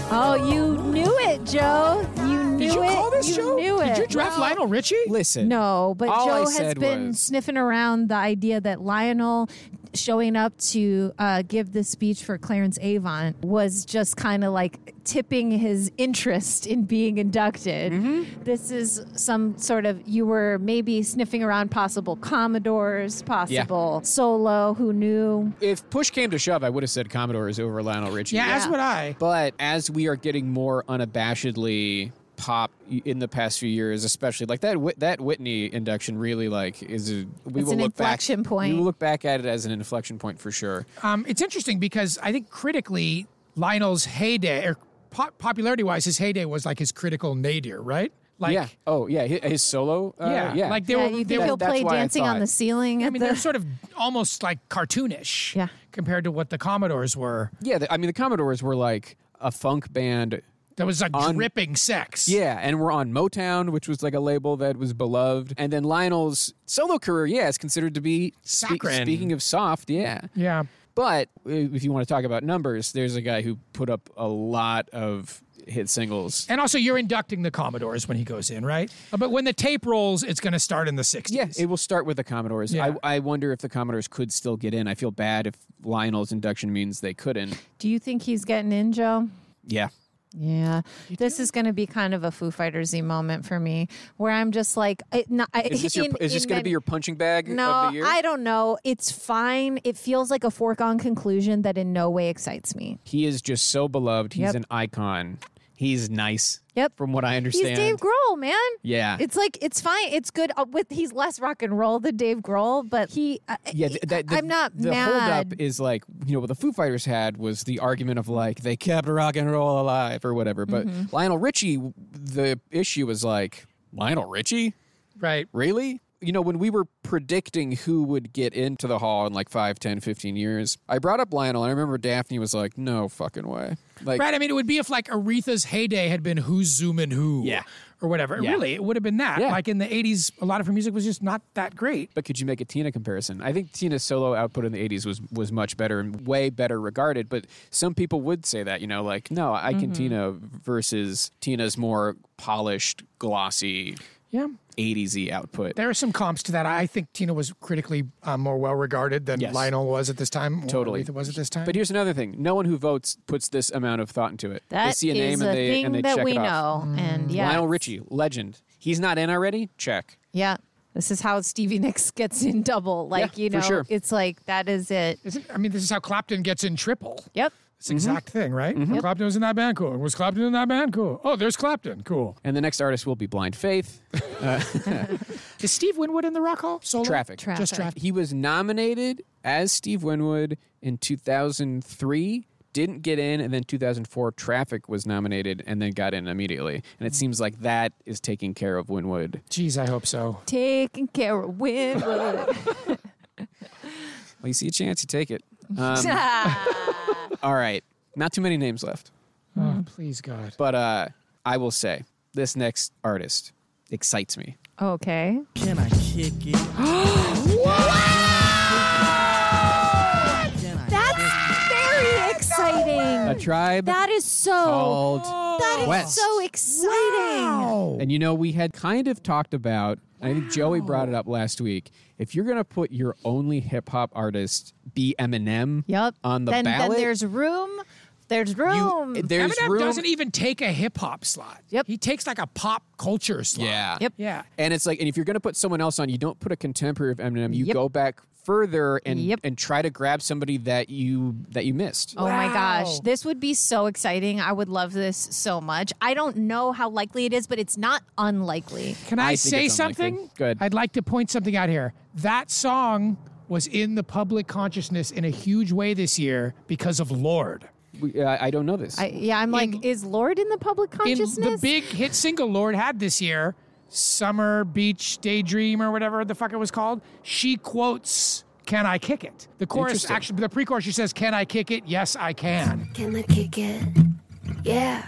[SPEAKER 2] Oh, you knew it, Joe. You knew
[SPEAKER 3] Did you
[SPEAKER 2] it.
[SPEAKER 3] call this
[SPEAKER 2] you
[SPEAKER 3] show?
[SPEAKER 2] knew it.
[SPEAKER 3] Did you draft
[SPEAKER 2] Well,
[SPEAKER 3] Lionel Richie?
[SPEAKER 1] Listen.
[SPEAKER 2] No, but
[SPEAKER 1] all I
[SPEAKER 2] Joe has
[SPEAKER 1] said
[SPEAKER 2] been
[SPEAKER 1] was-
[SPEAKER 2] sniffing around the idea that Lionel showing up to uh, give the speech for Clarence Avon was just kind of like tipping his interest in being inducted.
[SPEAKER 1] Mm-hmm.
[SPEAKER 2] This is some sort of you were maybe sniffing around possible Commodores, possible Solo, who knew?
[SPEAKER 1] If push came to shove, I would have said Commodore is over Lionel Richie.
[SPEAKER 3] Yeah, as
[SPEAKER 2] Yeah.
[SPEAKER 3] would I.
[SPEAKER 1] But as we are getting more unabashedly pop in the past few years, especially like that Whit- that Whitney induction, really like is a, we
[SPEAKER 2] It's
[SPEAKER 1] will
[SPEAKER 2] an
[SPEAKER 1] look
[SPEAKER 2] inflection
[SPEAKER 1] back,
[SPEAKER 2] point.
[SPEAKER 1] We will look back at it as an inflection point for sure.
[SPEAKER 3] Um, it's interesting because I think critically, Lionel's heyday, or po- popularity wise, his heyday was like his critical nadir, right? Like,
[SPEAKER 1] yeah. Oh yeah. His, his solo. Uh,
[SPEAKER 3] yeah,
[SPEAKER 1] yeah.
[SPEAKER 3] Like they
[SPEAKER 2] Yeah,
[SPEAKER 3] were,
[SPEAKER 2] you
[SPEAKER 3] they
[SPEAKER 2] think
[SPEAKER 3] were
[SPEAKER 2] he'll
[SPEAKER 1] that's
[SPEAKER 2] play
[SPEAKER 1] why I
[SPEAKER 2] dancing on
[SPEAKER 1] thought-
[SPEAKER 2] the ceiling? At
[SPEAKER 3] I mean,
[SPEAKER 2] the,
[SPEAKER 3] they're sort of almost like cartoonish
[SPEAKER 2] Yeah.
[SPEAKER 3] compared to what the Commodores were.
[SPEAKER 1] yeah. The, I mean, the Commodores were like a funk band
[SPEAKER 3] That was like
[SPEAKER 1] On-
[SPEAKER 3] dripping sex.
[SPEAKER 1] Yeah, and we're on Motown, which was like a label that was beloved. And then Lionel's solo career, yeah, is considered to be spe-
[SPEAKER 3] Saccharine.
[SPEAKER 1] speaking of soft, yeah.
[SPEAKER 3] Yeah.
[SPEAKER 1] But uh, if you want to talk about numbers, there's a guy who put up a lot of hit singles.
[SPEAKER 3] And also, you're inducting the Commodores when he goes in, right? Uh, But when the tape rolls, it's going to start in the 60s.
[SPEAKER 1] Yeah, it will start with the Commodores.
[SPEAKER 3] Yeah.
[SPEAKER 1] I, I wonder if the Commodores could still get in. I feel bad if Lionel's induction means they couldn't.
[SPEAKER 2] do you think he's getting in, Joe?
[SPEAKER 1] Yeah.
[SPEAKER 2] Yeah, this is going to be kind of a Foo Fighters y moment for me, where I'm just like, it, no, I, [laughs]
[SPEAKER 1] Is this, your,
[SPEAKER 2] in-
[SPEAKER 1] is this going
[SPEAKER 2] in
[SPEAKER 1] to
[SPEAKER 2] many-
[SPEAKER 1] be your punching bag
[SPEAKER 2] No,
[SPEAKER 1] of the year?
[SPEAKER 2] I don't know. It's fine. It feels like a foregone conclusion that in no way excites me.
[SPEAKER 1] he is just so beloved. He's
[SPEAKER 2] Yep.
[SPEAKER 1] an icon. He's nice.
[SPEAKER 2] Yep.
[SPEAKER 1] From what I understand.
[SPEAKER 2] He's Dave Grohl, man.
[SPEAKER 1] Yeah.
[SPEAKER 2] It's like it's fine. It's good uh, with he's less rock and roll than Dave Grohl, but he. I-
[SPEAKER 1] Yeah, th- that, the,
[SPEAKER 2] I'm not
[SPEAKER 1] The
[SPEAKER 2] mad.
[SPEAKER 1] holdup is like you know what the Foo Fighters had was the argument of like they kept rock and roll alive or whatever. But
[SPEAKER 2] Mm-hmm.
[SPEAKER 1] Lionel Richie, the issue was like Lionel Richie,
[SPEAKER 3] Right.
[SPEAKER 1] really? You know, when we were predicting who would get into the hall in like 5, 10, 15 years, I brought up Lionel. And I remember Daphne was like, "No fucking way!" Like,
[SPEAKER 3] Right. I mean, it would be if like Aretha's heyday had been who's zooming who.
[SPEAKER 1] Yeah.
[SPEAKER 3] Or whatever.
[SPEAKER 1] Yeah.
[SPEAKER 3] Really, it would have been that.
[SPEAKER 1] Yeah.
[SPEAKER 3] Like in the 80s, a lot of her music was just not that great.
[SPEAKER 1] But could you make a Tina comparison? I think Tina's solo output in the 80s was was much better and way better regarded, but some people would say that, you know, like, no, I
[SPEAKER 2] Mm-hmm.
[SPEAKER 1] can Tina versus Tina's more polished, glossy,
[SPEAKER 3] Yeah.
[SPEAKER 1] 80s y output.
[SPEAKER 3] There are some comps to that. I think Tina was critically uh, more well regarded than
[SPEAKER 1] Yes.
[SPEAKER 3] Lionel was at this time. or
[SPEAKER 1] Totally.
[SPEAKER 3] Aretha was at this time.
[SPEAKER 1] but here's another thing. No one who votes puts this amount of thought into it. they
[SPEAKER 2] That
[SPEAKER 1] see a
[SPEAKER 2] is
[SPEAKER 1] name and they
[SPEAKER 2] thing
[SPEAKER 1] and they
[SPEAKER 2] that
[SPEAKER 1] check
[SPEAKER 2] we
[SPEAKER 1] it off. Mm.
[SPEAKER 2] know, and yeah,
[SPEAKER 1] Lionel Richie, legend. He's not in already? Check.
[SPEAKER 2] Yeah. This is how Stevie Nicks gets in double. Like,
[SPEAKER 1] Yeah,
[SPEAKER 2] you
[SPEAKER 1] for
[SPEAKER 2] know,
[SPEAKER 1] sure.
[SPEAKER 2] it's like that is it.
[SPEAKER 3] Isn't, I mean, this is how Clapton gets in triple.
[SPEAKER 2] Yep.
[SPEAKER 3] This
[SPEAKER 1] Mm-hmm.
[SPEAKER 3] exact thing, right? Clapton was in that band. Cool. Was Clapton in that band? Cool. Oh, there's Clapton. Cool.
[SPEAKER 1] And the next artist will be Blind Faith.
[SPEAKER 3] Is Steve Winwood in the Rock Hall? Solo?
[SPEAKER 1] Traffic.
[SPEAKER 2] Traffic.
[SPEAKER 3] Just traffic.
[SPEAKER 1] He was nominated as Steve Winwood in 2003, didn't get in, and then 2004, Traffic was nominated and then got in immediately. And it seems like that is taking care of Winwood.
[SPEAKER 3] Jeez, I hope so.
[SPEAKER 2] Taking care of Winwood.
[SPEAKER 1] Well, you see a chance, you
[SPEAKER 2] [laughs]
[SPEAKER 1] take it. [laughs] Um, all right. Not too many names left. Mm-hmm.
[SPEAKER 3] Oh, please, God.
[SPEAKER 1] But uh, I will say this next artist excites me.
[SPEAKER 2] okay.
[SPEAKER 6] Can I kick
[SPEAKER 2] [gasps]
[SPEAKER 6] it?
[SPEAKER 2] That's very
[SPEAKER 1] A
[SPEAKER 2] exciting.
[SPEAKER 1] tribe
[SPEAKER 2] That is so
[SPEAKER 1] called
[SPEAKER 2] that is
[SPEAKER 1] Quest.
[SPEAKER 2] so exciting.
[SPEAKER 1] And you know, we had kind of talked about, and I think Joey brought it up last week. If you're going to put your only hip hop artist be Eminem
[SPEAKER 2] Yep.
[SPEAKER 1] on the
[SPEAKER 2] then,
[SPEAKER 1] ballot, eh,
[SPEAKER 2] Then there's room. There's room.
[SPEAKER 1] there's
[SPEAKER 3] Eminem
[SPEAKER 1] room.
[SPEAKER 3] doesn't even take a hip hop slot.
[SPEAKER 2] Yep.
[SPEAKER 3] He takes like a pop culture slot.
[SPEAKER 1] yeah.
[SPEAKER 2] Yep.
[SPEAKER 3] Yeah.
[SPEAKER 1] And it's like, and if you're going to put someone else on, you don't put a contemporary of Eminem. You
[SPEAKER 2] Yep.
[SPEAKER 1] go back further and
[SPEAKER 2] Yep.
[SPEAKER 1] and try to grab somebody that you that you missed.
[SPEAKER 2] Oh my gosh,
[SPEAKER 3] Wow.
[SPEAKER 2] this would be so exciting. I would love this so much. I don't know how likely it is, but it's not unlikely.
[SPEAKER 3] Can I,
[SPEAKER 1] I think
[SPEAKER 3] say
[SPEAKER 1] it's unlikely.
[SPEAKER 3] something?
[SPEAKER 1] Go ahead.
[SPEAKER 3] I'd like to point something out here. That song was in the public consciousness in a huge way this year because of Lord.
[SPEAKER 1] We, uh, I don't know this.
[SPEAKER 2] I, yeah, I'm like, is Lord in the public
[SPEAKER 3] In
[SPEAKER 2] consciousness?
[SPEAKER 3] the big hit single Lord had this year, Summer Beach Daydream or whatever the fuck it was called, she quotes can I kick it? The chorus,
[SPEAKER 1] Interesting.
[SPEAKER 3] actually, the pre-chorus, she says, "Can I kick it? Yes, I can."
[SPEAKER 6] Can I kick it? Yeah,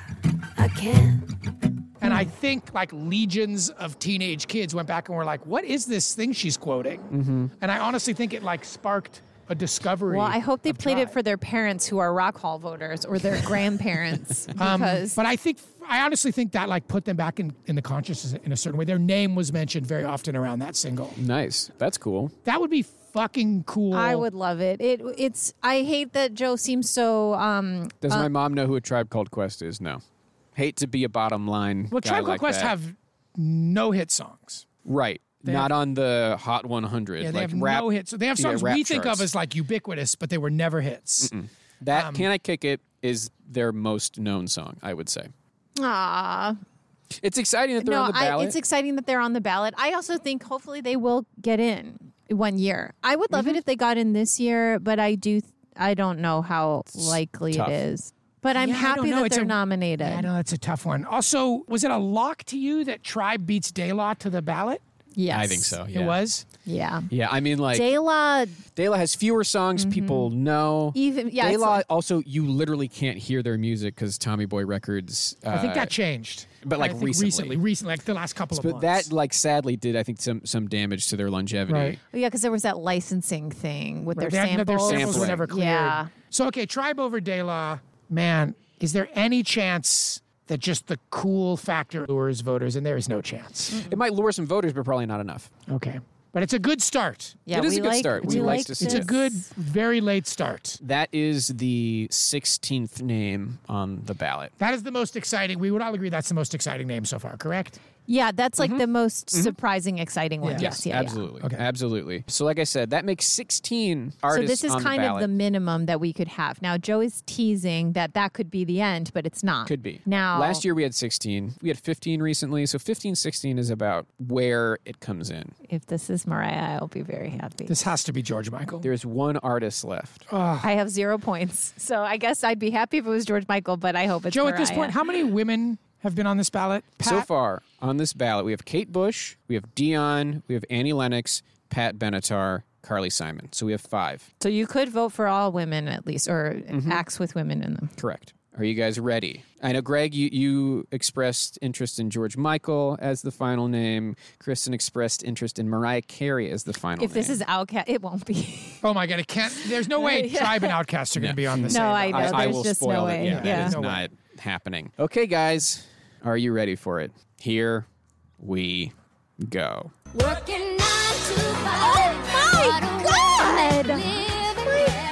[SPEAKER 6] I can.
[SPEAKER 3] And I think like legions of teenage kids went back and were like, "What is this thing she's quoting?" And I honestly think it like sparked a discovery.
[SPEAKER 2] Mm-hmm. well, I hope they
[SPEAKER 3] of
[SPEAKER 2] played
[SPEAKER 3] tribe.
[SPEAKER 2] it for their parents who are Rock Hall voters or their grandparents because
[SPEAKER 3] But I think I honestly think that like put them back in, in the consciousness in a certain way. Their name was mentioned very often around that single.
[SPEAKER 1] nice. That's cool.
[SPEAKER 3] That would be fucking cool.
[SPEAKER 2] I would love it. It it's I hate that Joe seems so um
[SPEAKER 1] Does my mom know who a tribe called Quest is? No. Hate to be a bottom line.
[SPEAKER 3] Well,
[SPEAKER 1] guy
[SPEAKER 3] Tribe Called
[SPEAKER 1] like
[SPEAKER 3] Quest
[SPEAKER 1] that.
[SPEAKER 3] have no hit songs.
[SPEAKER 1] right. Not on the Hot 100.
[SPEAKER 3] Yeah, they
[SPEAKER 1] like
[SPEAKER 3] have
[SPEAKER 1] rap.
[SPEAKER 3] no hits. They have
[SPEAKER 1] yeah,
[SPEAKER 3] songs
[SPEAKER 1] rap
[SPEAKER 3] we think
[SPEAKER 1] charts.
[SPEAKER 3] of as like ubiquitous, but they were never hits.
[SPEAKER 1] that.
[SPEAKER 3] Um,
[SPEAKER 1] Can I kick it? Is their most known song? I would say.
[SPEAKER 2] ah
[SPEAKER 1] It's exciting that they're
[SPEAKER 2] no
[SPEAKER 1] on the
[SPEAKER 2] I,
[SPEAKER 1] ballot.
[SPEAKER 2] it's exciting that they're on the ballot. I also think hopefully they will get in one year. I would love it if they got in this year, but I do th- I don't know how likely
[SPEAKER 1] tough.
[SPEAKER 2] it is. But I'm
[SPEAKER 3] Yeah, I don't
[SPEAKER 2] happy
[SPEAKER 3] know.
[SPEAKER 2] that
[SPEAKER 3] It's
[SPEAKER 2] they're
[SPEAKER 3] a-
[SPEAKER 2] nominated.
[SPEAKER 3] I know that's a tough one. Also, was it a lock to you that Tribe beats De La to the ballot?
[SPEAKER 2] Yes.
[SPEAKER 1] I think so. Oh, Yeah.
[SPEAKER 3] It was.
[SPEAKER 2] Yeah.
[SPEAKER 1] Yeah, I mean, like
[SPEAKER 2] De La
[SPEAKER 1] De La has fewer songs people know.
[SPEAKER 2] Mm-hmm. even yeah,
[SPEAKER 1] De
[SPEAKER 2] it's
[SPEAKER 1] La
[SPEAKER 2] like-
[SPEAKER 1] also you literally can't hear their music because Tommy Boy Records. Uh,
[SPEAKER 3] I think that changed.
[SPEAKER 1] but, like,
[SPEAKER 3] I think
[SPEAKER 1] recently.
[SPEAKER 3] recently, recently, like the last couple of
[SPEAKER 1] but
[SPEAKER 3] months.
[SPEAKER 1] that like sadly did I think some some damage to their longevity.
[SPEAKER 3] Right.
[SPEAKER 2] yeah, because there was that licensing thing with their
[SPEAKER 3] Right. They had-
[SPEAKER 2] samples.
[SPEAKER 3] their samples were
[SPEAKER 1] Sampling.
[SPEAKER 3] never cleared.
[SPEAKER 2] Yeah.
[SPEAKER 3] So okay, Tribe over De La, man, is there any chance that just the cool factor lures voters? And there is no chance.
[SPEAKER 1] It might lure some voters, but probably not enough.
[SPEAKER 3] Okay. But it's a good start.
[SPEAKER 2] Yeah,
[SPEAKER 1] It is
[SPEAKER 2] we
[SPEAKER 1] a good
[SPEAKER 2] like-
[SPEAKER 1] start.
[SPEAKER 2] We,
[SPEAKER 1] We
[SPEAKER 2] like
[SPEAKER 1] likes to see
[SPEAKER 3] It's
[SPEAKER 1] it.
[SPEAKER 3] a
[SPEAKER 2] this.
[SPEAKER 3] good, very late start.
[SPEAKER 1] That is the 16th name on the ballot.
[SPEAKER 3] That is the most exciting. We would all agree that's the most exciting name so far, correct?
[SPEAKER 2] Yeah, that's like the most surprising, exciting one.
[SPEAKER 3] Mm-hmm. Yeah.
[SPEAKER 2] Yes, yeah, yeah.
[SPEAKER 1] Mm-hmm. absolutely. Absolutely. So like I said, that makes 16
[SPEAKER 2] So
[SPEAKER 1] artists
[SPEAKER 2] this is
[SPEAKER 1] on
[SPEAKER 2] kind
[SPEAKER 1] the
[SPEAKER 2] of
[SPEAKER 1] ballot.
[SPEAKER 2] the minimum that we could have. Now Joe is teasing that that could be the end, but it's not.
[SPEAKER 1] Could be.
[SPEAKER 2] Now
[SPEAKER 1] last year we had 16. We had 15 recently. So 15, 16 is about where it comes in.
[SPEAKER 2] if this is Mariah, I'll be very happy.
[SPEAKER 3] This has to be George Michael.
[SPEAKER 1] There's one artist left.
[SPEAKER 2] I have zero points, [laughs] so I guess I'd be happy if it was George Michael, but I hope it's
[SPEAKER 3] Joe, at this
[SPEAKER 2] Mariah.
[SPEAKER 3] point, how many women have been on this ballot?
[SPEAKER 1] So
[SPEAKER 3] Pat?
[SPEAKER 1] far on this ballot, we have Kate Bush, we have Dion, we have Annie Lennox, Pat Benatar, Carly Simon. So we have five.
[SPEAKER 2] so you could vote for all women at least, or
[SPEAKER 1] Mm-hmm.
[SPEAKER 2] acts with women in them.
[SPEAKER 1] Correct. Are you guys ready? I know, Greg, you, you expressed interest in George Michael as the final name. Kristen expressed interest in Mariah Carey as the final
[SPEAKER 2] If this
[SPEAKER 1] name.
[SPEAKER 2] is Outcast, it won't be. [laughs]
[SPEAKER 3] Oh my God, it can't. There's no way Tribe and Outcast are going to be on this.
[SPEAKER 2] No, I know.
[SPEAKER 1] I, I
[SPEAKER 2] there's
[SPEAKER 1] will
[SPEAKER 2] just
[SPEAKER 1] spoil
[SPEAKER 2] no
[SPEAKER 1] it.
[SPEAKER 2] way.
[SPEAKER 1] Yeah, that
[SPEAKER 2] Yeah.
[SPEAKER 1] is
[SPEAKER 3] No way.
[SPEAKER 1] not happening. Okay, guys, are you ready for it? Here we go.
[SPEAKER 6] Working nine to five. Oh my God!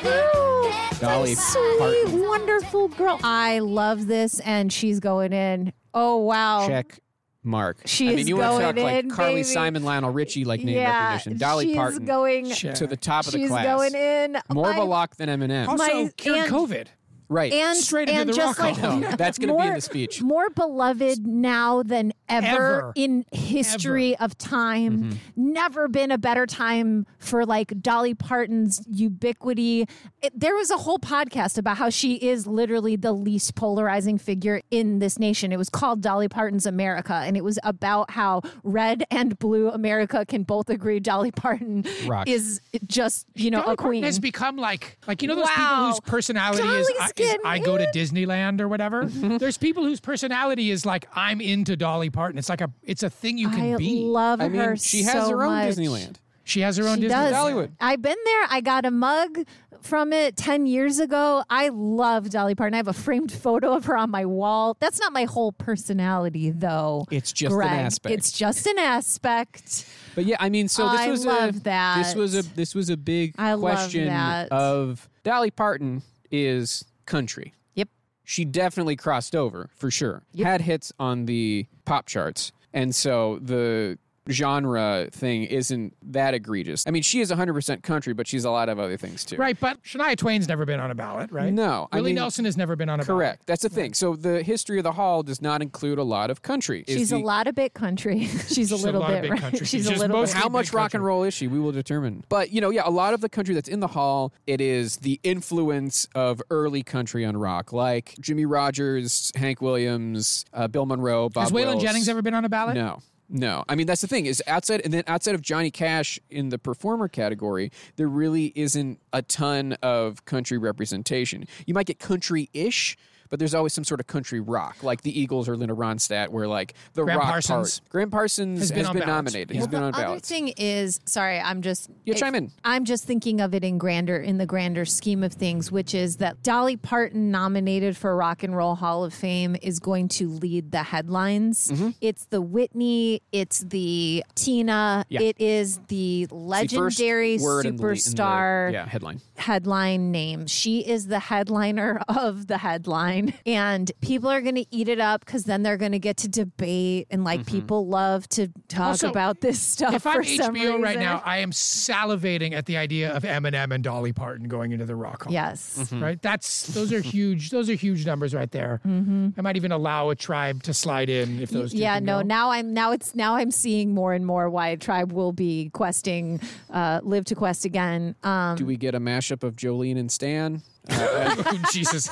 [SPEAKER 1] Dolly
[SPEAKER 2] Sweet,
[SPEAKER 1] Parton.
[SPEAKER 2] wonderful girl. I love this, and she's going in. Oh wow!
[SPEAKER 1] Check mark.
[SPEAKER 2] She
[SPEAKER 1] I mean,
[SPEAKER 2] is
[SPEAKER 1] you want to
[SPEAKER 2] going
[SPEAKER 1] talk like
[SPEAKER 2] in,
[SPEAKER 1] Carly
[SPEAKER 2] baby.
[SPEAKER 1] Simon, Lionel Richie, like name
[SPEAKER 2] yeah,
[SPEAKER 1] recognition. Dolly
[SPEAKER 2] she's
[SPEAKER 1] Parton
[SPEAKER 2] going.
[SPEAKER 1] to the top of the
[SPEAKER 2] she's
[SPEAKER 1] class.
[SPEAKER 2] going in.
[SPEAKER 1] More of
[SPEAKER 2] I-
[SPEAKER 1] a lock than Eminem.
[SPEAKER 3] Also,
[SPEAKER 2] My-
[SPEAKER 3] cured
[SPEAKER 2] and-
[SPEAKER 3] COVID.
[SPEAKER 1] right.
[SPEAKER 2] and
[SPEAKER 3] Straight into
[SPEAKER 2] and
[SPEAKER 3] the
[SPEAKER 2] just
[SPEAKER 3] Rock
[SPEAKER 2] like [laughs]
[SPEAKER 3] Hall.
[SPEAKER 1] No, that's gonna be in
[SPEAKER 2] more-
[SPEAKER 1] the speech.
[SPEAKER 2] More beloved now than ever,
[SPEAKER 3] Ever.
[SPEAKER 2] in history of time.
[SPEAKER 1] Mm-hmm.
[SPEAKER 2] Never been a better time for like Dolly Parton's ubiquity. It, there was a whole podcast about how she is literally the least polarizing figure in this nation. It was called Dolly Parton's America, and it was about how red and blue America can both agree Dolly Parton
[SPEAKER 1] Rocks.
[SPEAKER 2] is just you know
[SPEAKER 3] Dolly
[SPEAKER 2] a queen.
[SPEAKER 3] Parton has become like like you know those people
[SPEAKER 2] Wow.
[SPEAKER 3] whose personality is,
[SPEAKER 2] Dolly's
[SPEAKER 3] I- is
[SPEAKER 2] getting [laughs]
[SPEAKER 3] I go to Disneyland or whatever.
[SPEAKER 2] Mm-hmm.
[SPEAKER 3] There's people whose personality is like I'm into Dolly Parton. It's like a it's a thing you can
[SPEAKER 2] I
[SPEAKER 3] be.
[SPEAKER 2] love
[SPEAKER 1] I mean,
[SPEAKER 2] her.
[SPEAKER 1] she has
[SPEAKER 2] so
[SPEAKER 1] her own
[SPEAKER 2] much.
[SPEAKER 1] Disneyland.
[SPEAKER 3] she has her own
[SPEAKER 2] She
[SPEAKER 3] Disneyland.
[SPEAKER 2] does.
[SPEAKER 1] Dollywood.
[SPEAKER 2] I've been there. I got a mug from it 10 years ago. I love Dolly Parton. I have a framed [laughs] photo of her on my wall. That's not my whole personality, though.
[SPEAKER 1] It's just an
[SPEAKER 2] Greg.
[SPEAKER 1] aspect.
[SPEAKER 2] It's just an aspect.
[SPEAKER 1] But yeah, I mean, so this
[SPEAKER 2] I
[SPEAKER 1] was a
[SPEAKER 2] love that.
[SPEAKER 1] this was a this was a big
[SPEAKER 2] I love
[SPEAKER 1] question
[SPEAKER 2] that.
[SPEAKER 1] of Dolly Parton is country.
[SPEAKER 2] Yep.
[SPEAKER 1] She definitely crossed over for sure. Had hits on the pop charts, and so the genre thing isn't that egregious. I mean, she is 100% country, but she's a lot of other things too.
[SPEAKER 3] Right, but Shania Twain's never been on a ballot, right?
[SPEAKER 1] No, I
[SPEAKER 3] Willie
[SPEAKER 1] mean-
[SPEAKER 3] Nelson has never been on a
[SPEAKER 1] Correct. That's the thing. So the history of the hall does not include a lot of country. Is
[SPEAKER 2] She's a
[SPEAKER 1] the-
[SPEAKER 2] lot of bit country. [laughs] She's a
[SPEAKER 3] a
[SPEAKER 2] little
[SPEAKER 3] lot of
[SPEAKER 2] bit.
[SPEAKER 3] bit
[SPEAKER 2] right?
[SPEAKER 3] country.
[SPEAKER 2] [laughs] She's
[SPEAKER 3] She's
[SPEAKER 2] a
[SPEAKER 3] just
[SPEAKER 2] little.
[SPEAKER 3] most-
[SPEAKER 2] bit.
[SPEAKER 1] how much
[SPEAKER 3] big
[SPEAKER 1] rock and
[SPEAKER 3] country.
[SPEAKER 1] roll is she? We will determine. But you know, yeah, a lot of the country that's in the hall, it is the influence of early country on rock, like Jimmy Rogers, Hank Williams, uh, Bill Monroe, Bob.
[SPEAKER 3] ballot. Has Waylon
[SPEAKER 1] Wills.
[SPEAKER 3] Jennings ever been on a ballot?
[SPEAKER 1] No. No, I mean that's the thing is outside, and then outside of Johnny Cash in the performer category, there really isn't a ton of country representation. You might get country-ish, but there's always some sort of country rock, like the Eagles or Linda Ronstadt, where like the
[SPEAKER 3] Graham
[SPEAKER 1] rock
[SPEAKER 3] Parsons.
[SPEAKER 1] part. Graham Parsons has
[SPEAKER 3] Has
[SPEAKER 1] been,
[SPEAKER 3] been on ballots.
[SPEAKER 1] nominated. He's
[SPEAKER 3] Well,
[SPEAKER 1] been on
[SPEAKER 2] the other
[SPEAKER 1] ballots.
[SPEAKER 2] thing is, sorry, I'm just.
[SPEAKER 1] Yeah,
[SPEAKER 2] it-
[SPEAKER 1] chime in.
[SPEAKER 2] I'm just thinking of it in grander, in the grander scheme of things, which is that Dolly Parton, nominated for Rock and Roll Hall of Fame, is going to lead the headlines.
[SPEAKER 1] Mm-hmm.
[SPEAKER 2] It's the Whitney, it's the Tina,
[SPEAKER 1] Yeah.
[SPEAKER 2] it is the
[SPEAKER 1] It's the first
[SPEAKER 2] legendary
[SPEAKER 1] word in the le- in the-
[SPEAKER 2] superstar
[SPEAKER 1] yeah, headline.
[SPEAKER 2] headline name. She is the headliner [laughs] of the headline. And people are going to eat it up because then they're going to get to debate. And like people love to talk
[SPEAKER 3] Mm-hmm. Also,
[SPEAKER 2] about this stuff.
[SPEAKER 3] If I'm
[SPEAKER 2] for some
[SPEAKER 3] HBO right
[SPEAKER 2] reason.
[SPEAKER 3] now, I am salivating at the idea of Eminem and Dolly Parton going into the Rock Hall.
[SPEAKER 2] yes.
[SPEAKER 1] Hmm.
[SPEAKER 3] Right. That's
[SPEAKER 1] [laughs]
[SPEAKER 3] those are huge. Those are huge numbers right there. I might even allow a tribe to slide in if those. Two
[SPEAKER 2] Mm-hmm. Yeah,
[SPEAKER 3] can
[SPEAKER 2] no.
[SPEAKER 3] go.
[SPEAKER 2] Now I'm now it's now I'm seeing more and more why Tribe will be questing, uh, live to quest again. Um,
[SPEAKER 3] [laughs]
[SPEAKER 1] Do we get a mashup of Jolene and Stan? Uh,
[SPEAKER 2] [laughs]
[SPEAKER 3] Oh, [laughs]
[SPEAKER 1] [laughs]
[SPEAKER 3] Jesus.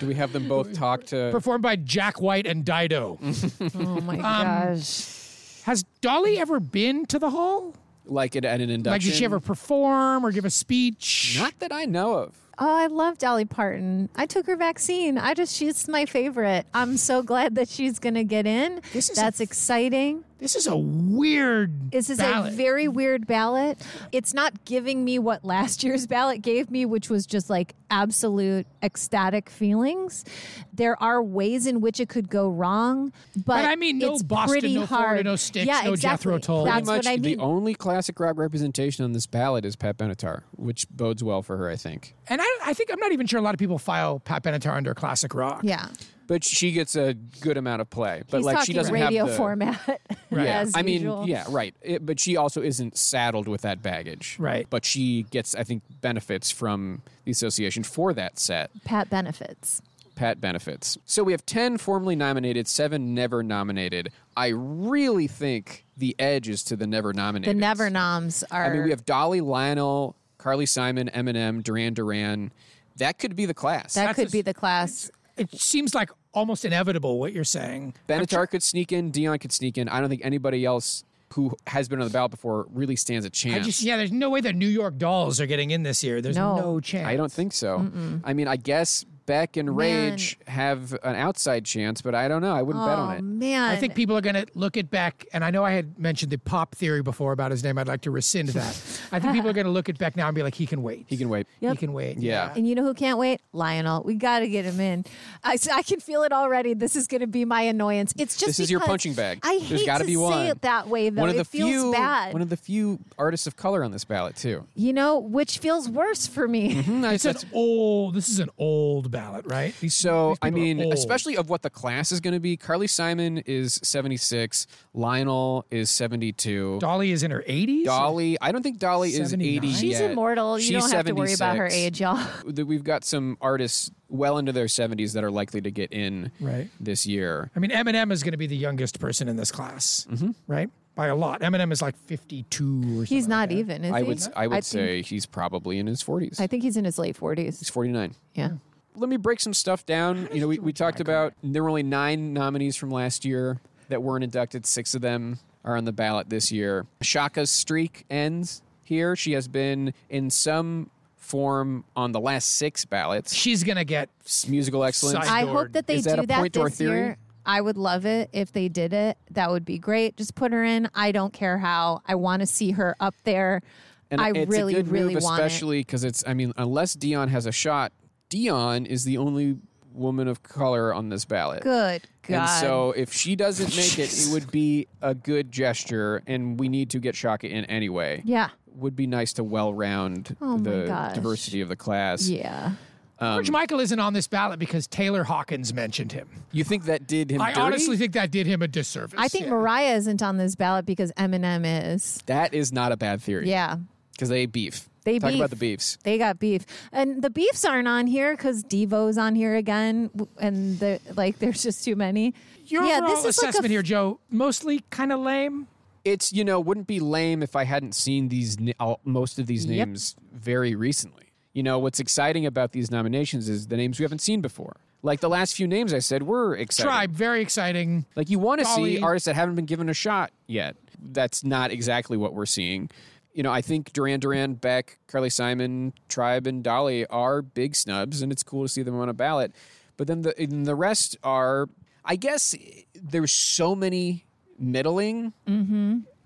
[SPEAKER 1] Do we have them both talk to?
[SPEAKER 3] Performed by Jack White and Dido.
[SPEAKER 2] oh
[SPEAKER 3] Um,
[SPEAKER 2] my gosh!
[SPEAKER 3] Has Dolly ever been to the hall?
[SPEAKER 1] Like it at an induction.
[SPEAKER 3] Like, did she ever perform or give a speech?
[SPEAKER 1] Not that I know of.
[SPEAKER 2] Oh, I love Dolly Parton. I took her vaccine. I just she's my favorite. I'm so glad that she's gonna get in.
[SPEAKER 3] This is a-
[SPEAKER 2] That's exciting.
[SPEAKER 3] This is a weird.
[SPEAKER 2] This is
[SPEAKER 3] ballot.
[SPEAKER 2] a very weird ballot. It's not giving me what last year's [laughs] ballot gave me, which was just like absolute ecstatic feelings. There are ways in which it could go wrong, but,
[SPEAKER 3] But I mean, no
[SPEAKER 2] it's
[SPEAKER 3] Boston,
[SPEAKER 2] pretty
[SPEAKER 3] no Florida,
[SPEAKER 2] hard.
[SPEAKER 3] no Styx,
[SPEAKER 2] yeah,
[SPEAKER 3] no
[SPEAKER 2] exactly.
[SPEAKER 3] Jethro Tull.
[SPEAKER 2] That's
[SPEAKER 1] Pretty much
[SPEAKER 2] what I mean.
[SPEAKER 1] the only classic rock representation on this ballot is Pat Benatar, which bodes well for her, I think.
[SPEAKER 3] And I, I think I'm not even sure a lot of people file Pat Benatar under classic rock.
[SPEAKER 2] yeah,
[SPEAKER 1] But she gets a good amount of play. But
[SPEAKER 2] he's
[SPEAKER 1] like she
[SPEAKER 2] talking
[SPEAKER 1] doesn't
[SPEAKER 2] radio
[SPEAKER 1] have the
[SPEAKER 2] format. [laughs]
[SPEAKER 1] Yeah,
[SPEAKER 2] as
[SPEAKER 1] I mean,
[SPEAKER 2] usual.
[SPEAKER 1] yeah, right. It- but she also isn't saddled with that baggage,
[SPEAKER 3] Right.
[SPEAKER 1] But she gets, I think, benefits from the association for that set.
[SPEAKER 2] Pat benefits.
[SPEAKER 1] Pat benefits. So we have 10 formally nominated, 7 never nominated. I really think the edge is to the never
[SPEAKER 2] The
[SPEAKER 1] nominated.
[SPEAKER 2] never noms are.
[SPEAKER 1] I mean, we have Dolly, Lionel, Carly Simon, Eminem, Duran Duran. That could be the class.
[SPEAKER 2] that
[SPEAKER 3] that's
[SPEAKER 2] could
[SPEAKER 3] a-
[SPEAKER 2] be the class.
[SPEAKER 3] It seems like almost inevitable what you're saying.
[SPEAKER 1] Benatar could sneak in, Dion could sneak in. I don't think anybody else who has been on the ballot before really stands a chance.
[SPEAKER 3] I just yeah, there's no way the New York Dolls are getting in this year. There's
[SPEAKER 2] No.
[SPEAKER 3] no, chance.
[SPEAKER 1] I don't think so. I mean, I guess Beck and Rage have an outside chance, but I don't know. I wouldn't bet
[SPEAKER 2] Oh
[SPEAKER 1] on it.
[SPEAKER 2] man!
[SPEAKER 3] I think people are going to look at Beck, and I know I had mentioned the pop theory before about his name. I'd like to rescind that. I think people are going to look at Beck now and be like, he can wait.
[SPEAKER 1] He can wait.
[SPEAKER 3] He can wait.
[SPEAKER 1] Yeah.
[SPEAKER 2] And you know who can't wait? Lionel. We got to get him in. I, s- I can feel it already. This is going to be my annoyance. It's just
[SPEAKER 1] this is your
[SPEAKER 2] because
[SPEAKER 1] punching bag.
[SPEAKER 2] I
[SPEAKER 1] There's
[SPEAKER 2] hate
[SPEAKER 1] gotta
[SPEAKER 2] to
[SPEAKER 1] be one.
[SPEAKER 2] say it that way, though.
[SPEAKER 1] One of
[SPEAKER 2] it
[SPEAKER 1] the
[SPEAKER 2] feels
[SPEAKER 1] few,
[SPEAKER 2] bad.
[SPEAKER 1] One of the few artists of color on this ballot too.
[SPEAKER 2] you know, which feels worse for me.
[SPEAKER 1] Mm-hmm.
[SPEAKER 3] It's an old. This is an old ballot, right? These-
[SPEAKER 1] So
[SPEAKER 3] these
[SPEAKER 1] I
[SPEAKER 3] people are
[SPEAKER 1] mean,
[SPEAKER 3] old.
[SPEAKER 1] especially of what the class is going to be. Carly Simon is seventy six. Lionel is seventy two.
[SPEAKER 3] Dolly is in her 80s.
[SPEAKER 1] Dolly, I don't think Dolly is
[SPEAKER 3] 79?
[SPEAKER 1] eighty.
[SPEAKER 2] She's
[SPEAKER 1] yet.
[SPEAKER 2] immortal. You
[SPEAKER 1] She's
[SPEAKER 2] don't have to worry about her
[SPEAKER 1] 76.
[SPEAKER 2] age, y'all. [laughs]
[SPEAKER 1] that we've got some artists well into their 70s that are likely to get in
[SPEAKER 3] Right.
[SPEAKER 1] this year.
[SPEAKER 3] I mean, Eminem is going to be the youngest person in this class,
[SPEAKER 1] Mm-hmm.
[SPEAKER 3] right? By a lot. Eminem is like 52 or something.
[SPEAKER 2] He's
[SPEAKER 3] like
[SPEAKER 2] not
[SPEAKER 3] that.
[SPEAKER 2] even, is
[SPEAKER 1] I
[SPEAKER 2] he?
[SPEAKER 1] would I would
[SPEAKER 2] think-
[SPEAKER 1] say he's probably in his 40s.
[SPEAKER 2] I think he's in his late 40s.
[SPEAKER 1] he's 49.
[SPEAKER 2] Yeah.
[SPEAKER 1] Let me break some stuff down. You know, we, we talked about there were only nine nominees from last year that weren't inducted. Six of them are on the ballot this year. Shaka's streak ends here. She has been in some form on the last six ballots.
[SPEAKER 3] She's going to get. s-
[SPEAKER 1] Musical excellence.
[SPEAKER 3] Side-
[SPEAKER 2] I
[SPEAKER 3] Lord.
[SPEAKER 2] hope that they
[SPEAKER 1] Is that
[SPEAKER 2] do
[SPEAKER 1] a
[SPEAKER 2] that
[SPEAKER 1] point to our
[SPEAKER 2] this
[SPEAKER 1] theory?
[SPEAKER 2] year. I would love it if they did it. That would be great. Just put her in. I don't care how. I want to see her up there.
[SPEAKER 1] And
[SPEAKER 2] I
[SPEAKER 1] it's
[SPEAKER 2] really,
[SPEAKER 1] a good
[SPEAKER 2] really
[SPEAKER 1] move,
[SPEAKER 2] want it.
[SPEAKER 1] especially because it's. I mean, unless Dion has a shot, Dion is the only woman of color on this ballot.
[SPEAKER 2] Good God.
[SPEAKER 1] And so, if she doesn't make it, it would be a good gesture, and we need to get Shaka in anyway.
[SPEAKER 2] yeah.
[SPEAKER 1] Would be nice to well round
[SPEAKER 2] Oh my
[SPEAKER 1] the
[SPEAKER 2] gosh.
[SPEAKER 1] diversity of the class.
[SPEAKER 2] Yeah.
[SPEAKER 1] Um,
[SPEAKER 3] George Michael isn't on this ballot because Taylor Hawkins mentioned him.
[SPEAKER 1] You think that did him
[SPEAKER 3] I
[SPEAKER 1] dirty?
[SPEAKER 3] honestly think that did him a disservice.
[SPEAKER 2] I think
[SPEAKER 3] Yeah.
[SPEAKER 2] Mariah isn't on this ballot because Eminem is.
[SPEAKER 1] that is not a bad theory.
[SPEAKER 2] Yeah.
[SPEAKER 1] Because they beef.
[SPEAKER 2] They
[SPEAKER 1] Talk
[SPEAKER 2] beef.
[SPEAKER 1] about the beefs.
[SPEAKER 2] They got beef, and the beefs aren't on here because Devo's on here again, w- and the like. There's just too many.
[SPEAKER 3] your
[SPEAKER 2] yeah,
[SPEAKER 3] overall
[SPEAKER 2] this is
[SPEAKER 3] assessment
[SPEAKER 2] like a
[SPEAKER 3] here, Joe, mostly kind of lame.
[SPEAKER 1] It's, you know, wouldn't be lame if I hadn't seen these ni- all, most of these names very recently. You know, what's exciting about these nominations is the names we haven't seen before. Like the last few names I said were exciting.
[SPEAKER 3] Tribe, very exciting.
[SPEAKER 1] Like you want to see
[SPEAKER 3] Dolly.
[SPEAKER 1] artists that haven't been given a shot yet. That's not exactly what we're seeing. You know, I think Duran Duran, Beck, Carly Simon, Tribe, and Dolly are big snubs, and it's cool to see them on a ballot. But then the and the rest are, I guess, there's so many middling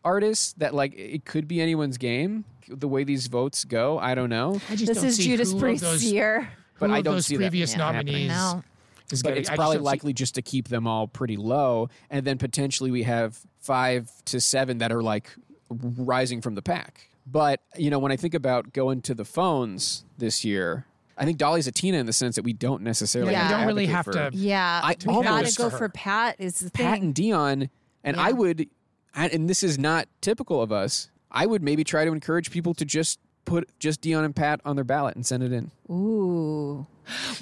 [SPEAKER 1] artists that like it could be anyone's game. The way these votes go, I don't know.
[SPEAKER 3] I just
[SPEAKER 2] This
[SPEAKER 3] don't
[SPEAKER 2] is
[SPEAKER 3] see
[SPEAKER 2] Judas
[SPEAKER 3] who of
[SPEAKER 2] Priest
[SPEAKER 3] those-
[SPEAKER 2] here.
[SPEAKER 1] But
[SPEAKER 3] who
[SPEAKER 1] I
[SPEAKER 3] of
[SPEAKER 1] don't
[SPEAKER 3] those
[SPEAKER 1] see that
[SPEAKER 3] previous
[SPEAKER 1] happening.
[SPEAKER 3] nominees.
[SPEAKER 2] No.
[SPEAKER 3] is
[SPEAKER 1] but
[SPEAKER 3] gonna-
[SPEAKER 1] it's
[SPEAKER 3] I just
[SPEAKER 1] probably
[SPEAKER 3] don't see-
[SPEAKER 1] likely just to keep them all pretty low and then potentially we have five to seven that are like rising from the pack but you know when i think about going to the phones this year i think dolly's a tina in the sense that we don't necessarily
[SPEAKER 2] Yeah.
[SPEAKER 1] have
[SPEAKER 2] We
[SPEAKER 1] to
[SPEAKER 3] don't really
[SPEAKER 1] advocate
[SPEAKER 3] have
[SPEAKER 1] for-
[SPEAKER 3] to-
[SPEAKER 2] Yeah,
[SPEAKER 1] I
[SPEAKER 2] we gotta
[SPEAKER 1] almost-
[SPEAKER 2] go for Pat. Is the
[SPEAKER 1] pat
[SPEAKER 2] thing.
[SPEAKER 1] and dion and i
[SPEAKER 2] Yeah.
[SPEAKER 1] would I- and this is not typical of us i would maybe try to encourage people to just put just dion and pat on their ballot and send it in
[SPEAKER 2] Ooh.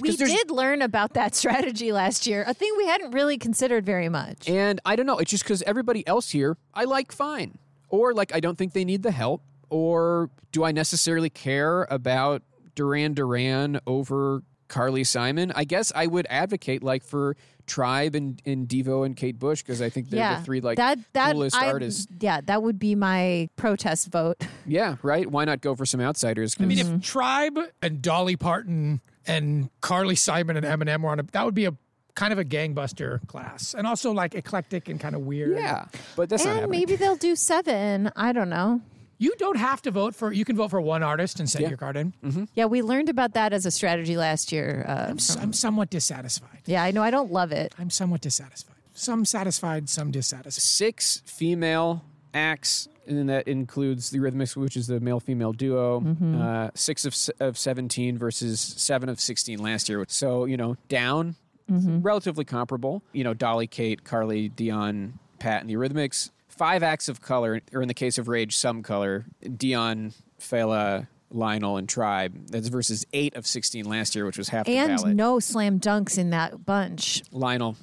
[SPEAKER 2] We
[SPEAKER 1] 'Cause there's-
[SPEAKER 2] did learn about that [laughs] strategy last year, a thing we hadn't really considered very much.
[SPEAKER 1] And I don't know. It's just because everybody else here I like fine, or like I don't think they need the help, or do I necessarily care about Duran Duran over Carly Simon? I guess I would advocate like for Tribe and, and Devo and Kate Bush because I think they're the three like coolest
[SPEAKER 2] I-
[SPEAKER 1] artists.
[SPEAKER 2] Yeah, that would be my protest vote.
[SPEAKER 1] Yeah, right. Why not go for some outsiders? 'Cause
[SPEAKER 3] I mean, if Tribe and Dolly Parton and Carly Simon and Eminem were on a, that would be a kind of a gangbuster class, and also like eclectic and kind of weird.
[SPEAKER 1] yeah, but that's not
[SPEAKER 2] and
[SPEAKER 1] happening.
[SPEAKER 2] maybe they'll do seven. I don't know.
[SPEAKER 3] you don't have to vote for. You can vote for one artist and send your card in.
[SPEAKER 2] Yeah, we learned about that as a strategy last year. Uh,
[SPEAKER 3] S- I'm somewhat dissatisfied.
[SPEAKER 2] yeah, I know. I don't love it.
[SPEAKER 3] I'm somewhat dissatisfied. Some satisfied, some dissatisfied.
[SPEAKER 1] six female acts, and then that includes the Rhythmics, which is the male female duo.
[SPEAKER 2] Mm-hmm.
[SPEAKER 1] Uh, six of, s- of 17 versus seven of 16 last year. So, you know, down,
[SPEAKER 2] Mm-hmm.
[SPEAKER 1] relatively comparable. You know, Dolly, Kate, Carly, Dion, Pat, and the Rhythmics. Five acts of color, or in the case of Rage, some color. Dion, Fela, Lionel, and Tribe. That's versus eight of 16 last year, which was half the
[SPEAKER 2] And
[SPEAKER 1] ballot.
[SPEAKER 2] no slam dunks in that bunch.
[SPEAKER 1] Lionel.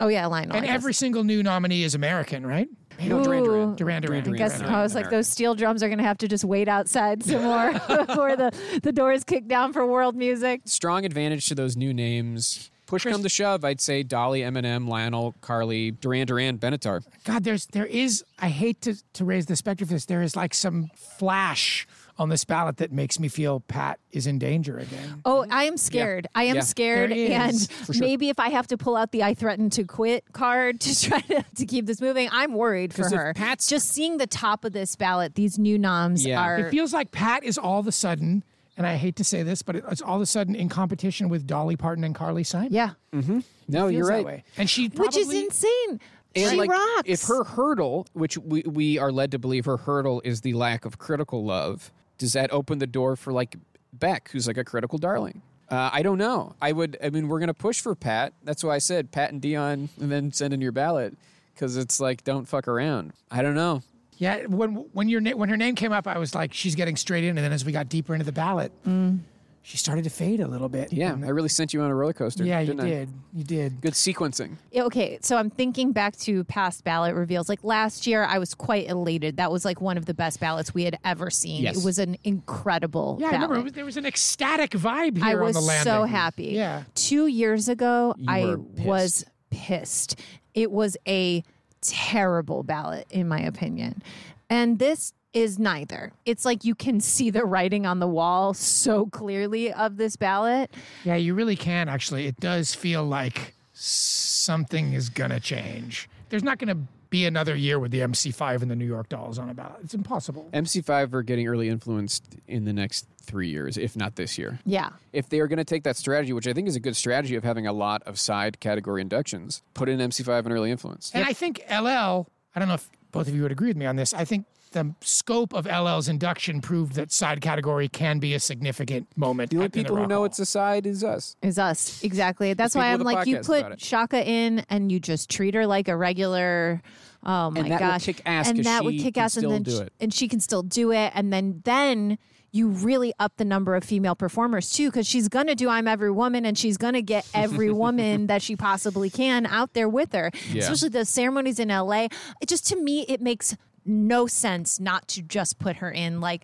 [SPEAKER 2] Oh, yeah, Lionel.
[SPEAKER 3] And
[SPEAKER 2] I guess.
[SPEAKER 3] every single new nominee is American, right?
[SPEAKER 1] No, Duran Duran.
[SPEAKER 2] Ooh.
[SPEAKER 3] Duran Duran.
[SPEAKER 1] Duran
[SPEAKER 2] I guess
[SPEAKER 1] Duran.
[SPEAKER 2] I was like,
[SPEAKER 1] American.
[SPEAKER 2] those steel drums are going to have to just wait outside some more [laughs] before the, the doors kick down for world music.
[SPEAKER 1] strong advantage to those new names. Push come to shove, I'd say Dolly, Eminem, Lionel, Carly, Duran Duran, Benatar.
[SPEAKER 3] God, there's there is. I hate to to raise the specter for this. There is like some flash on this ballot that makes me feel Pat is in danger again.
[SPEAKER 2] Oh, I am scared. I am
[SPEAKER 1] Yeah.
[SPEAKER 2] scared,
[SPEAKER 3] There is,
[SPEAKER 2] and
[SPEAKER 3] for
[SPEAKER 2] maybe if I have to pull out the "I threatened to quit" card to [laughs] try to, to keep this moving, I'm worried for
[SPEAKER 1] 'Cause if
[SPEAKER 2] her.
[SPEAKER 1] Pat's-
[SPEAKER 2] just seeing the top of this ballot, these new noms
[SPEAKER 1] Yeah.
[SPEAKER 2] are.
[SPEAKER 3] It feels like Pat is all of a sudden, and I hate to say this, but it's all of a sudden in competition with Dolly Parton and Carly Simon.
[SPEAKER 2] yeah, oh,
[SPEAKER 1] No,
[SPEAKER 3] Feels
[SPEAKER 1] you're
[SPEAKER 3] that
[SPEAKER 1] right.
[SPEAKER 3] way. And she
[SPEAKER 2] which
[SPEAKER 3] probably,
[SPEAKER 2] is insane.
[SPEAKER 1] And
[SPEAKER 2] she
[SPEAKER 1] like,
[SPEAKER 2] rocks.
[SPEAKER 1] if her hurdle, which we, we are led to believe her hurdle is the lack of critical love, does that open the door for like Beck, who's like a critical darling? Uh, I don't know. I would. I mean, we're gonna push for Pat. That's why I said Pat and Dion, and then send in your ballot because it's like don't fuck around. I don't know.
[SPEAKER 3] Yeah, when when your na- when her name came up, I was like, she's getting straight in. And then as we got deeper into the ballot,
[SPEAKER 2] Mm.
[SPEAKER 3] she started to fade a little bit.
[SPEAKER 1] Yeah,
[SPEAKER 3] And-
[SPEAKER 1] I really sent you on a roller coaster.
[SPEAKER 3] Mm-hmm. yeah, you
[SPEAKER 1] didn't I?
[SPEAKER 3] did, you did.
[SPEAKER 1] Good sequencing.
[SPEAKER 2] Yeah, Okay, so I'm thinking back to past ballot reveals. Like last year, I was quite elated. That was like one of the best ballots we had ever seen.
[SPEAKER 1] Yes.
[SPEAKER 2] It was an incredible.
[SPEAKER 3] Yeah, I
[SPEAKER 2] ballot.
[SPEAKER 3] remember it was, there was an ecstatic vibe here
[SPEAKER 2] I
[SPEAKER 3] on
[SPEAKER 2] was
[SPEAKER 3] the landing.
[SPEAKER 2] so happy.
[SPEAKER 3] Yeah.
[SPEAKER 2] Two years ago, I
[SPEAKER 1] were
[SPEAKER 2] was pissed. It was a terrible ballot, in my opinion. And this is neither. It's like you can see the writing on the wall so clearly of this ballot.
[SPEAKER 3] Yeah, you really can actually. It does feel like something is gonna change. There's not gonna be another year with the MC5 and the New York Dolls on a ballot. It's impossible.
[SPEAKER 1] MC5 are getting early influenced in the next three years, if not this year.
[SPEAKER 2] Yeah.
[SPEAKER 1] If they are going to take that strategy, which I think is a good strategy of having a lot of side category inductions, put in MC5 and early influence.
[SPEAKER 3] And I think LL, I don't know if both of you would agree with me on this. I think the scope of LL's induction proved that side category can be a significant moment.
[SPEAKER 1] The only
[SPEAKER 3] at- in
[SPEAKER 1] people who
[SPEAKER 3] Rock
[SPEAKER 1] know
[SPEAKER 3] Hall.
[SPEAKER 1] it's a side is us.
[SPEAKER 2] Is us exactly. That's why I'm
[SPEAKER 1] people with a
[SPEAKER 2] like, you
[SPEAKER 1] podcast about
[SPEAKER 2] put
[SPEAKER 1] it.
[SPEAKER 2] Shaka in, and you just treat her like a regular. Oh my
[SPEAKER 1] And that would
[SPEAKER 2] gosh!
[SPEAKER 1] kick ass
[SPEAKER 2] and
[SPEAKER 1] 'cause
[SPEAKER 2] that would
[SPEAKER 1] she
[SPEAKER 2] kick
[SPEAKER 1] can
[SPEAKER 2] ass, and
[SPEAKER 1] still
[SPEAKER 2] then
[SPEAKER 1] do
[SPEAKER 2] sh-
[SPEAKER 1] it.
[SPEAKER 2] and she can still do it, and then then you really up the number of female performers too, because she's gonna do "I'm Every Woman" and she's gonna get every woman that she possibly can out there with her.
[SPEAKER 1] Yeah.
[SPEAKER 2] Especially the ceremonies in LA. It just to me, it makes no sense not to just put her in like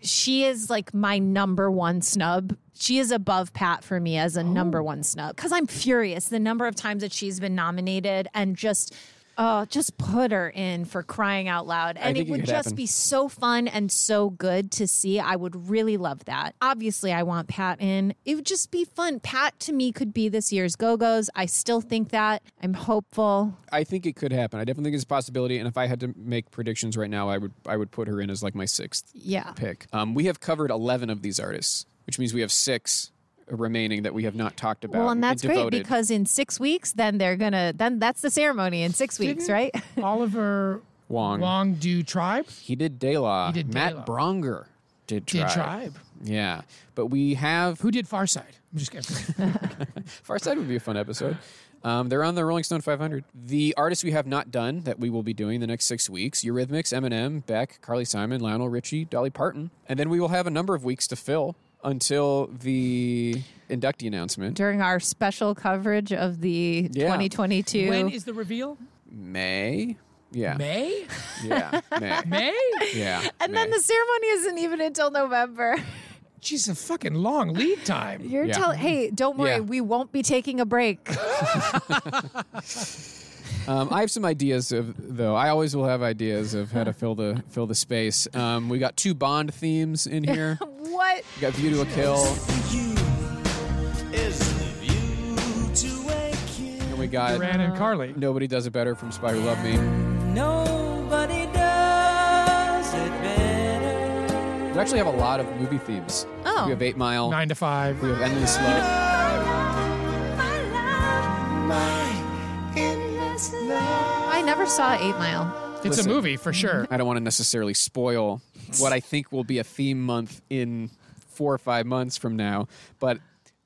[SPEAKER 2] she is like my number one snub. She is above Pat for me as a number one snub because I'm furious the number of times that she's been nominated and just. Oh, just put her in for crying out loud. And
[SPEAKER 1] think
[SPEAKER 2] it
[SPEAKER 1] it
[SPEAKER 2] would
[SPEAKER 1] could
[SPEAKER 2] just
[SPEAKER 1] happen.
[SPEAKER 2] be so fun and so good to see. I would really love that. Obviously, I want Pat in. It would just be fun. Pat to me could be this year's Go Go's. I still think that. I'm hopeful.
[SPEAKER 1] I think it could happen. I definitely think it's a possibility. And if I had to make predictions right now, I would I would put her in as like my sixth
[SPEAKER 2] Yeah.
[SPEAKER 1] pick. Um, we have covered eleven of these artists, which means we have six remaining that we have not talked about.
[SPEAKER 2] Well, and that's great
[SPEAKER 1] uh, devoted.
[SPEAKER 2] because in six weeks, then they're gonna. Then that's the ceremony in 6 weeks, right? [laughs]
[SPEAKER 3] Oliver
[SPEAKER 1] Wong.
[SPEAKER 3] Wong Do Tribe
[SPEAKER 1] he did Dayla.
[SPEAKER 3] He did
[SPEAKER 1] Matt
[SPEAKER 3] Dayla.
[SPEAKER 1] Bronger did
[SPEAKER 3] did
[SPEAKER 1] Tribe.
[SPEAKER 3] Tribe.
[SPEAKER 1] Yeah, but we have
[SPEAKER 3] Who did Farside? I'm just kidding.
[SPEAKER 1] Farside would be a fun episode. Um, they're on the Rolling Stone 500. The artists we have not done that we will be doing the next six weeks: Eurythmics, Eminem, Beck, Carly Simon, Lionel Richie, Dolly Parton, and then we will have a number of weeks to fill until the inductee announcement.
[SPEAKER 2] During our special coverage of the
[SPEAKER 1] Yeah.
[SPEAKER 2] 2022.
[SPEAKER 3] when is the reveal?
[SPEAKER 1] May, yeah,
[SPEAKER 3] May?
[SPEAKER 1] yeah,
[SPEAKER 3] [laughs]
[SPEAKER 1] May,
[SPEAKER 3] May?
[SPEAKER 1] [laughs] yeah,
[SPEAKER 2] and then
[SPEAKER 1] May.
[SPEAKER 2] the ceremony isn't even
[SPEAKER 1] [laughs]
[SPEAKER 2] until November.
[SPEAKER 3] Jeez, a fucking long lead time.
[SPEAKER 2] You're
[SPEAKER 1] Yeah.
[SPEAKER 2] telling, hey, don't worry,
[SPEAKER 1] Yeah.
[SPEAKER 2] we won't be taking
[SPEAKER 1] [laughs]
[SPEAKER 2] a break.
[SPEAKER 1] Um, I have some ideas of though. I always will have ideas of how to fill the fill the space. Um, we got two Bond themes in here.
[SPEAKER 2] what?
[SPEAKER 1] We got View to a Kill, and we got
[SPEAKER 3] Duran and Carly.
[SPEAKER 1] Nobody Does It Better from Spy Who Loved Me.
[SPEAKER 4] Nobody does it better.
[SPEAKER 1] We actually have a lot of movie themes.
[SPEAKER 2] Oh.
[SPEAKER 1] We have Eight Mile.
[SPEAKER 3] Nine to five.
[SPEAKER 1] We have Endless Love.
[SPEAKER 2] I never saw Eight Mile.
[SPEAKER 3] It's
[SPEAKER 1] Listen.
[SPEAKER 3] a movie for sure.
[SPEAKER 1] I don't want to necessarily spoil what I think will be a theme month in four or five months from now, but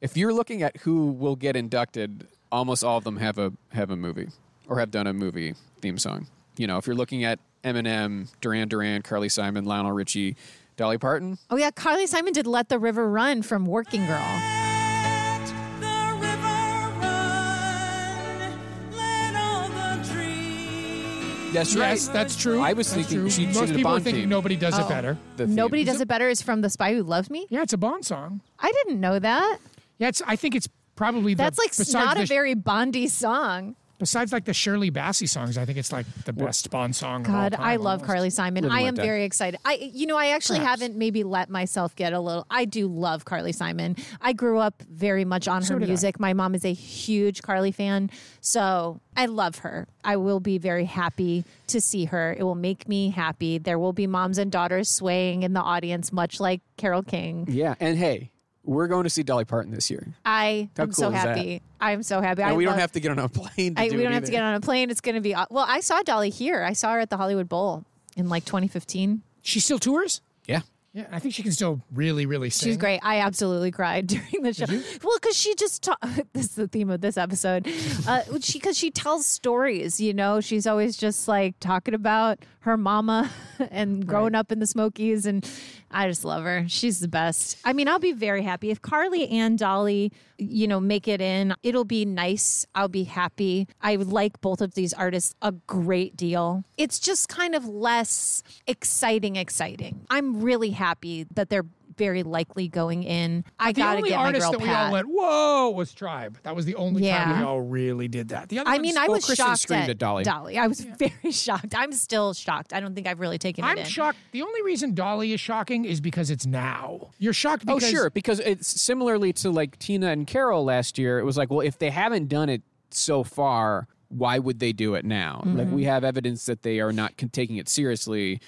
[SPEAKER 1] if you're looking at who will get inducted, almost all of them have a have a movie or have done a movie theme song. You know, if you're looking at Eminem, Duran Duran, Carly Simon, Lionel Richie, Dolly Parton,
[SPEAKER 2] Oh, yeah, Carly Simon did Let the River Run from Working Girl.
[SPEAKER 4] Let the river run. Let all the dreams.
[SPEAKER 1] That's right.
[SPEAKER 3] Yes, that's true.
[SPEAKER 1] I was
[SPEAKER 3] That's
[SPEAKER 1] thinking
[SPEAKER 3] true.
[SPEAKER 1] she- she
[SPEAKER 3] Most
[SPEAKER 1] did a
[SPEAKER 3] people are
[SPEAKER 1] Bond
[SPEAKER 3] thinking
[SPEAKER 1] theme.
[SPEAKER 3] nobody does
[SPEAKER 2] Oh.
[SPEAKER 3] it better.
[SPEAKER 1] the theme.
[SPEAKER 2] Nobody Does It Better is from The Spy Who Loved Me.
[SPEAKER 3] Yeah, it's a Bond song.
[SPEAKER 2] I didn't know that.
[SPEAKER 3] Yeah, it's. I think it's probably the,
[SPEAKER 2] That's like
[SPEAKER 3] besides
[SPEAKER 2] not
[SPEAKER 3] the,
[SPEAKER 2] a very Bondy song.
[SPEAKER 3] besides like the Shirley Bassey songs. I think it's like the best Bond song. of all
[SPEAKER 2] God,
[SPEAKER 3] time,
[SPEAKER 2] I love
[SPEAKER 3] almost.
[SPEAKER 2] Carly
[SPEAKER 1] Live
[SPEAKER 2] Simon.
[SPEAKER 1] and
[SPEAKER 2] I
[SPEAKER 1] let
[SPEAKER 2] am
[SPEAKER 1] die.
[SPEAKER 2] very excited. I, you know, I actually
[SPEAKER 3] Perhaps.
[SPEAKER 2] haven't maybe let myself get a little. I do love Carly Simon. I grew up very much on
[SPEAKER 3] So
[SPEAKER 2] her
[SPEAKER 3] did I.
[SPEAKER 2] music. My mom is a huge Carly fan, so I love her. I will be very happy to see her. It will make me happy. There will be moms and daughters swaying in the audience, much like Carol King.
[SPEAKER 1] Yeah, and hey, we're going to see Dolly Parton this year.
[SPEAKER 2] I
[SPEAKER 1] How
[SPEAKER 2] am
[SPEAKER 1] cool
[SPEAKER 2] so
[SPEAKER 1] is that?
[SPEAKER 2] happy. I'm so happy. I
[SPEAKER 1] And we
[SPEAKER 2] love-
[SPEAKER 1] don't have to get on a [laughs] plane to
[SPEAKER 2] I,
[SPEAKER 1] do
[SPEAKER 2] we
[SPEAKER 1] it
[SPEAKER 2] don't have to
[SPEAKER 1] either.
[SPEAKER 2] get on a plane. It's going to be well. I saw Dolly here. I saw her at the Hollywood Bowl in like 2015.
[SPEAKER 3] She still tours.
[SPEAKER 1] Yeah.
[SPEAKER 3] Yeah, I think she can still really, really sing.
[SPEAKER 2] She's great. I absolutely cried [laughs] during the show. Well, because she just ta- [laughs] this is the theme of this episode. Uh, [laughs] she because she tells stories. You know, she's always just like talking about her mama [laughs] and growing up in the Smokies, and I just love her. She's the best. I mean, I'll be very happy if Carly and Dolly, you know, make it in. It'll be nice. I'll be happy. I like both of these artists a great deal. It's just kind of less exciting. Exciting. I'm really happy that they're very likely going in. I
[SPEAKER 3] The
[SPEAKER 2] gotta
[SPEAKER 3] only
[SPEAKER 2] get my
[SPEAKER 3] artist
[SPEAKER 2] girl
[SPEAKER 3] that we
[SPEAKER 2] Pat.
[SPEAKER 3] all went, whoa, was Tribe. That was the only
[SPEAKER 2] Yeah.
[SPEAKER 3] time we all really did that. The other
[SPEAKER 2] I
[SPEAKER 3] ones-
[SPEAKER 2] mean, I
[SPEAKER 1] Well,
[SPEAKER 2] was
[SPEAKER 1] Kristen
[SPEAKER 2] shocked
[SPEAKER 1] screamed at Dolly.
[SPEAKER 2] Dolly, I was [laughs] very shocked. I'm still shocked. I don't think I've really taken
[SPEAKER 3] I'm
[SPEAKER 2] it in.
[SPEAKER 3] shocked. The only reason Dolly is shocking is because it's now. You're shocked
[SPEAKER 1] Oh,
[SPEAKER 3] because
[SPEAKER 1] sure. Because it's similarly to like Tina and Carol last year. It was like, well, if they haven't done it so far, why would they do it now? Like,
[SPEAKER 3] Mm-hmm.
[SPEAKER 1] we have evidence that they are not con- taking it seriously.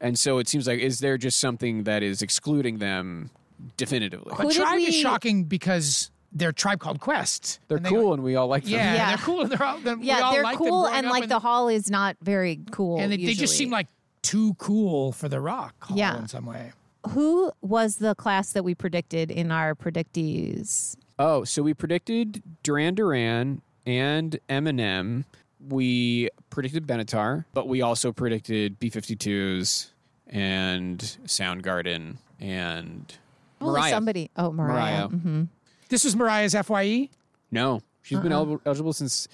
[SPEAKER 1] And so it seems like, is there just something that is excluding them definitively?
[SPEAKER 2] Who
[SPEAKER 3] But
[SPEAKER 2] did
[SPEAKER 3] Tribe
[SPEAKER 2] we-
[SPEAKER 3] is shocking because they're Tribe Called Quest.
[SPEAKER 1] They're
[SPEAKER 3] And they-
[SPEAKER 1] cool and we all like them.
[SPEAKER 3] Yeah,
[SPEAKER 2] Yeah.
[SPEAKER 3] they're cool. They're all, they're, we
[SPEAKER 2] Yeah,
[SPEAKER 3] all
[SPEAKER 2] they're
[SPEAKER 3] liked them
[SPEAKER 2] cool,
[SPEAKER 3] growing
[SPEAKER 2] and
[SPEAKER 3] up
[SPEAKER 2] like
[SPEAKER 3] and-
[SPEAKER 2] the hall is not very cool.
[SPEAKER 3] and they, they just
[SPEAKER 2] usually.
[SPEAKER 3] seem like too cool for the rock hall
[SPEAKER 2] Yeah.
[SPEAKER 3] in some way.
[SPEAKER 2] Who was the class that we predicted in our predictees?
[SPEAKER 1] Oh, so we predicted Duran Duran and Eminem. We predicted Benatar, but we also predicted B52s and Soundgarden and
[SPEAKER 2] Probably
[SPEAKER 1] Mariah.
[SPEAKER 2] somebody. Oh, Mariah.
[SPEAKER 1] Mariah.
[SPEAKER 3] mm-hmm.
[SPEAKER 2] Mhm.
[SPEAKER 3] This was Mariah's E? FYE.
[SPEAKER 1] No, she's
[SPEAKER 3] Uh-uh.
[SPEAKER 1] been el- eligible since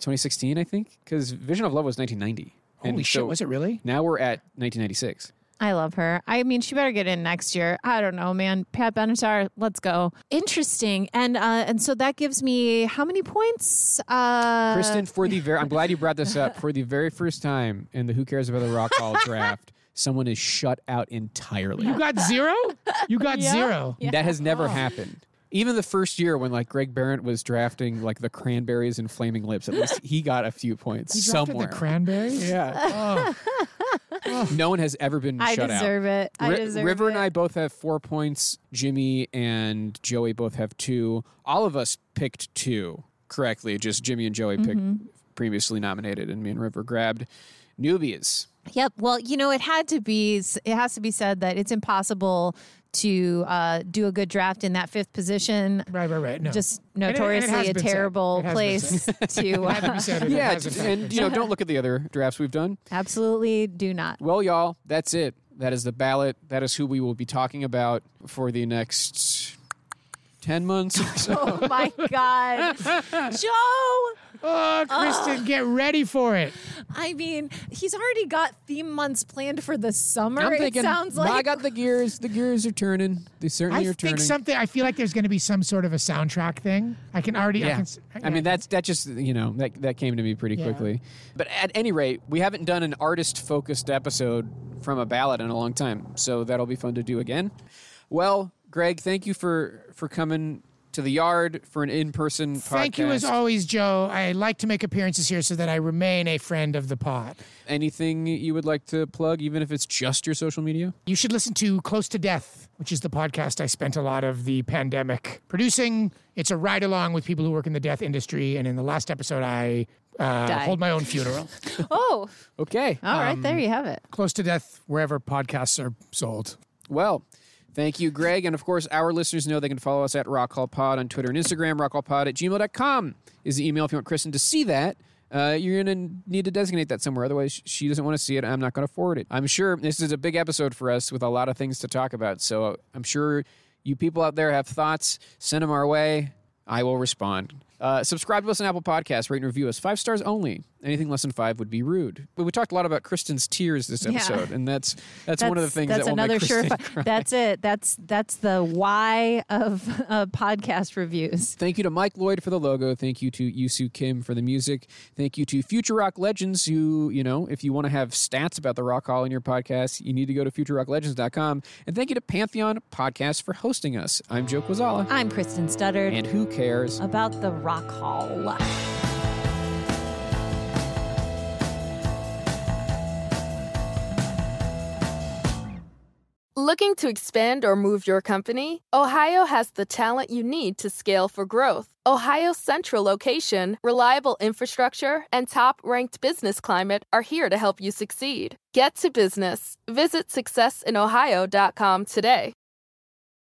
[SPEAKER 1] 2016, I think, because Vision of Love was 1990.
[SPEAKER 3] Holy
[SPEAKER 1] and
[SPEAKER 3] shit,
[SPEAKER 1] so
[SPEAKER 3] was it really?
[SPEAKER 1] Now we're at 1996.
[SPEAKER 2] I love her. I mean, she better get in next year. I don't know, man. Pat Benatar, let's go. Interesting. And uh, and so that gives me how many points? Uh,
[SPEAKER 1] Kristen, for the
[SPEAKER 3] [laughs]
[SPEAKER 1] very, I'm glad you brought this up. For the very first time in the Who Cares About the Rock Hall draft, someone is shut out entirely.
[SPEAKER 3] You got zero? You got zero.
[SPEAKER 1] That has
[SPEAKER 2] Oh.
[SPEAKER 1] never happened. Even the first year when like Greg Barrett was drafting like the cranberries and flaming lips, at least he got a few points
[SPEAKER 3] You drafted
[SPEAKER 1] somewhere.
[SPEAKER 3] the
[SPEAKER 2] [laughs]
[SPEAKER 3] cranberries?
[SPEAKER 1] yeah.
[SPEAKER 3] Oh,
[SPEAKER 1] No one has ever been
[SPEAKER 2] I
[SPEAKER 1] shut
[SPEAKER 2] deserve
[SPEAKER 1] out.
[SPEAKER 2] it. I
[SPEAKER 1] Ri-
[SPEAKER 2] deserve
[SPEAKER 1] River and
[SPEAKER 2] it.
[SPEAKER 1] I both have four points. Jimmy and Joey both have two. All of us picked two correctly. Just Jimmy and Joey
[SPEAKER 3] Mm-hmm.
[SPEAKER 1] picked previously nominated, and me and River grabbed newbies.
[SPEAKER 2] Yep. Well, you know, it had to be. It has to be said that it's impossible to uh, do a good draft in that fifth position.
[SPEAKER 3] right, right, right. No.
[SPEAKER 2] Just
[SPEAKER 3] it- and it
[SPEAKER 2] notoriously
[SPEAKER 3] has
[SPEAKER 2] a
[SPEAKER 3] been said.
[SPEAKER 2] terrible
[SPEAKER 3] It has been
[SPEAKER 2] place
[SPEAKER 3] [laughs]
[SPEAKER 2] to.
[SPEAKER 3] You
[SPEAKER 2] Uh,
[SPEAKER 3] said it, it
[SPEAKER 1] Yeah,
[SPEAKER 3] hasn't happened.
[SPEAKER 1] and you know, don't look at the other drafts we've done.
[SPEAKER 2] absolutely, do not.
[SPEAKER 1] Well, y'all, that's it. That is the ballot. That is who we will be talking about for the next 10 months or so.
[SPEAKER 2] [laughs] Oh
[SPEAKER 3] [laughs]
[SPEAKER 2] my God, Joe!
[SPEAKER 3] Oh, Kristen, get ready for it.
[SPEAKER 2] I mean, he's already got theme months planned for the summer.
[SPEAKER 1] I'm thinking,
[SPEAKER 2] it sounds
[SPEAKER 1] I
[SPEAKER 2] like
[SPEAKER 1] got the gears. The gears are turning. They certainly
[SPEAKER 3] I
[SPEAKER 1] are
[SPEAKER 3] think
[SPEAKER 1] turning.
[SPEAKER 3] something. I feel like there's going to be some sort of a soundtrack thing. I can already. I,
[SPEAKER 1] yeah.
[SPEAKER 3] can, s-
[SPEAKER 1] I mean, that's that just, you know, that, that came to me pretty
[SPEAKER 3] Yeah.
[SPEAKER 1] quickly. But at any rate, we haven't done an artist focused episode from a ballot in a long time. So that'll be fun to do again. Well, Greg, thank you for for coming to the yard for an in person podcast.
[SPEAKER 3] Thank you as always, Joe. I like to make appearances here so that I remain a friend of the pod.
[SPEAKER 1] anything you would like to plug, even if it's just your social media?
[SPEAKER 3] You should listen to Close to Death, which is the podcast I spent a lot of the pandemic producing. It's a ride along with people who work in the death industry. And in the last episode, I uh,
[SPEAKER 2] Die.
[SPEAKER 3] hold my own funeral.
[SPEAKER 2] oh,
[SPEAKER 1] Okay.
[SPEAKER 2] all right,
[SPEAKER 3] Um,
[SPEAKER 2] there you have it.
[SPEAKER 3] Close to Death, wherever podcasts are sold.
[SPEAKER 1] Well, thank you, Greg. And of course, our listeners know they can follow us at Rock Hall Pod on Twitter and Instagram. Rockhallpod at gmail.com is the email if you want Kristen to see that. Uh, you're going to need to designate that somewhere. Otherwise, she doesn't want to see it. I'm not going to forward it. I'm sure this is a big episode for us with a lot of things to talk about. So I'm sure you people out there have thoughts. Send them our way. I will respond. Uh, subscribe to us on Apple Podcasts. Rate and review us. Five stars only. Anything less than five would be rude. But we talked a lot about Kristen's tears this episode, and that's, that's one of the things
[SPEAKER 2] That's
[SPEAKER 1] that will
[SPEAKER 2] another
[SPEAKER 1] make Kristen [laughs]
[SPEAKER 2] surefire. That's it. That's that's the why of uh, podcast reviews.
[SPEAKER 1] Thank you to Mike Lloyd for the logo. Thank you to Yusu Kim for the music. Thank you to Future Rock Legends, who, you know, if you want to have stats about the Rock Hall in your podcast, you need to go to futurerocklegends.com. And thank you to Pantheon Podcast for hosting us. I'm Joe Quazala.
[SPEAKER 2] I'm Kristen Studdard
[SPEAKER 1] And who cares?
[SPEAKER 2] about the Rock Hall.
[SPEAKER 7] Looking to expand or move your company? Ohio has the talent you need to scale for growth. Ohio's central location, reliable infrastructure, and top ranked business climate are here to help you succeed. Get to business. Visit successinohio.com today.